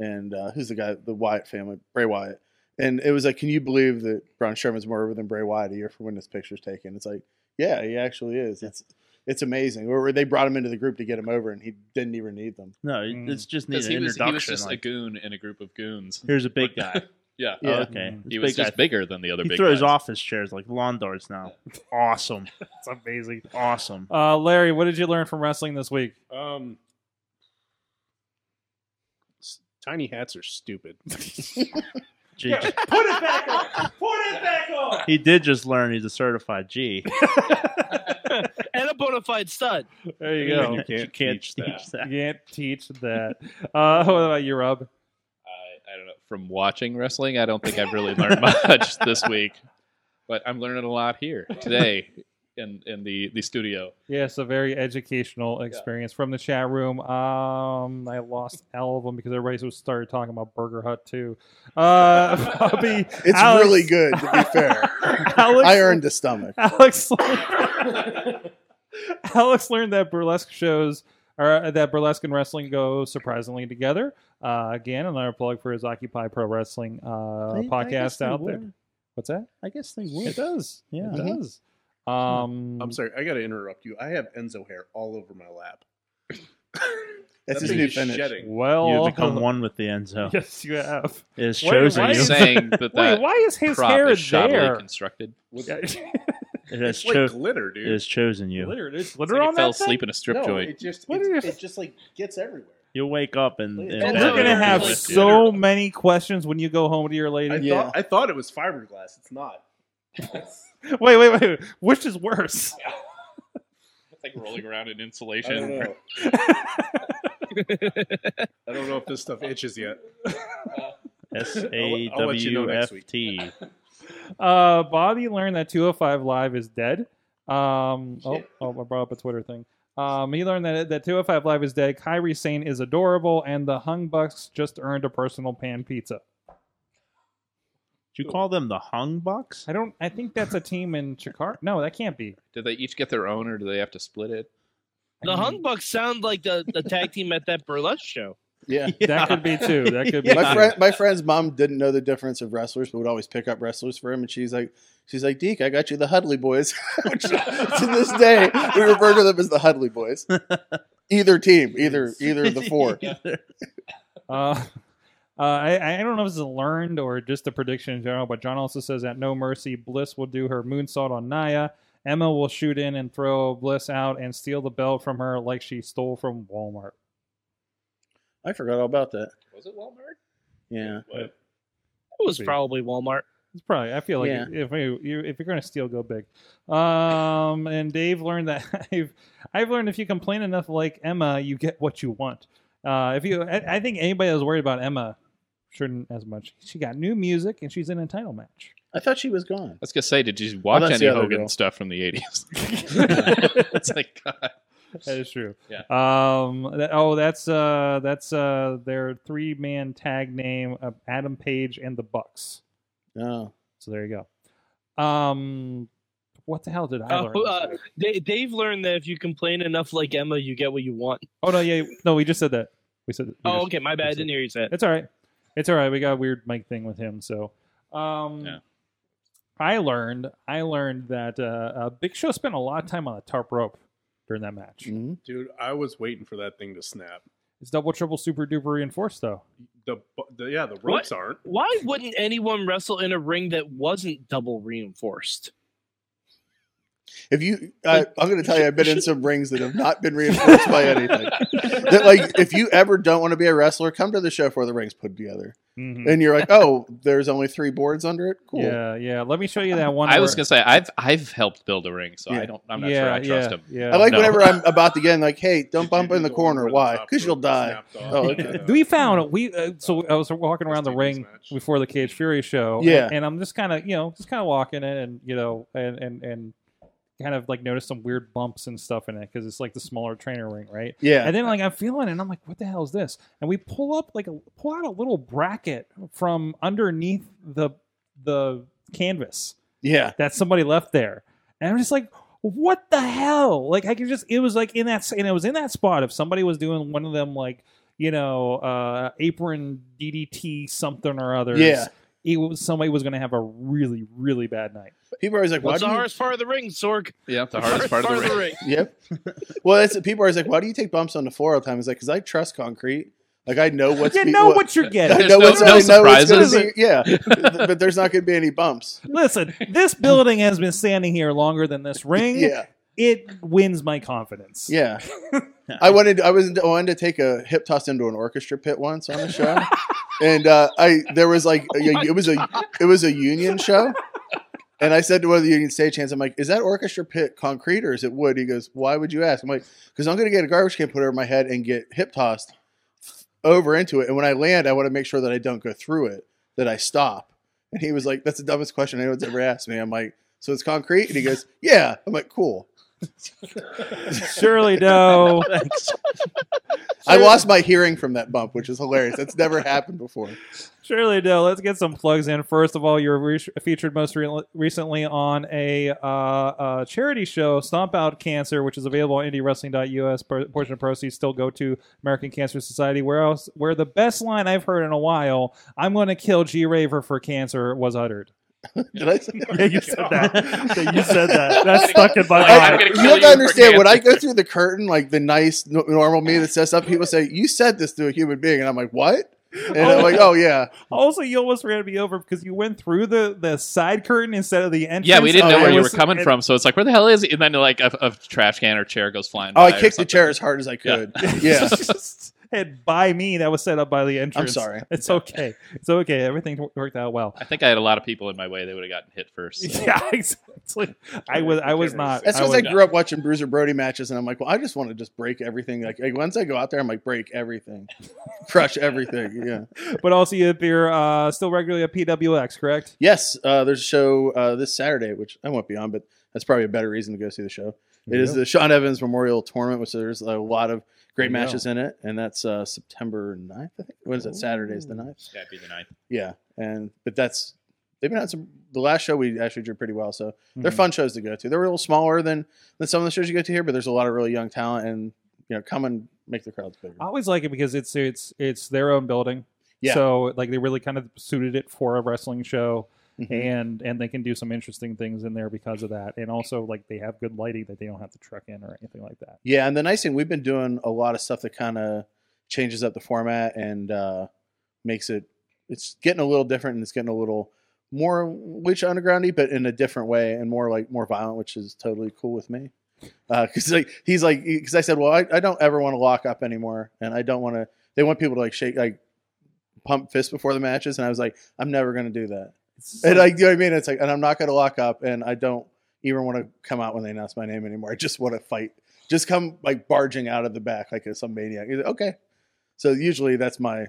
Speaker 6: and uh, who's the guy? The Wyatt family, Bray Wyatt, and it was like, "Can you believe that Braun Strowman's more over than Bray Wyatt a year from when this picture's taken?" It's like, yeah, he actually is. It's it's amazing. Or they brought him into the group to get him over, and he didn't even need them.
Speaker 7: No,
Speaker 1: Mm.
Speaker 7: it's just need
Speaker 5: 'Cause
Speaker 7: an
Speaker 5: he was, he
Speaker 7: introduction.
Speaker 5: was just a
Speaker 7: like,
Speaker 5: goon in a group of goons.
Speaker 7: here's a big guy.
Speaker 5: yeah.
Speaker 6: Yeah.
Speaker 7: Oh, okay,
Speaker 1: Mm.
Speaker 5: He
Speaker 7: This
Speaker 5: was
Speaker 7: big guy.
Speaker 5: just bigger than the other
Speaker 7: He
Speaker 5: big
Speaker 7: throws
Speaker 5: guys.
Speaker 7: office chairs like lawn darts now. Awesome.
Speaker 1: It's amazing.
Speaker 7: Awesome.
Speaker 1: Uh, Larry, what did you learn from wrestling this week?
Speaker 8: Um, s- tiny hats are stupid.
Speaker 7: Gee,
Speaker 1: Put it back on. Put it back on.
Speaker 7: He did just learn he's a certified G.
Speaker 4: and a bona fide stud.
Speaker 1: There you
Speaker 8: And
Speaker 1: go.
Speaker 8: you
Speaker 1: You
Speaker 8: can't,
Speaker 7: you can't
Speaker 8: teach that.
Speaker 7: teach that.
Speaker 1: can't teach that. Uh, what about you, Rob?
Speaker 5: I, I I don't know. From watching wrestling, I don't think I've really learned much this week, but I'm learning a lot here today in in the the studio.
Speaker 1: Yes, a very educational experience from the chat room. Um, I lost all of them because everybody was started talking about Burger Hut too. Uh, Bobby,
Speaker 6: It's
Speaker 1: Alex-
Speaker 6: really good, to be fair.
Speaker 1: Alex,
Speaker 6: I earned a stomach.
Speaker 1: Alex. Alex learned that burlesque shows are that burlesque and wrestling go surprisingly together. Uh, again, another plug for his Occupy Pro Wrestling uh,
Speaker 7: I- I guess
Speaker 1: podcast
Speaker 7: they
Speaker 1: out there.
Speaker 7: would.
Speaker 1: What's that?
Speaker 7: I guess they Mm-hmm.
Speaker 1: It
Speaker 7: would.
Speaker 1: does.
Speaker 7: Yeah.
Speaker 1: it does.
Speaker 5: Mm-hmm.
Speaker 1: Um,
Speaker 8: I'm sorry, I got to interrupt you. I have Enzo hair all over my lap.
Speaker 6: That's
Speaker 8: That
Speaker 6: his
Speaker 8: thing
Speaker 6: new
Speaker 8: is
Speaker 6: finish.
Speaker 8: shedding.
Speaker 1: Well,
Speaker 7: You become one with the Enzo.
Speaker 1: Yes, you have.
Speaker 7: It has
Speaker 1: Wait,
Speaker 7: chosen
Speaker 1: Oh. why
Speaker 7: you.
Speaker 1: is-
Speaker 5: Saying that
Speaker 1: Wait,
Speaker 5: that
Speaker 1: why is his
Speaker 5: prop
Speaker 1: hair
Speaker 5: is shoddily
Speaker 1: there?
Speaker 5: constructed.
Speaker 1: Yeah, it's
Speaker 7: It has,
Speaker 8: It's like
Speaker 7: cho-
Speaker 8: glitter,
Speaker 7: it
Speaker 8: dude.
Speaker 7: has chosen you.
Speaker 1: glitter. There's
Speaker 5: It's
Speaker 1: glitter
Speaker 5: like it
Speaker 1: on
Speaker 5: fell
Speaker 1: that thing?
Speaker 5: asleep in a strip
Speaker 6: No,
Speaker 5: joint.
Speaker 6: it just
Speaker 1: What
Speaker 6: it's-
Speaker 1: if-
Speaker 6: it just like gets everywhere.
Speaker 7: You'll wake up and, and
Speaker 6: Enzo,
Speaker 1: We're gonna
Speaker 5: Yeah.
Speaker 1: have
Speaker 5: Like
Speaker 1: so
Speaker 5: glitter.
Speaker 1: many questions when you go home to your
Speaker 8: I,
Speaker 1: lady.
Speaker 6: Yeah.
Speaker 8: thought, I thought it was fiberglass. It's not.
Speaker 1: Wait, wait, wait. Which is worse?
Speaker 5: It's like rolling around in
Speaker 8: I don't
Speaker 5: insulation.
Speaker 8: know. I don't know if this stuff itches yet.
Speaker 7: S A
Speaker 8: I'll let you
Speaker 7: W
Speaker 8: know next
Speaker 7: F
Speaker 8: week.
Speaker 7: T.
Speaker 1: Uh, Bobby learned that 205 Live is dead. Um, oh, oh, I brought up a Twitter thing. Um, he learned that that 205 Live is dead. Kyrie Sane is adorable, and the Hung Bucks just earned a personal pan pizza.
Speaker 7: Did you call them the Hung Bucks?
Speaker 1: I don't. I think that's a team in Chicago. No, that can't be.
Speaker 5: Do they each get their own, or do they have to split it?
Speaker 4: The Hung Bucks sound like the, the tag team at that burlesque show.
Speaker 6: Yeah.
Speaker 1: That could be too. That could be.
Speaker 6: My
Speaker 1: too.
Speaker 6: friend, my friend's mom didn't know the difference of wrestlers, but would always pick up wrestlers for him. And she's like, she's like, Deke, I got you the Hudley Boys. Which, to this day, we refer to them as the Hudley Boys. Either team, either either of the four.
Speaker 1: Uh, uh, I, I don't know if this is learned or just a prediction in general, but John also says that No Mercy, Bliss will do her moonsault on Naya. Emma will shoot in and throw Bliss out and steal the belt from her like she stole from Walmart.
Speaker 6: I forgot all about that.
Speaker 5: Was it Walmart?
Speaker 6: Yeah.
Speaker 4: It was
Speaker 1: Could be.
Speaker 4: probably Walmart.
Speaker 1: It's probably. I feel like
Speaker 6: Yeah.
Speaker 1: if you, you if you're going to steal, go big. Um, and Dave learned that I've I've learned if you complain enough, like Emma, you get what you want. Uh, if you, I, I think anybody that's worried about Emma shouldn't as much. She got new music and she's in a title match.
Speaker 6: I thought she was gone.
Speaker 5: I was gonna say, did you watch
Speaker 6: that's
Speaker 5: any
Speaker 6: the other
Speaker 5: Hogan
Speaker 6: girl.
Speaker 5: stuff from the '80s? it's like God.
Speaker 1: That is true.
Speaker 5: Yeah.
Speaker 1: Um. That, oh, that's uh. That's uh. Their three man tag name of Adam Page and the Bucks.
Speaker 6: No.
Speaker 1: So there you go. Um. What the hell did I learn?
Speaker 4: Oh, uh, Da- Dave learned that if you complain enough like Emma, you get what you want.
Speaker 1: oh no. Yeah. No. We just said that. We said. we
Speaker 4: Oh,
Speaker 1: just-
Speaker 4: okay. My bad. I didn't hear you say that.
Speaker 1: It's all right. It's all right. We got a weird mic thing with him. So. Um.
Speaker 5: Yeah.
Speaker 1: I learned. I learned that uh, uh, Big Show spent a lot of time on the tarp rope during that match.
Speaker 6: Mhm.
Speaker 8: Dude, I was waiting for that thing to snap.
Speaker 1: It's double, triple, super duper reinforced though.
Speaker 8: The, bu- the yeah, the
Speaker 4: What?
Speaker 8: ropes aren't.
Speaker 4: Why wouldn't anyone wrestle in a ring that wasn't double reinforced?
Speaker 6: If you, I, I'm going to tell you, I've been in some rings that have not been reinforced by anything. That like, if you ever don't want to be a wrestler, come to the show for the rings put together,
Speaker 5: Mm-hmm.
Speaker 6: and you're like, oh, there's only three boards under it. Cool.
Speaker 1: Yeah, yeah. Let me show you that one.
Speaker 5: I was
Speaker 1: where-
Speaker 5: gonna say I've I've helped build a ring, so
Speaker 6: Yeah.
Speaker 5: I don't. I'm not
Speaker 1: yeah,
Speaker 5: sure I trust
Speaker 1: yeah,
Speaker 5: him.
Speaker 1: Yeah.
Speaker 6: I like
Speaker 5: No.
Speaker 6: whenever I'm about to get in, like, hey, don't
Speaker 8: Did
Speaker 6: bump
Speaker 8: you
Speaker 6: in the
Speaker 8: go
Speaker 6: corner.
Speaker 8: over the
Speaker 6: Why?
Speaker 8: top
Speaker 6: Because you'll
Speaker 8: rope
Speaker 6: die.
Speaker 8: snapped off? Hmm.
Speaker 6: Oh,
Speaker 8: Yeah.
Speaker 6: okay.
Speaker 1: we found we uh, so I was walking around the
Speaker 8: Let's
Speaker 1: ring
Speaker 8: take this match.
Speaker 1: before the Cage Fury show.
Speaker 6: Yeah.
Speaker 1: and, and I'm just kind of you know just kind of walking in and you know and and and kind of like noticed some weird bumps and stuff in it because it's like the smaller trainer ring, right?
Speaker 6: Yeah.
Speaker 1: And then like I'm feeling it, and I'm like, what the hell is this? And we pull up like a, pull out a little bracket from underneath the the canvas.
Speaker 6: Yeah.
Speaker 1: that somebody left there. And I'm just like, what the hell? Like I could just it was like in that and it was in that spot if somebody was doing one of them like, you know, uh apron DDT something or other.
Speaker 6: Yeah.
Speaker 1: It was somebody was gonna have a really, really bad night.
Speaker 6: People are always like, why
Speaker 4: What's
Speaker 6: do
Speaker 4: the
Speaker 6: you-
Speaker 4: hardest part of the ring, Sorg?
Speaker 5: Yeah, the hardest part of the ring.
Speaker 6: Yep. well, that's people are always like, why do you take bumps on the floor all the time? It's like, because I trust concrete. Like, I know what's.
Speaker 1: You
Speaker 6: be-
Speaker 1: know
Speaker 6: what-
Speaker 1: what you're
Speaker 6: I
Speaker 1: getting.
Speaker 5: There's
Speaker 6: know
Speaker 5: no-
Speaker 6: what's
Speaker 5: no
Speaker 6: I know what's gonna
Speaker 5: surprises.
Speaker 6: be- yeah, Th- but there's not going to be any bumps.
Speaker 1: Listen, this building has been standing here longer than this ring.
Speaker 6: Yeah,
Speaker 1: It wins my confidence.
Speaker 6: yeah. I wanted, I was, I wanted to take a hip toss into an orchestra pit once on the show, and uh, I there was like a- it was a it was a union show, and I said to one of the union stagehands, I'm like, is that orchestra pit concrete or is it wood? He goes, why would you ask? I'm like, because I'm going to get a garbage can put over my head and get hip tossed over into it. And when I land, I want to make sure that I don't go through it, that I stop. And he was like, That's the dumbest question anyone's ever asked me. I'm like, So it's concrete? And he goes, Yeah. I'm like, Cool.
Speaker 1: Surely no.
Speaker 7: Thanks.
Speaker 6: I lost my hearing from that bump, which is hilarious. That's never happened before.
Speaker 1: Surely no. Let's get some plugs in. First of all, you're re- featured most re- recently on a uh, uh, charity show, Stomp Out Cancer, which is available on indiewrestling.us. Per- portion of proceeds still go to American Cancer Society. Where else? Where the best line I've heard in a while, "I'm going to kill G Raver for cancer," was uttered.
Speaker 6: Did I say
Speaker 7: Yeah, you said that. Yeah, you said that. That's stuck in my
Speaker 5: Like,
Speaker 7: mind.
Speaker 5: I'm gonna
Speaker 6: you
Speaker 5: kill
Speaker 6: have to
Speaker 5: for
Speaker 6: understand when I
Speaker 5: cancer.
Speaker 6: go through the curtain, like the nice, n- normal me that says stuff, people say, You said this to a human being. And I'm like, What? And I'm like, Oh, yeah.
Speaker 1: Also, you almost ran me over because you went through the, the side curtain instead of the entrance.
Speaker 5: Yeah, we didn't
Speaker 6: Oh,
Speaker 5: know
Speaker 6: yeah,
Speaker 5: where
Speaker 6: it
Speaker 5: you were
Speaker 1: was-
Speaker 5: coming
Speaker 1: it-
Speaker 5: from, so it's like, where the hell is he? And then like a, a trash can or chair goes flying.
Speaker 6: Oh, I
Speaker 5: by or
Speaker 6: kicked the
Speaker 5: something.
Speaker 6: chair as hard as I could. Yeah.
Speaker 1: and by me, that was set up by the entrance.
Speaker 6: sorry.
Speaker 1: It's okay. It's okay. Everything w- worked out well.
Speaker 5: I think I had a lot of people in my way. They would have gotten hit first. so.
Speaker 1: Yeah, exactly. I was. I was not.
Speaker 6: That's
Speaker 1: I
Speaker 6: because
Speaker 1: was,
Speaker 6: I grew up watching Bruiser Brody matches, and I'm like, well, I just want to just break everything. Like, like, once I go out there, I'm like, break everything, crush everything. Yeah.
Speaker 1: but also, you appear uh, still regularly at PWX, correct?
Speaker 6: Yes, uh, there's a show uh, this Saturday, which I won't be on, but that's probably a better reason to go see the show. It is the Sean Evans Memorial Tournament, which there's a lot of great
Speaker 1: There you
Speaker 6: matches in it, and that's uh, September 9th. I think.
Speaker 1: Oh.
Speaker 6: What is that? Saturday's the 9th.
Speaker 5: That'd be the ninth.
Speaker 6: Yeah, and but that's they've been on some. The last show we actually did pretty well, so they're
Speaker 1: Mm-hmm.
Speaker 6: fun shows to go to. They're a little smaller than than some of the shows you go to here, but there's a lot of really young talent, and you know, come and make the crowds bigger.
Speaker 1: I always like it because it's it's it's their own building.
Speaker 6: Yeah.
Speaker 1: So like they really kind of suited it for a wrestling show,
Speaker 6: Mhm.
Speaker 1: and and they can do some interesting things in there because of that, and also like they have good lighting that they don't have to truck in or anything like that.
Speaker 6: Yeah, and the nice thing we've been doing a lot of stuff that kind of changes up the format and uh, makes it it's getting a little different and it's getting a little more lucha undergroundy, but in a different way and more like more violent, which is totally cool with me. Because like he's like because I said, well, I, I don't ever want to lock up anymore, and I don't want to. They want people to like shake like pump fists before the matches, and I was like, I'm never going to do that. And like, you know what I mean? It's like, and I'm not going to lock up, and I don't even want to come out when they announce my name anymore. I just want to fight. Just come like barging out of the back like some maniac. He's like, okay. So usually that's my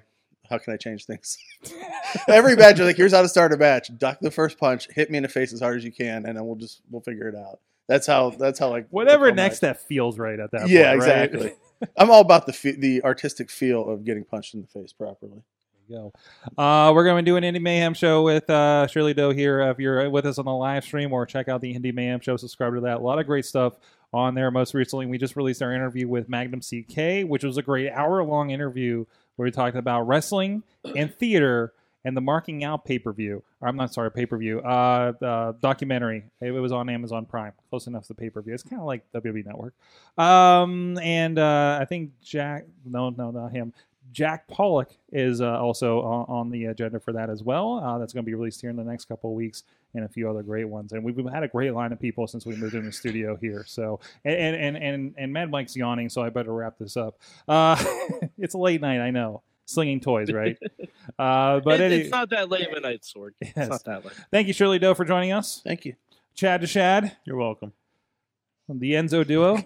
Speaker 6: how can I change things? Every match, you're like, here's how to start a match: duck the first punch, hit me in the face as hard as you can, and then we'll just we'll figure it out. That's how. That's how like
Speaker 1: Whatever
Speaker 6: that's how my-
Speaker 1: next that feels right at that.
Speaker 6: yeah,
Speaker 1: point, right?
Speaker 6: exactly. I'm all about the fe- the artistic feel of getting punched in the face properly.
Speaker 1: go. Uh, we're going to do an Indie Mayhem show with uh, Shirley Doe here. If you're with us on the live stream or check out the Indie Mayhem show, subscribe to that. A lot of great stuff on there. Most recently, we just released our interview with Magnum CK, which was a great hour long interview where we talked about wrestling and theater and the marking out pay per view. I'm not sorry, pay per view. Uh, uh, documentary. It was on Amazon Prime, close enough to pay per view. It's kind of like WWE Network. Um, and uh, I think Jack. No, no, not him. Jack Pollock is uh, also on, on the agenda for that as well. Uh, that's going to be released here in the next couple of weeks, and a few other great ones. And we've had a great line of people since we moved in the studio here. So, and and and and Mad Mike's yawning, so I better wrap this up. Uh, it's late night, I know. Slinging toys, right? uh, but
Speaker 4: It-
Speaker 1: any,
Speaker 4: it's not that late of a night, Sword.
Speaker 1: Yes.
Speaker 4: It's not that late.
Speaker 1: thank you, Shirley Doe, for joining us.
Speaker 6: Thank you.
Speaker 1: Chad to Shad,
Speaker 7: You're welcome.
Speaker 1: from the Enzo duo.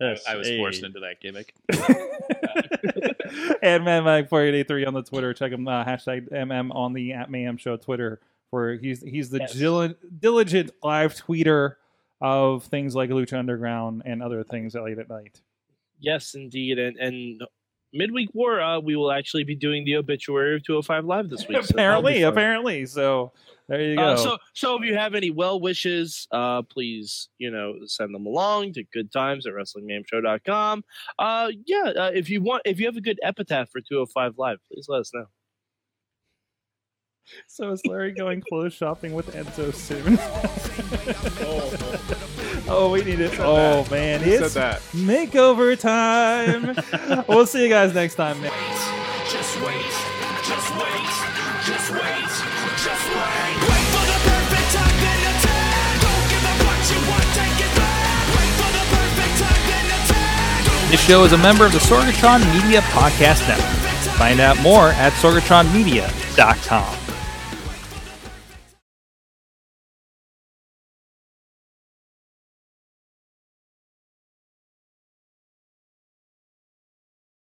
Speaker 7: Yes,
Speaker 5: I was
Speaker 7: hey.
Speaker 5: forced into that gimmick.
Speaker 1: and Mad Mike 4883 on the Twitter. Check him uh, hashtag MM on the at Mayhem Show Twitter. Where he's he's the dil- diligent live tweeter of things like Lucha Underground and other things late at night.
Speaker 4: Yes, indeed. And and midweek war, uh, we will actually be doing the obituary of 205 Live this week. so that'll be
Speaker 1: apparently,
Speaker 4: fun.
Speaker 1: apparently. So there you go.
Speaker 4: Uh, so, so if you have any well wishes, uh, please, you know, send them along to good times at wrestlingmamshow.com. Uh, yeah, uh, if you want, if you have a good epitaph for 205 Live, please let us know.
Speaker 1: So is Larry going clothes shopping with Enzo soon? oh, we need it. Oh man,
Speaker 8: Said
Speaker 1: it's
Speaker 8: that.
Speaker 1: makeover time. we'll see you guys next time. Man.
Speaker 3: Just wait, just wait, just wait, just wait. Wait for the perfect time, then attack. Don't give up what you want, take it back. Wait for the perfect time, then attack. Don't
Speaker 10: This show is a member of the Sorgatron Media Podcast Network. Find out more at sorgatronmedia.com.